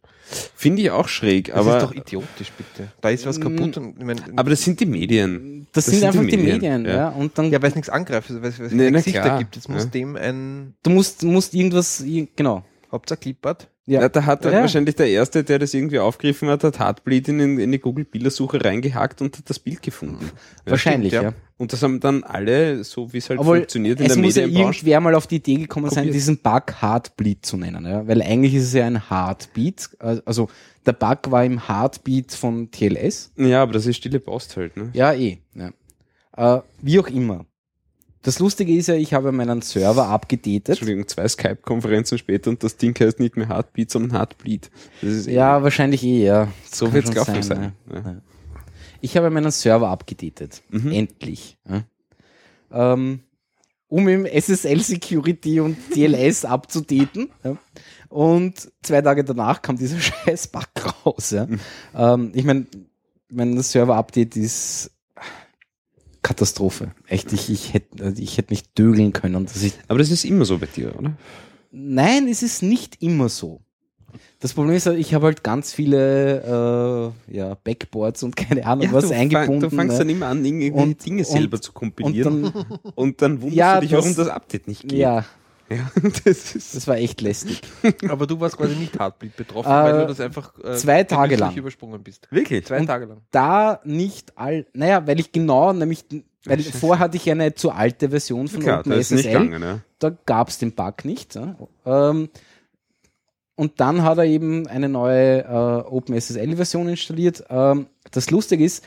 Finde ich auch schräg, Das aber, Mm, ist doch idiotisch, bitte. Da ist was kaputt und ich mein, aber das sind die Medien. das, sind einfach die Medien. ja. Und dann, ja, weil es nichts angreift, weil es weil es Nee, kein na Gesicht da klar. gibt. Jetzt muss Ja. dem ein du musst, musst irgendwas, ir- genau. Hauptsache Clipart. Ja. Na, da hat halt Ja. wahrscheinlich der Erste, der das irgendwie aufgegriffen hat, hat Heartbleed in, in die Google-Bildersuche reingehackt und hat das Bild gefunden. Wahrscheinlich, stimmt, ja. ja. Und das haben dann alle, so wie es halt Obwohl, funktioniert in es der muss ja Medienbranche. irgendwer mal auf die Idee gekommen sein, Kopiert. diesen Bug Heartbeat zu nennen, ja? weil eigentlich ist es ja ein Heartbeat, äh, also der Bug war im Heartbeat von TLS. Ja, aber das ist stille Post halt. Ne? Ja, eh. Ja. Äh, wie auch immer. Das Lustige ist ja, ich habe meinen Server abgedatet. Entschuldigung, zwei Skype-Konferenzen später und das Ding heißt nicht mehr Heartbeat, sondern Heartbleed. Das ist eh- Ja, wahrscheinlich eh, ja. Das so kann wird's schon gelaufen sein. ja. Ja. Ich habe meinen Server abgedatet. Mhm. Endlich. Ja. Ähm, um im SSL Security und TLS abzudaten. Ja. Und zwei Tage danach kam dieser scheiß Bug raus. Ja. Ähm, ich meine, mein Server-Update ist Katastrophe. Echt, ich, ich hätte also ich hätte mich dögeln können, dass ich Aber das ist immer so bei dir, oder? Nein, es ist nicht immer so. Das Problem ist, ich habe halt ganz viele äh, ja, Backboards und keine Ahnung was du, eingebunden. fang, du fangst ne? dann immer an, irgendwie Und- Dinge und- selber zu und kompilieren. dann, Und dann wunderst Ja, du dich, das- warum das Update nicht geht. ja, Ja, das ist das war echt lästig. Aber du warst quasi nicht Heartbeat betroffen, Äh, weil du das einfach äh, zwei Tage genüsslich lang. übersprungen bist. wirklich. Zwei Tage lang. Da nicht all, naja, weil ich genau, nämlich, weil Scheiße. vorher hatte ich eine zu alte Version von Klar, das ne, ist nicht OpenSSL. gegangen. Ja. da gab es den Bug nicht. Ja. Ähm, und dann hat er eben eine neue äh, OpenSSL-Version installiert. Ähm, das Lustige ist,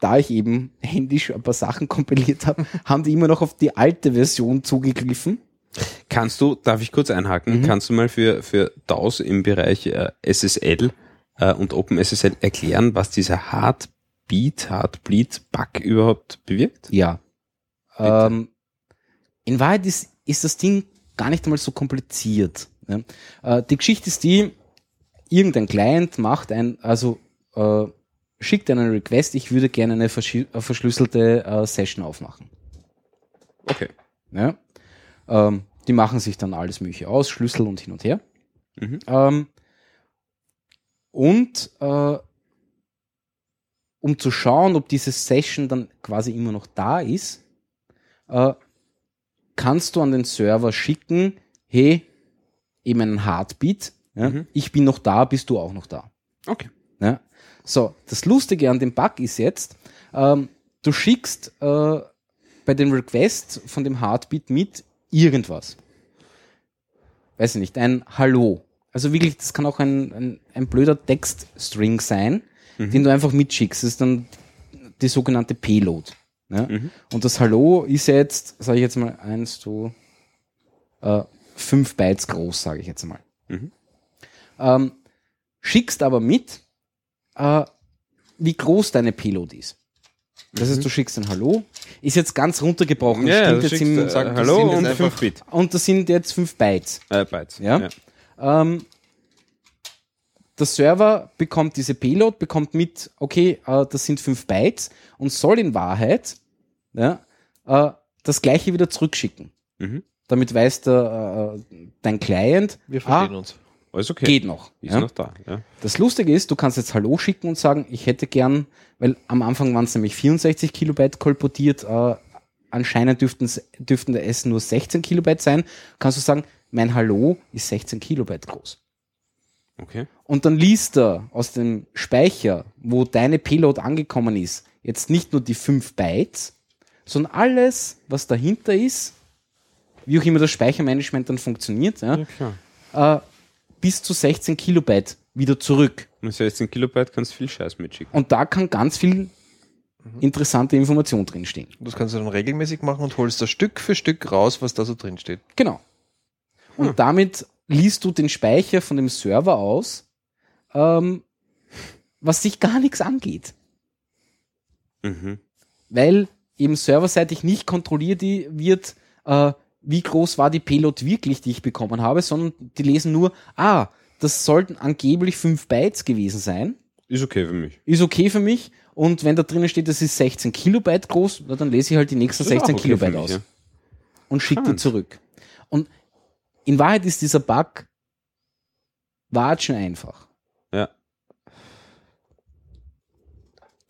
da ich eben händisch ein paar Sachen kompiliert habe, haben die immer noch auf die alte Version zugegriffen. Kannst du, darf ich kurz einhaken, kannst du mal für, für DAOs im Bereich äh, SSL äh, und OpenSSL erklären, was dieser Heartbeat, Heartbleed-Bug überhaupt bewirkt? Ja. Bitte. Ähm, in Wahrheit ist, ist das Ding gar nicht einmal so kompliziert. Ne? Äh, die Geschichte ist die, irgendein Client macht ein, also äh, schickt einen Request, ich würde gerne eine verschü- äh, verschlüsselte äh, Session aufmachen. Okay. Ne? Ähm, die machen sich dann alles Mögliche aus, Schlüssel und hin und her. Mhm. Ähm, und äh, um zu schauen, ob diese Session dann quasi immer noch da ist, äh, kannst du an den Server schicken, hey, eben einen Heartbeat, ja, Mhm. ich bin noch da, bist du auch noch da. Okay. Ja. So, das Lustige an dem Bug ist jetzt, ähm, du schickst äh, bei dem Request von dem Heartbeat mit irgendwas. Weiß ich nicht, ein Hallo. Also wirklich, das kann auch ein, ein, ein blöder Textstring sein, Mhm. den du einfach mitschickst. Das ist dann die sogenannte Payload. Ja? Mhm. Und das Hallo ist ja jetzt, sage ich jetzt mal, Mhm. eins, zwei, äh, fünf Bytes groß, sage ich jetzt mal. Ähm, schickst aber mit, äh, wie groß deine Payload ist. Das heißt, du schickst ein Hallo. Ist jetzt ganz runtergebrochen. Mhm. ja, stimmt du jetzt schickst, im, äh, sagt, das Hallo sind und jetzt 5 Bit. einfach- und das sind jetzt 5 Bytes. Äh, Bytes. Ja. Ähm, der Server bekommt diese Payload, bekommt mit, okay, äh, das sind 5 Bytes und soll in Wahrheit ja, äh, das gleiche wieder zurückschicken. Mhm. Damit weiß der, äh, dein Client, Wir ah, verstehen uns. Alles okay. geht noch. Ist ja. noch da. Ja. Das Lustige ist, du kannst jetzt Hallo schicken und sagen, ich hätte gern, weil am Anfang waren es nämlich 64 Kilobyte kolportiert, äh, anscheinend dürften's- dürften es nur 16 Kilobyte sein, kannst du sagen, mein Hallo ist 16 Kilobyte groß. Okay. Und dann liest er aus dem Speicher, wo deine Payload angekommen ist, jetzt nicht nur die 5 Bytes, sondern alles, was dahinter ist, wie auch immer das Speichermanagement dann funktioniert, ja, Ja, klar. äh, bis zu 16 Kilobyte wieder zurück. Mit 16 Kilobyte kannst du viel Scheiß mitschicken. Und da kann ganz viel interessante Information drinstehen. Und Das kannst du dann regelmäßig machen und holst da Stück für Stück raus, was da so drin steht. Genau. Und damit liest du den Speicher von dem Server aus, ähm, was dich gar nichts angeht. Mhm. weil eben serverseitig nicht kontrolliert i- wird, äh, wie groß war die Payload wirklich, die ich bekommen habe, sondern die lesen nur, ah, das sollten angeblich 5 Bytes gewesen sein, Ist okay für mich. ist okay für mich. Und wenn da drinnen steht, das ist 16 Kilobyte groß, na, dann lese ich halt die nächsten Ist auch 16 okay Kilobyte für mich, aus Ja. und schicke die Spannend. zurück. Und in Wahrheit ist dieser Bug watschen einfach. Ja.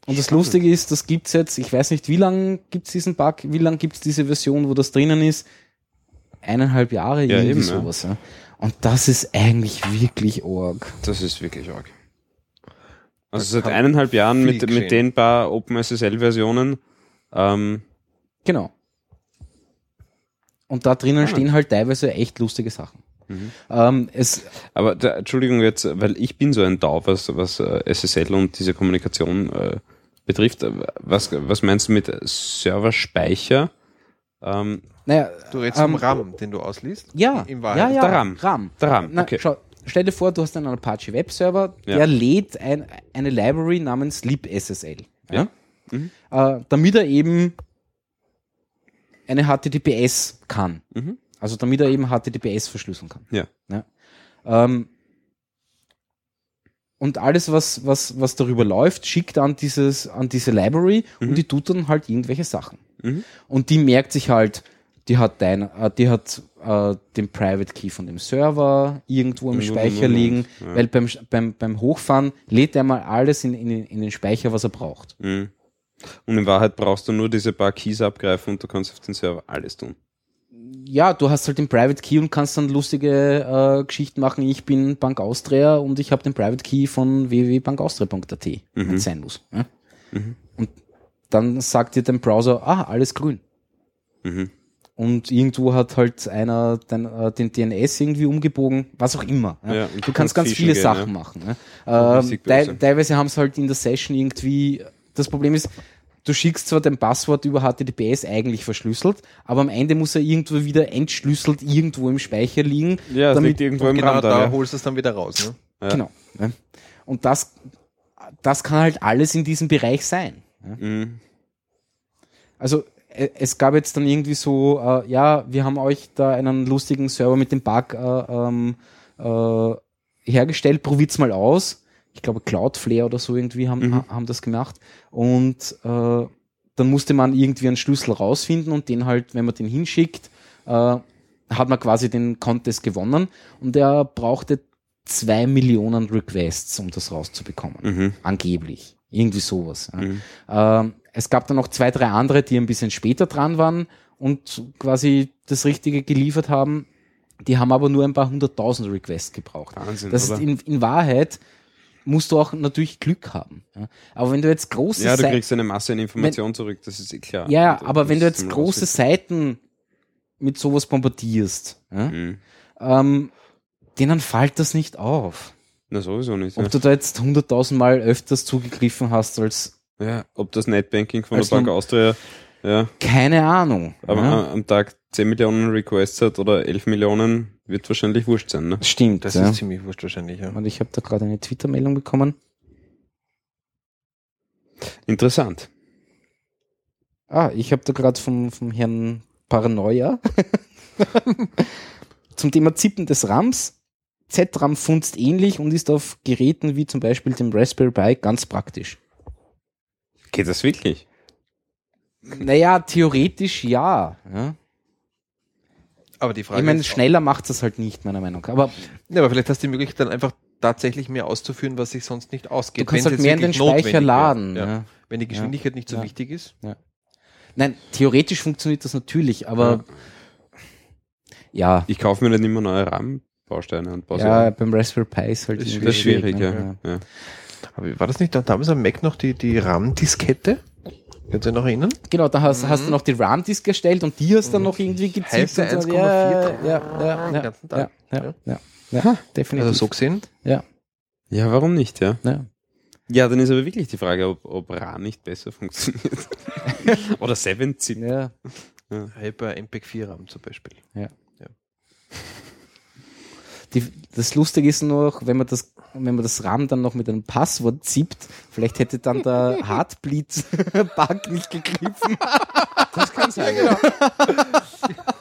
Und das Lustige ist, das gibt's jetzt, ich weiß nicht, wie lange gibt's diesen Bug, wie lange gibt's diese Version, wo das drinnen ist? Eineinhalb Jahre, Ja, irgendwie eben, ja. sowas. Ja. Und das ist eigentlich wirklich org. Das ist wirklich arg. Also seit kann eineinhalb Jahren viel mit, geschehen. mit den paar OpenSSL-Versionen. Ähm, Genau. Und da drinnen Ah. stehen halt teilweise echt lustige Sachen. Mhm. Ähm, es, aber da, Entschuldigung jetzt, weil ich bin so ein Dau, was, was äh, SSL und diese Kommunikation äh, betrifft. Was, was meinst du mit Serverspeicher? Ähm, naja, Du redest ähm, vom RAM, den du ausliest? Ja, In Wahrheit. ja, ja. Der RAM. RAM. der RAM, Na, okay. schau, stell dir vor, du hast einen Apache Webserver, Ja. der lädt ein, eine Library namens libSSL. Ja? Äh, damit er eben eine HTTPS kann. Mhm. Also damit er eben HTTPS verschlüsseln kann. Ja. Ähm, und alles, was, was, was darüber läuft, schickt an, dieses, an diese Library und die tut dann halt irgendwelche Sachen. Mhm. Und die merkt sich halt, die hat, dein, äh, die hat äh, den Private Key von dem Server irgendwo im Ja, Speicher ja, ja, liegen, Mhm, ja. weil beim, Sch- beim, beim Hochfahren lädt er mal alles in, in, den- in den Speicher, was er braucht. Mhm. Und in Wahrheit brauchst du nur diese paar Keys abgreifen und du kannst auf den Server alles tun. Ja, du hast halt den Private Key und kannst dann lustige äh, Geschichten machen. Ich bin Bank Austria und ich habe den Private Key von www.bankaustria.at, Mhm. wenn es sein muss. Ja? Und dann sagt dir dein Browser, ah, alles grün. Mhm. Und irgendwo hat halt einer den, äh, den DNS irgendwie umgebogen, was auch immer. Ja? Ja, und ne? du kannst ganz fischen viele gehen, Sachen ja. machen. Ja? Ähm, richtig böse. tei- teilweise haben es halt in der Session irgendwie, das Problem ist, du schickst zwar dein Passwort über HTTPS eigentlich verschlüsselt, aber am Ende muss er irgendwo wieder entschlüsselt irgendwo im Speicher liegen. Ja, das damit, liegt irgendwo im Genau RAM da da. Ja. holst du es dann wieder raus. Ne? ja. Genau. Ja? Und das, das kann halt alles in diesem Bereich sein. Mhm. Also e- es gab jetzt dann irgendwie so, äh, ja, wir haben euch da einen lustigen Server mit dem Bug äh, ähm, äh, hergestellt, probiert's mal aus. Ich glaube Cloudflare oder so irgendwie haben, Mhm. ha- haben das gemacht. Und äh, dann musste man irgendwie einen Schlüssel rausfinden und den halt, wenn man den hinschickt, äh, hat man quasi den Contest gewonnen. Und er brauchte zwei Millionen Requests, um das rauszubekommen Mhm. angeblich. Irgendwie sowas. Ja. Ähm, es gab dann noch zwei, drei andere, die ein bisschen später dran waren und quasi das Richtige geliefert haben. Die haben aber nur ein paar hunderttausend Requests gebraucht. Wahnsinn, Das ist oder? in, in Wahrheit musst du auch natürlich Glück haben. Ja. Aber wenn du jetzt große Ja, du Sei- kriegst eine Masse an Informationen zurück, das ist eh klar. ja, ja, Und, äh, aber wenn du das jetzt mal große rausfinden. Seiten mit sowas bombardierst, ja, Mhm. ähm, denen fällt das nicht auf. Na, sowieso nicht. Ob ja. du da jetzt hunderttausendmal öfters zugegriffen hast als ja, ob das Netbanking von Als der Bank norm- Austria ja, keine Ahnung. am, ja. am Tag 10 Millionen Requests hat oder 11 Millionen, wird wahrscheinlich wurscht sein. Ne? Stimmt. Das ja. ist ziemlich wurscht wahrscheinlich, ja. und ich habe da gerade eine Twitter-Meldung bekommen. Interessant. Ah, ich habe da gerade vom, vom Herrn Paranoia zum Thema Zippen des RAMs. Z-RAM funzt ähnlich und ist auf Geräten wie zum Beispiel dem Raspberry Pi ganz praktisch. Geht das wirklich? Naja, theoretisch ja. ja. Aber die Frage Ich meine, ist, schneller macht das halt nicht, meiner Meinung nach. Aber Ja, aber vielleicht hast du die Möglichkeit, dann einfach tatsächlich mehr auszuführen, was sich sonst nicht du ausgeht. kannst wenn's halt jetzt mehr in den wirklich Speicher notwendig laden. Wär, ja. Ja. Wenn die Geschwindigkeit nicht so Ja. wichtig ist. Nein, theoretisch funktioniert das natürlich, aber ja. Ich kaufe mir nicht immer neue RAM-Bausteine und Ja, baue sie an. beim Raspberry Pi ist halt Ist irgendwie Das ist schwierig, ne? ja. ja. Aber war das nicht da- damals am Mac noch die, die RAM-Diskette? Könnt ihr noch erinnern? Genau, da hast, hast du noch die RAM-Disk gestellt und die hast dann noch irgendwie gezippt. Mhm. Hälfte und so. 1,4 ja, ja, ja, ja, ganzen ja, Tag. ja, Ja. ja, ja, definitiv. Also so gesehen. ja, Ja, warum nicht, ja? ja. Ja, dann ist aber wirklich die Frage, ob, ob RAM nicht besser funktioniert. Oder 17. ja. Hyper MPEG-4 RAM zum Beispiel. Die, das Lustige ist nur, noch, wenn man das, wenn man das RAM dann noch mit einem Passwort zippt, vielleicht hätte dann der Heartbleed-Bug nicht gegriffen. Das kann sein. Ja, genau.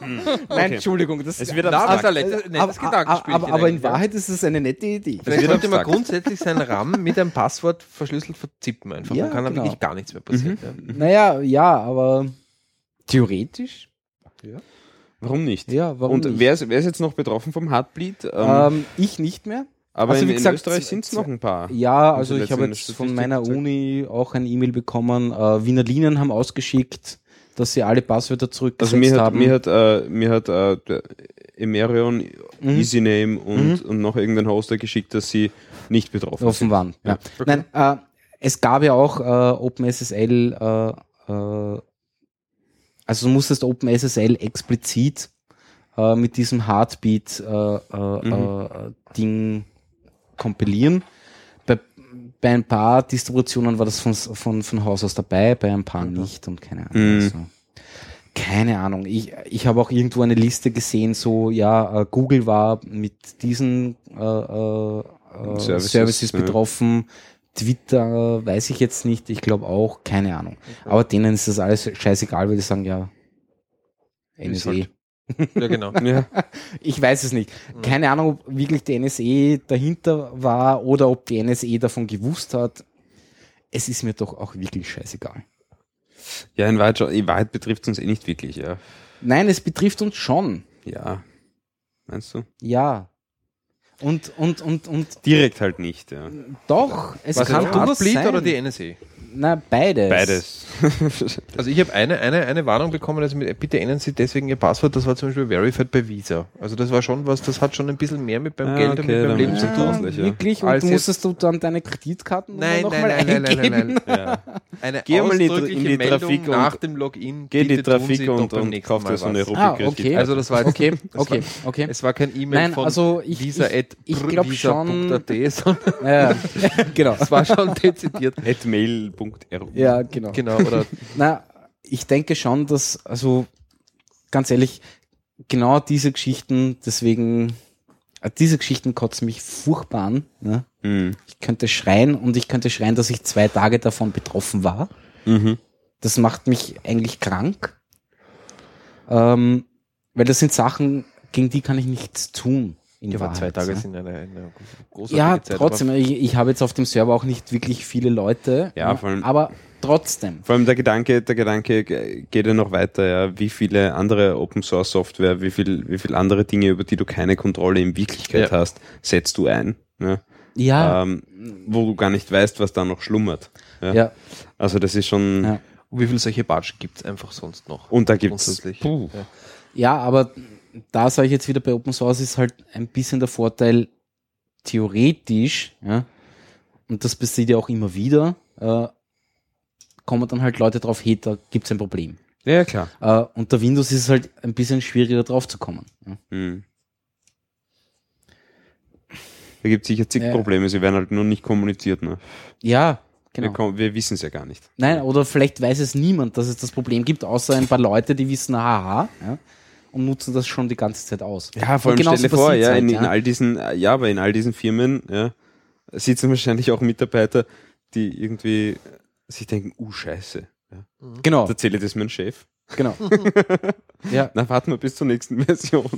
Nein, also- Entschuldigung. Das, Es wird Na, also, äh, abstrakt. aber- nettes aber, aber, Gedankenspielchen aber, aber in eigentlich, ja. Wahrheit ist es eine nette Idee. Vielleicht wird sollte man abstrakt. grundsätzlich seinen RAM mit einem Passwort verschlüsselt verzippen einfach. Ja, Dann kann genau. da wirklich gar nichts mehr passieren. Naja, ja, aber theoretisch? Warum nicht? Ja, warum Und nicht? wer ist, wer ist jetzt noch betroffen vom Heartbleed? Ähm, ähm, ich nicht mehr. aber also in, wie gesagt, in Österreich z- sind es z- noch ein paar. Ja, Haben Sie also ich letztens habe eine jetzt Statistik von meiner gezeigt? Uni auch ein E-Mail bekommen. Äh, Wiener Linien haben ausgeschickt, dass sie alle Passwörter Also zurückgesetzt mir hat, haben. mir hat, äh, mir hat äh, der Emerion, Mhm. EasyName und, und noch irgendein Hoster geschickt, dass sie nicht betroffen offen waren. Ja. Nein, äh, es gab ja auch äh, OpenSSL, äh, äh, also du musstest OpenSSL explizit äh, mit diesem Heartbeat-Ding äh, äh, äh, Ding kompilieren. Bei, bei ein paar Distributionen war das von, von, von Haus aus dabei, bei ein paar nicht und keine Ahnung. also. Mhm. So. Keine Ahnung. Ich, ich habe auch irgendwo eine Liste gesehen, so ja, äh, Google war mit diesen äh, äh, äh, Services, Services, ja. betroffen. Twitter äh, weiß ich jetzt nicht, ich glaube auch, keine Ahnung. Aber denen ist das alles scheißegal, weil die sagen, ja, Ist NSA. halt- Ja, genau. waren. Ja. Ich weiß es nicht. Keine Ahnung, ob wirklich die NSA dahinter war oder ob die NSA davon gewusst hat. Es ist mir doch auch wirklich scheißegal. ja, in Wahrheit, schon- in Wahrheit betrifft es uns eh nicht wirklich, ja. Nein, es betrifft uns schon. Ja. Meinst du? Ja. Und, und, und, und Direkt halt nicht, ja. doch, es Was kann kann durchaus Heartbleed sein. oder die E? NSA? Na, beides. Beides. Also ich habe eine, eine, eine Warnung bekommen, also mit, bitte ändern Sie deswegen Ihr Passwort, das war zum Beispiel verified bei Visa. Also das war schon was, das hat schon ein bisschen mehr mit beim Ah, Geld okay, und mit dann beim Leben muss zu ich tun. das- Ja, Ausgleich, ja. wirklich? Als und jetzt- musstest du dann deine Kreditkarten Nein, noch nein, mal nein, nein, nein, eingeben? nein, nein. ja. Eine Geh mal in die Tra- ausdrückliche in die Meldung Trafik und- nach dem Login. Geh in die bitte tun Sie Trafik doch und, beim und nächsten kauf Mal dir so eine was. Rubrik. Ah, okay. Also das war jetzt, Okay, das okay, War, okay. Es war kein E-Mail Nein, von also ich- visa ich- at ich glaub brvisa.at, sondern Ja, genau. es war schon dezidiert. At mail.ru. Ja, genau. Genau, oder Na, ich denke schon, dass, also ganz ehrlich, genau diese Geschichten, deswegen, äh, diese Geschichten kotzen mich furchtbar an. Ne? Mhm. Ich könnte schreien und ich könnte schreien, dass ich zwei Tage davon betroffen war. Mhm. Das macht mich eigentlich krank. Ähm, weil das sind Sachen, gegen die kann ich nichts tun. In ja, aber Wahrheit, zwei Tage ne? sind eine, eine großartige Ja, Zeit. aber trotzdem. Ich, ich habe jetzt auf dem Server auch nicht wirklich viele Leute. Ja, ne? vor allem- Aber trotzdem. Vor allem der Gedanke, der Gedanke ge- geht ja noch weiter, ja. Wie viele andere Open Source Software, wie viel, wie viel andere Dinge, über die du keine Kontrolle in Wirklichkeit Ja. hast, setzt du ein, ne? Ja, ähm, wo du gar nicht weißt, was da noch schlummert. Ja. ja. Also das ist schon, Ja. Wie viele solche Batschen gibt es einfach sonst noch? und da gibt's, Grundsätzlich. puh, Ja. Ja, aber da sage ich jetzt wieder bei Open Source ist halt ein bisschen der Vorteil theoretisch, ja, und das passiert ja auch immer wieder, äh, kommen dann halt Leute drauf, hey, da gibt's ein Problem. ja, ja klar. Äh, unter Windows ist es halt ein bisschen schwieriger drauf zu kommen. Ja. Mhm. Da gibt es sicher zig Ja. Probleme, sie werden halt nur nicht kommuniziert. Ne? Ja, Wir, genau. kommen- wir wissen es ja gar nicht. Nein, oder vielleicht weiß es niemand, dass es das Problem gibt, außer ein paar Leute, die wissen, haha, ja. und nutzen das schon die ganze Zeit aus. Ja, vor Und allem genauso stell dir vor, passiert's ja, halt, in, in ja. all diesen, ja, aber in all diesen Firmen ja, sitzen wahrscheinlich auch Mitarbeiter, die irgendwie sich denken, uh, scheiße. Ja. Genau, Das erzähle ich das meinem Chef. genau. ja, Na, warten wir bis zur nächsten Version.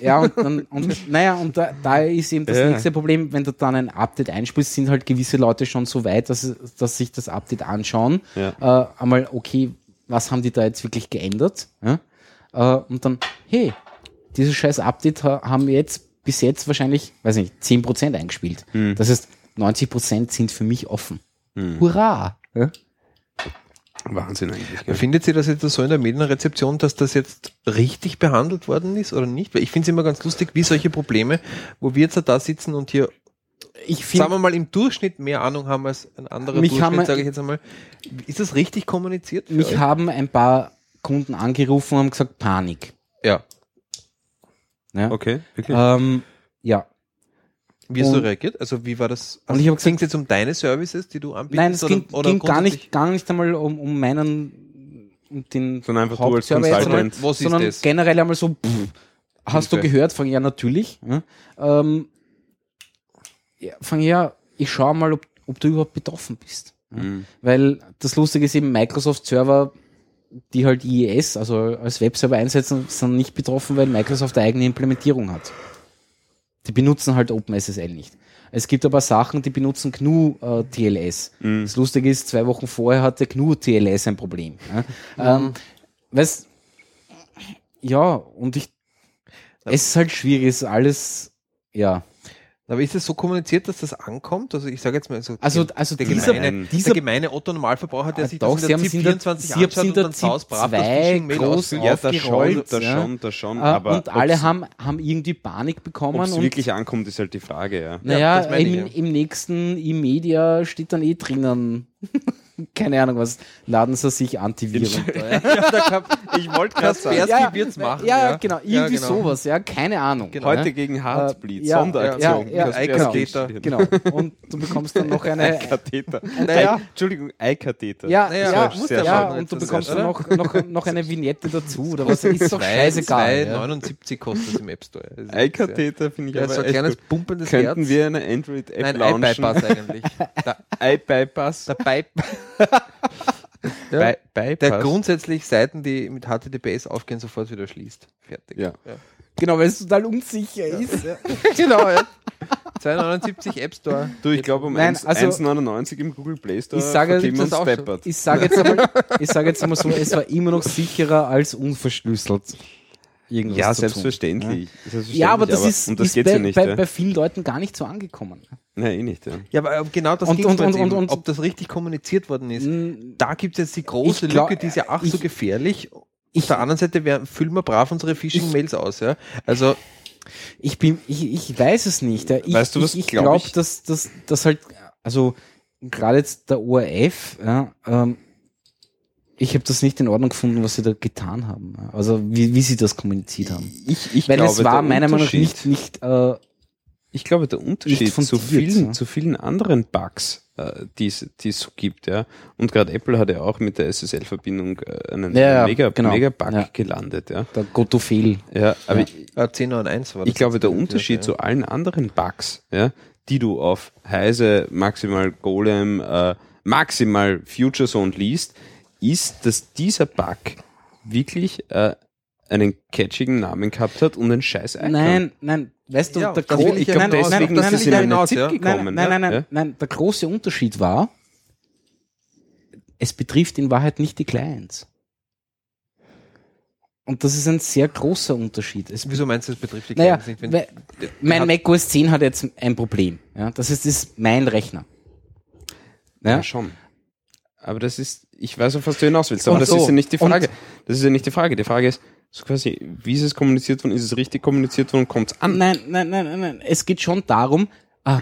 ja, und, dann, und naja, und da, da ist eben das Ja. nächste Problem, wenn du dann ein Update einspielst, sind halt gewisse Leute schon so weit, dass, dass sich das Update anschauen. äh, einmal, okay, was haben die da jetzt wirklich geändert? Ja? Äh, und dann, hey, dieses scheiß Update ha haben wir jetzt bis jetzt wahrscheinlich, weiß nicht, 10% eingespielt. Hm. Das heißt, 90% sind für mich offen. Hm. Hurra! Ja? Wahnsinn eigentlich. gell? Findet ihr das jetzt so in der Medienrezeption, dass das jetzt richtig behandelt worden ist oder nicht? Weil ich finde es immer ganz lustig, wie solche Probleme, wo wir jetzt da sitzen und hier, Ich sagen finde, wir mal, im Durchschnitt mehr Ahnung haben als ein anderer Mich haben wir- Durchschnitt, sage ich jetzt einmal. Ist das richtig kommuniziert? für mich euch? haben ein paar Kunden angerufen und haben gesagt, Panik. ja. Ja, Okay, wirklich. ähm, ja. Wie hast du Und- reagiert? Also wie war das? Und ich hab gesagt- ging es jetzt um deine Services, die du anbietest? Nein, es oder- ging, oder ging gar, nicht, grundsätzlich- gar nicht einmal um, um meinen, um den Sondern einfach du als Hauptserver jetzt einmal, Consultant. Was ist sondern das? generell einmal so, pff, hast du Hilfe. gehört? Fang ich, ja, natürlich. Ja, ähm, ja, fang ich, ja, ich schaue mal, ob, ob du überhaupt betroffen bist. Hm. Ja. Mhm. Weil das Lustige ist eben, Microsoft Server, die halt IES, also als Webserver einsetzen, sind nicht betroffen, weil Microsoft eine eigene Implementierung hat. Die benutzen halt OpenSSL nicht. Es gibt aber Sachen, die benutzen GNU äh, TLS. Hm. Das Lustige ist, zwei Wochen vorher hatte GNU TLS ein Problem. Ja? Ähm, weißt, ja, und ich, es ist halt schwierig, es ist alles, ja. Aber ist das so kommuniziert, dass das ankommt? Also ich sage jetzt mal so, Also, also der, dieser, gemeine, dieser der gemeine Otto Normalverbraucher, der Ah, sich doch, das sie in haben der es in ZIP der- 24 sie haben es anschaut in und der dann sausbrav das ZIP Phishing-Mail groß ausfüllt. ja, das schon, aufgerollt, das ja. schon, das schon. äh, Mhm, aber und alle ob's- haben, haben irgendwie Panik bekommen. ob's und wirklich ankommt, ist halt die Frage, ja. Naja, das meine ich, im, im nächsten E-Media steht dann eh drinnen. Keine Ahnung, was laden sie sich Antiviren. Ja, da gab- Ich wollte gerade sagen, Kaspersky ja, wird's machen. Ja, genau, irgendwie Ja, genau. sowas, ja, keine Ahnung. Genau. heute gegen Heartbleed, Äh, ja, Sonderaktion. ja, ja, Kaspersky genau. steht. Genau. Und du bekommst dann noch eine. Katheter. Naja. Ei- Entschuldigung, Eikatheter. Ja, Naja, ja, das ja, muss der ja schon und du jetzt bekommst sein, dann noch, noch, noch eine Vignette dazu, oder was Also ist doch Zwei- scheißegal. ja. 2,79 kostet es im App Store. Also, Eikatheter finde ich Ja, aber so ein echt kleines gut. pumpendes Könnten Herz. wir eine Android-App Nein, launchen? iPypass eigentlich. Der, iBypass. der, Pipe, By- Bypass. der grundsätzlich Seiten, die mit HTTPS aufgehen, sofort wieder schließt. Fertig. Ja. Genau, weil es total unsicher ist. genau, ja. 279 App Store. Du, ich glaube um Nein, 1 also- 1,99 im Google Play Store Ich sage, verkleben gibt's wir das uns auch schon? Deppert. Ich sage jetzt, einmal- ich sage jetzt einmal so, es war immer noch sicherer als unverschlüsselt. Irgendwas Ja, zu tun. ne? selbstverständlich. Selbstverständlich, Ja, aber das ist, um das ist geht's bei, ja nicht. bei, ja. bei vielen Leuten gar nicht so angekommen. ne? Nein, eh nicht. Ja. Ja, aber genau das Und- ging's und- mir jetzt und- eben, und- ob das richtig kommuniziert worden ist. Mm, Da gibt es jetzt die große Ich glaub- Lücke, die ist ja ach so ich- gefährlich. Auf ich- der anderen Seite wär- füllen wir brav unsere Phishing-Mails aus. Ja? Also Ich, bin, ich, ich weiß es nicht. ja. Ich, Weißt du, was ich, ich glaub glaube, ich- dass, dass, dass halt, also gerade jetzt der ORF, ja, ähm, ich habe das nicht in Ordnung gefunden, was sie da getan haben. ja. Also wie, wie sie das kommuniziert haben. Ich, ich Weil es glaube, war der meiner Meinung nach Unterschied- nicht, nicht äh, Ich glaube, der Unterschied Nicht von zu dir, vielen, ne? zu vielen anderen Bugs, äh, die es die es so gibt, ja. Und gerade Apple hat ja auch mit der SSL-Verbindung äh, einen Ja, ja, mega, genau. mega Bug Ja. gelandet, ja. der Gottofehl. Ja, aber Ja. ich, äh, 10 und 1 war das. ich glaube, der jetzt. Unterschied Ja. zu allen anderen Bugs, ja, die du auf Heise, Maximal Golem, äh, Maximal Future Zone liest, ist, dass dieser Bug wirklich äh, einen catchigen Namen gehabt hat und einen scheiß Icon. Nein, nein, weißt du, Ja, der das Gro- will ich ja nein, hinaus, nein, nein, deswegen, dass nein, es in nein, eine nein, Zip nein, gekommen, Nein, ja? nein, nein, Ja? nein, der große Unterschied war, es betrifft in Wahrheit nicht die Clients. Und das ist ein sehr großer Unterschied. Es Wieso meinst du, das betrifft die naja, also Clients nicht? Wenn, we- mein hat- Mac OS 10 hat jetzt ein Problem. Ja? Das heißt, es ist mein Rechner. Ja, Ja? schon. Aber das ist, ich weiß auch, was du hinaus willst, aber Und das so. ist ja nicht die Und- Frage. das ist ja nicht die Frage. Die Frage ist, so quasi, wie ist es kommuniziert worden, ist es richtig kommuniziert worden, kommt es an? Nein, nein, nein, nein, nein. Es geht schon darum, ah,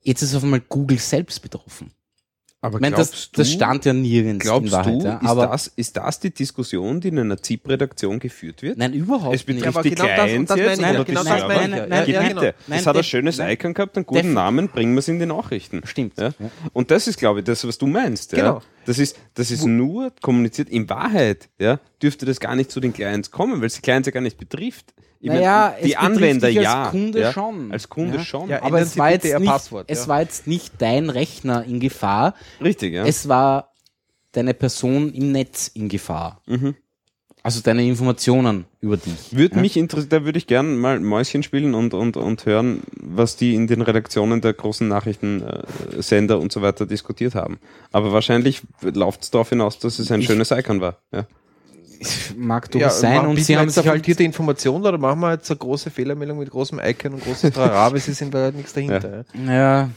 jetzt ist auf einmal Google selbst betroffen. Aber Ich meine, das, das stand ja nirgends in glaubst Wahrheit. du ja, ist, aber das, ist das die Diskussion, die in einer ZIP-Redaktion geführt wird? nein, überhaupt Es betrifft nicht. die genau das- Clients das meine jetzt ich ja, oder genau die das Server? meine ich ja. Nein, Geht ja, bitte. genau. Nein, es hat ein def- schönes nein. Icon gehabt, einen guten Def- Namen, bringen wir es in die Nachrichten. Stimmt. Ja? Ja. Und das ist, glaube ich, das, was du meinst. Ja? Genau. Das ist, das ist nur kommuniziert. In Wahrheit ja, dürfte das gar nicht zu den Clients kommen, weil es die Clients ja gar nicht betrifft. Ich mein, Naja, es die betrifft Anwender dich als ja. Kunde ja. schon. Als Kunde Ja. schon. Ja, Aber Ändern es Sie war, bitte jetzt Ihr nicht, Passwort, es ja. war jetzt nicht dein Rechner in Gefahr, Richtig, ja. es war deine Person im Netz in Gefahr. Mhm. Also deine Informationen über dich. Würde mich interessieren, da würde ich gerne mal Mäuschen spielen und, und, und hören, was die in den Redaktionen der großen Nachrichtensender äh, Sender und so weiter diskutiert haben. Aber wahrscheinlich läuft es darauf hinaus, dass es ein schönes Icon war. Ja. Mag durchaus sein und bieten sie wir haben jetzt sich eine halt fundierte Information oder machen wir jetzt eine große Fehlermeldung mit großem Icon und großes Trara, es ist in Wahrheit halt nichts dahinter. Ja. Ja.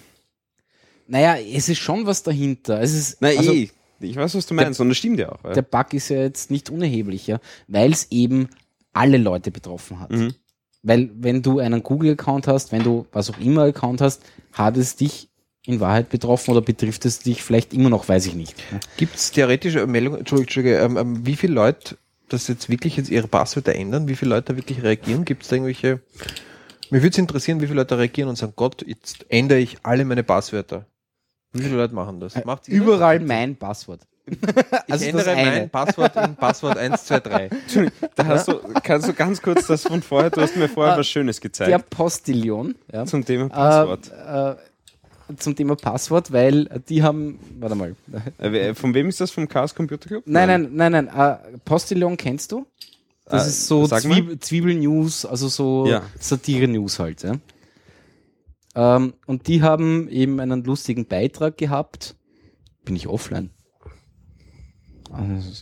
Naja, es ist schon was dahinter. Es ist, Nein, also, eh, ich weiß, was du meinst und das stimmt ja auch. der Ja. Bug ist ja jetzt nicht unerheblich, ja, weil es eben alle Leute betroffen hat. Mhm. Weil wenn du einen Google-Account hast, wenn du was auch immer Account hast, hat es dich in Wahrheit betroffen oder betrifft es dich vielleicht immer noch, weiß ich nicht. ja. Gibt es theoretische Meldungen, Entschuldigung, Entschuldige, ähm, ähm, wie viele Leute das jetzt wirklich jetzt ihre Passwörter ändern, wie viele Leute da wirklich reagieren? Gibt es da irgendwelche, mir würde es interessieren, wie viele Leute reagieren und sagen, Gott, jetzt ändere ich alle meine Passwörter. Wie viele Leute machen das? Macht's ihr das? Äh, Überall mein Passwort. Ich also das ändere eine. mein Passwort in Passwort 123. Da hast du, kannst du ganz kurz das von vorher, du hast mir vorher was Schönes gezeigt Der Postillion. Ah. Ja. zum Thema Passwort. Äh, äh, zum Thema Passwort, weil die haben, warte mal. Nein, Äh, wer- von wem ist das? Vom Chaos Computer Club? nein, nein, nein. Äh, Postillon kennst du? Das Äh, ist so sag Zwiebel, Zwiebel-News, also so Ja. Satire-News halt. Ja. Ähm, und die haben eben einen lustigen Beitrag gehabt. Bin ich offline?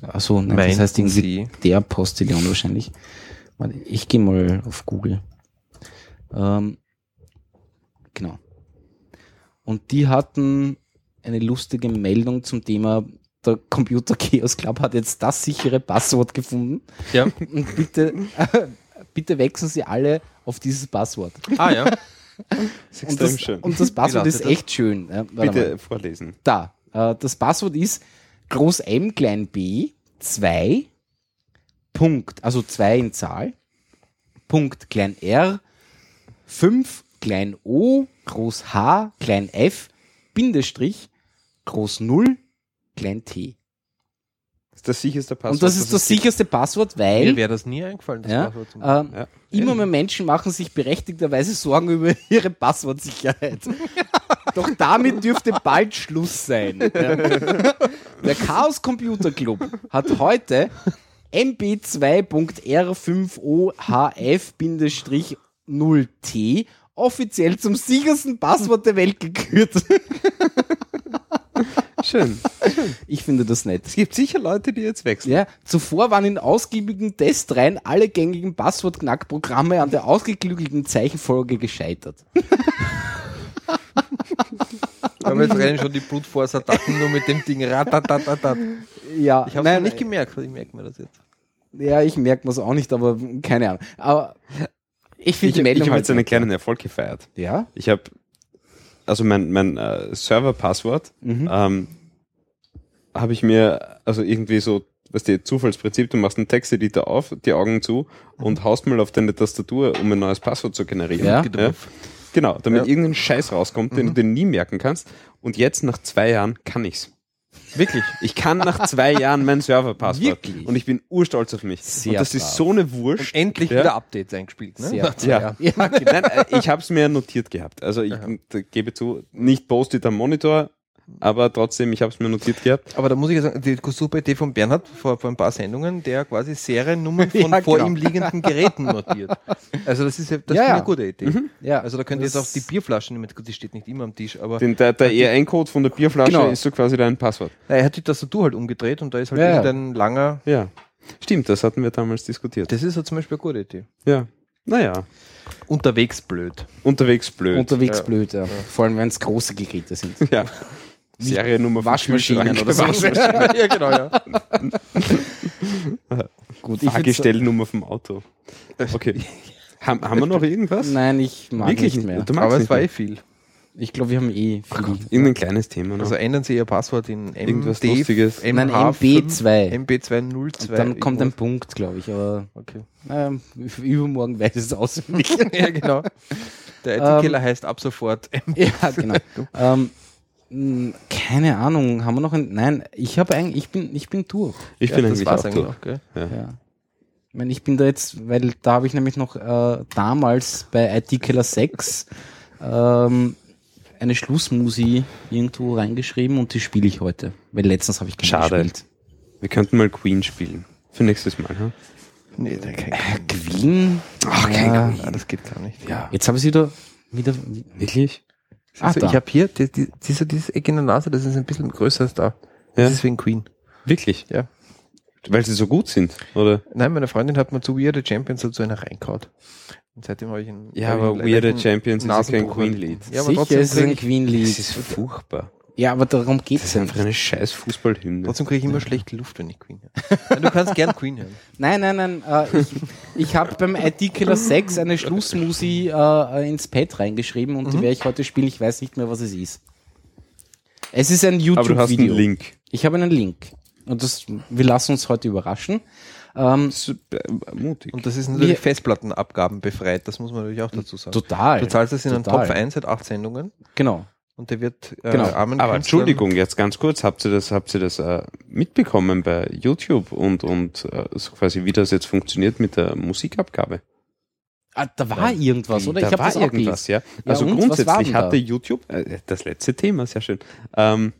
Achso, nein, das Meinten heißt irgendwie Sie? der Postillon wahrscheinlich. Warte, Ich gehe mal auf Google. Ähm, genau. Und die hatten eine lustige Meldung zum Thema, der Computer Chaos Club hat jetzt das sichere Passwort gefunden. Ja. Und bitte, bitte wechseln Sie alle auf dieses Passwort. Ah ja. Das ist Und extrem das, schön. und das Passwort lautet ist das? echt schön. Ja, warte Bitte mal. vorlesen. Da. Äh, das Passwort ist Groß M, Klein B, 2, Punkt, also 2 in Zahl, Punkt, Klein R, 5, Klein O, Groß H, Klein F, Bindestrich, Groß 0, Klein T. Das ist das sicherste Passwort. Und das ist das sicherste Passwort, weil Mir wäre das nie eingefallen, das ja, Passwort zum ähm, Ja. immer mehr Menschen machen sich berechtigterweise Sorgen über ihre Passwortsicherheit. Doch damit dürfte bald Schluss sein. Ja. Der Chaos Computer Club hat heute mb2.r5ohf-0t offiziell zum sichersten Passwort der Welt gekürt. Schön. Ich finde das nett. Es gibt sicher Leute, die jetzt wechseln. Äh, Ja, zuvor waren in ausgiebigen Testreihen alle gängigen Passwortknackprogramme an der ausgeklügelten Zeichenfolge gescheitert. Aber jetzt rennen schon die Brute Force Attacken nur mit dem Ding. Ratatatatat. Ja, Ich habe es nein, noch nicht gemerkt, ich merke mir das jetzt. ja, ich merke mir's auch nicht, aber keine Ahnung. Aber ich finde Ich, die ich Meldung habe jetzt einen halt- kleinen Erfolg gefeiert. Ja, Ich habe, also mein, mein äh, Server-Passwort Mhm. ähm, habe ich mir, also irgendwie so, was die Zufallsprinzip, du machst einen Texteditor auf, die Augen zu und haust mal auf deine Tastatur, um ein neues Passwort zu generieren. Mhm. Ja. Mhm. Genau, damit irgendein Scheiß rauskommt, den du dir nie merken kannst. Und jetzt nach zwei Jahren kann ich's. Wirklich. Ich kann nach zwei Jahren mein Server-Passwort. Wirklich? Und ich bin urstolz auf mich. Sehr und das brav. ist so eine Wurst. Endlich Ja. wieder Updates eingespielt, ne? Sehr. Nach zwei Ja. Jahren. ja genau. Nein, äh, ich habe es mir notiert gehabt. Also ich äh, gebe zu, nicht postet am Monitor, aber trotzdem, ich habe es mir notiert gehabt. Aber da muss ich ja sagen, die super Idee von Bernhard vor, vor ein paar Sendungen, der quasi Seriennummern von Ja, vor genau. ihm liegenden Geräten notiert. Also das ist ja, das Ja, ist ja. Mhm. eine gute Idee. ja. Also da könnt ihr jetzt auch Das- die Bierflaschen, nehmen. gut, die steht nicht immer am Tisch, aber Den, der der ERN-Code von der Bierflasche Genau. ist so quasi dein Passwort. Na, er hat die Tastatur halt umgedreht und da ist halt Ja, ja. irgendein langer. Ja. Stimmt, das hatten wir damals diskutiert. Das ist ja zum Beispiel eine gute Idee. Ja. Naja, Unterwegs blöd. unterwegs blöd. unterwegs blöd, ja. vor allem wenn es große Geräte sind. ja. Seriennummer vom Waschmaschinen Kühlschrank. oder so. ja, genau, ja. Gut, ich würd's- Fahrgestellnummer vom Auto. Okay. Haben, haben wir noch irgendwas? Nein, ich mag Wirklich nicht mehr. Du magst Aber es nicht war mehr. eh viel. Ich glaube, wir haben eh viel. Irgendein kleines Thema. Ne? Also ändern Sie Ihr Passwort in MD, Irgendwas Lustiges. MH5, Nein, MB2. MB202. Dann kommt ein irgendwas. Punkt, glaube ich. Aber Okay. naja, übermorgen weiß ich es auswendig. ja, genau. Der IT-Killer heißt ab sofort MB. ja, genau. ähm, mh, keine Ahnung, haben wir noch ein. Nein, ich habe eigentlich, ich bin, ich bin durch. ich bin ja, eigentlich auch durch. noch, gell? Ja. Ich meine, ich bin da jetzt, weil da habe ich nämlich noch äh, damals bei IT Killer 6 ähm, eine Schlussmusi irgendwo reingeschrieben und die spiele ich heute. Weil letztens habe ich keine Schade. gespielt. Wir könnten mal Queen spielen. Für nächstes Mal. Hm? Nee, der kann Queen? Ach, Ja. ah, das geht gar nicht. Ja. Jetzt habe ich wieder, wieder. Wirklich? Ah, Also, da. ich habe hier, die, die, siehst du dieses Eck in der Nase, das ist ein bisschen größer als da. Das Ja. ist wegen Queen. Wirklich? Ja. Weil sie so gut sind, oder? Nein, meine Freundin hat mir zu Weird the Champions dazu eine reinkaut. Und seitdem habe ich einen. Ja, hab ich aber einen Weird the leichten Champions ist ja kein Nasenbuch Queen-Lied. erlitten. Ja, aber Sicher trotzdem ist es ein kriege ich, Queen Lied. furchtbar. Ja, aber darum geht es Das ist einfach einfach. eine scheiß Fußballhymne. trotzdem krieg ich immer schlechte Luft, wenn ich Queen höre. Nein, Du kannst gern Queen hören. Nein, nein, nein. Äh, ich ich habe beim IT Killer 6 eine Schlussmusi äh, ins Pad reingeschrieben und die Mhm. werde ich heute spielen. Ich weiß nicht mehr, was es ist. Es ist ein Aber du hast einen YouTube-Video. Link. Ich habe einen Link. Und das, wir lassen uns heute überraschen. Ähm, Das ist äh, mutig. Und das ist natürlich Wir- Festplattenabgaben befreit, das muss man natürlich auch dazu sagen. total. Du zahlst es in einen Total. Topf ein, seit acht Sendungen Genau. und der wird äh, Genau. armen Aber Künstlern- Entschuldigung, jetzt ganz kurz, habt ihr das, habt ihr das äh, mitbekommen bei YouTube und, und äh, so quasi, wie das jetzt funktioniert mit der Musikabgabe? Ah, da war irgendwas, oder? Da ich habe war das auch irgendwas, gelesen. ja. Ja, Also und? Was war denn grundsätzlich da? hatte YouTube, äh, das letzte Thema, sehr schön, ähm,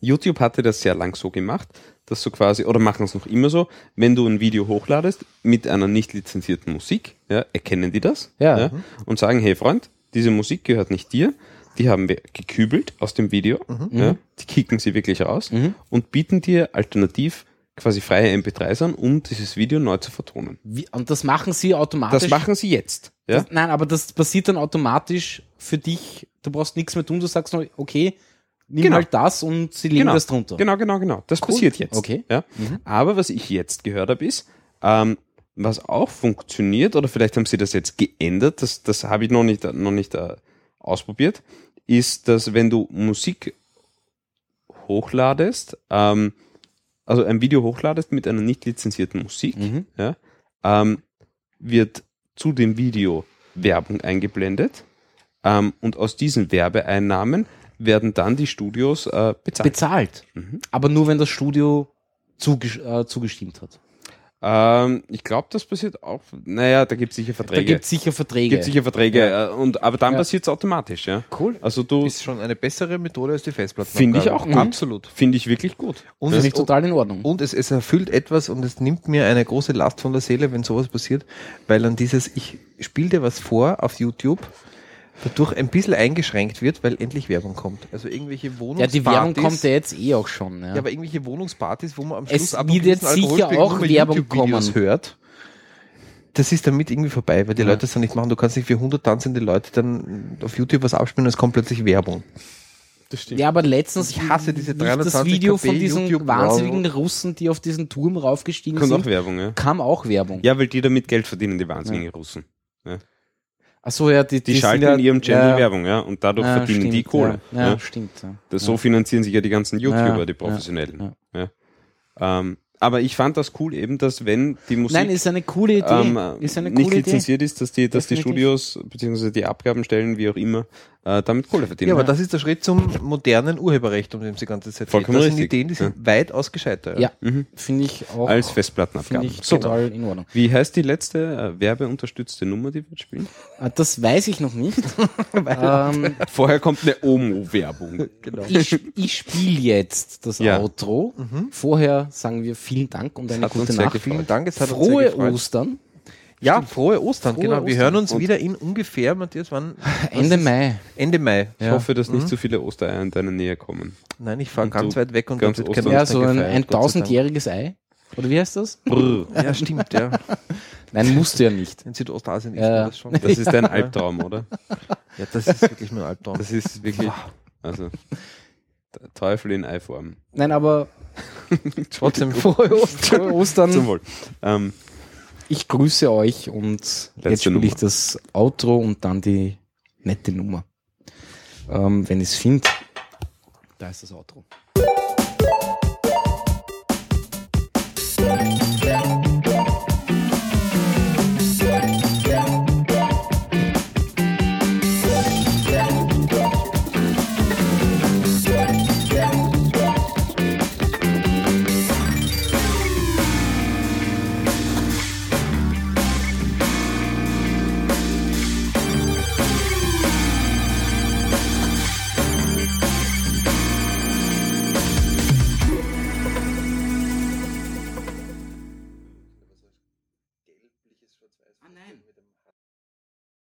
YouTube hatte das sehr lang so gemacht, dass du quasi, oder machen es noch immer so, wenn du ein Video hochladest mit einer nicht lizenzierten Musik, ja, erkennen die das Ja. und sagen, hey Freund, diese Musik gehört nicht dir, die haben wir gekübelt aus dem Video, Mhm. ja, die kicken sie wirklich raus und bieten dir alternativ quasi freie MP3s an, um dieses Video neu zu vertonen. Wie, und das machen sie automatisch. Das machen sie jetzt. Ja? Das, nein, aber das passiert dann automatisch für dich. Du brauchst nichts mehr tun. Du sagst nur, okay, nimm Genau. halt das und sie legen genau, das drunter. Genau, genau, genau. Das passiert jetzt. Okay. Mhm. Ja? Aber was ich jetzt gehört habe, ist, ähm, was auch funktioniert, oder vielleicht haben sie das jetzt geändert, das, das habe ich noch nicht, noch nicht äh, ausprobiert, ist, dass wenn du Musik hochladest, ähm, also ein Video hochladest mit einer nicht lizenzierten Musik, Mhm. ja, ähm, wird zu dem Video Werbung eingeblendet ähm, und aus diesen Werbeeinnahmen werden dann die Studios äh, bezahlt. Mhm. Bezahlt. Aber nur, wenn das Studio zugesch äh, zugestimmt hat. Ähm, ich glaube, das passiert auch. Naja, da gibt es sicher Da Verträge. gibt es sicher Verträge. Gibt sicher Verträge. äh, Und, aber dann Ja. passiert es automatisch, ja. Cool. Also du ist schon eine bessere Methode als die Festplatten. finde ich auch gut. Absolut. Finde ich wirklich gut. Und, Finde es, ich total in Ordnung. und es, es erfüllt etwas und es nimmt mir eine große Last von der Seele, wenn sowas passiert, weil dann dieses, ich spiele dir was vor auf YouTube, dadurch ein bisschen eingeschränkt wird, weil endlich Werbung kommt. Also irgendwelche Ja, Wohnungspartys. die Werbung kommt ja jetzt eh auch schon. Ja. Ja, aber irgendwelche Wohnungspartys, wo man am Es Schluss ab und wird zu jetzt einen sicher Alkoholpegel auch nur bei Werbung YouTube-Videos kommen. hört. Das ist damit irgendwie vorbei, weil die Ja. Leute das dann nicht machen. Du kannst nicht für 100 tanzende Leute dann auf YouTube was abspielen, es kommt plötzlich Werbung. Das stimmt. ja, aber letztens Ich hasse diese lief das 320 Video kp von diesen YouTube wahnsinnigen Russen, die auf diesen Turm raufgestiegen Kommt auch sind, Werbung, ja. kam auch Werbung. Ja, weil die damit Geld verdienen, die wahnsinnigen Russen. Achso, ja, die, Die, sind schalten ja, in ihrem Channel ja, Werbung, ja. Und dadurch ja, verdienen die stimmt, Kohle. ne? Ja, ja, ja. stimmt. Ja. Das, So finanzieren sich ja die ganzen YouTuber, Ja, die Professionellen. ja, Ja. Ähm, aber ich fand das cool eben, dass wenn die Musik Nein, ist eine coole Idee. ähm, ist eine nicht coole Idee. lizenziert ist, dass die, dass die Definitiv. Studios bzw. die Abgabenstellen, wie auch immer, äh, damit Kohle verdienen. Ja, aber das ist der Schritt zum modernen Urheberrecht, um den es die ganze Zeit Vollkommen Das sind richtig. Ideen, die sind weitaus gescheiter. Ja, finde ich auch. Mhm. als Finde Festplattenabgabe. ich So. total in Ordnung. Wie heißt die letzte äh, werbeunterstützte Nummer, die wir spielen? Ah, Das weiß ich noch nicht. ähm, Vorher kommt eine Omo-Werbung. Genau. ich ich spiele jetzt das Ja. Outro. Vorher sagen wir vielen Dank und eine hat uns gute sehr Nacht. gefreut. Vielen Dank, es hat uns sehr Frohe gefreut. Ostern. Ja, frohe Ostern, Frohe genau. Wir Ostern. hören uns Und- wieder in ungefähr, Matthias, wann? Ende Mai. Ende Mai. Ich hoffe, dass Mhm. nicht so viele Ostereier in deine Nähe kommen. Nein, ich fahre Und ganz du- weit weg und ganz dort Ostern kein Ja, Ostern so ein, ein gefeiert, Gott sei Dank. tausendjähriges Ei. Oder wie heißt das? Brr. Ja, stimmt, ja. Nein, musste ja nicht. In Südostasien ist Ja. man das schon. Das ist dein Albtraum, oder? ja, das ist wirklich mein Albtraum. Das ist wirklich. Also, der Teufel in Eiform. Nein, aber Trotzdem frohe Ostern. frohe Ostern. Zum Wohl. Ähm, Ich grüße euch und jetzt spiele Nummer. ich das Outro und dann die nette Nummer. Ähm, wenn ich es finde, da ist das Outro.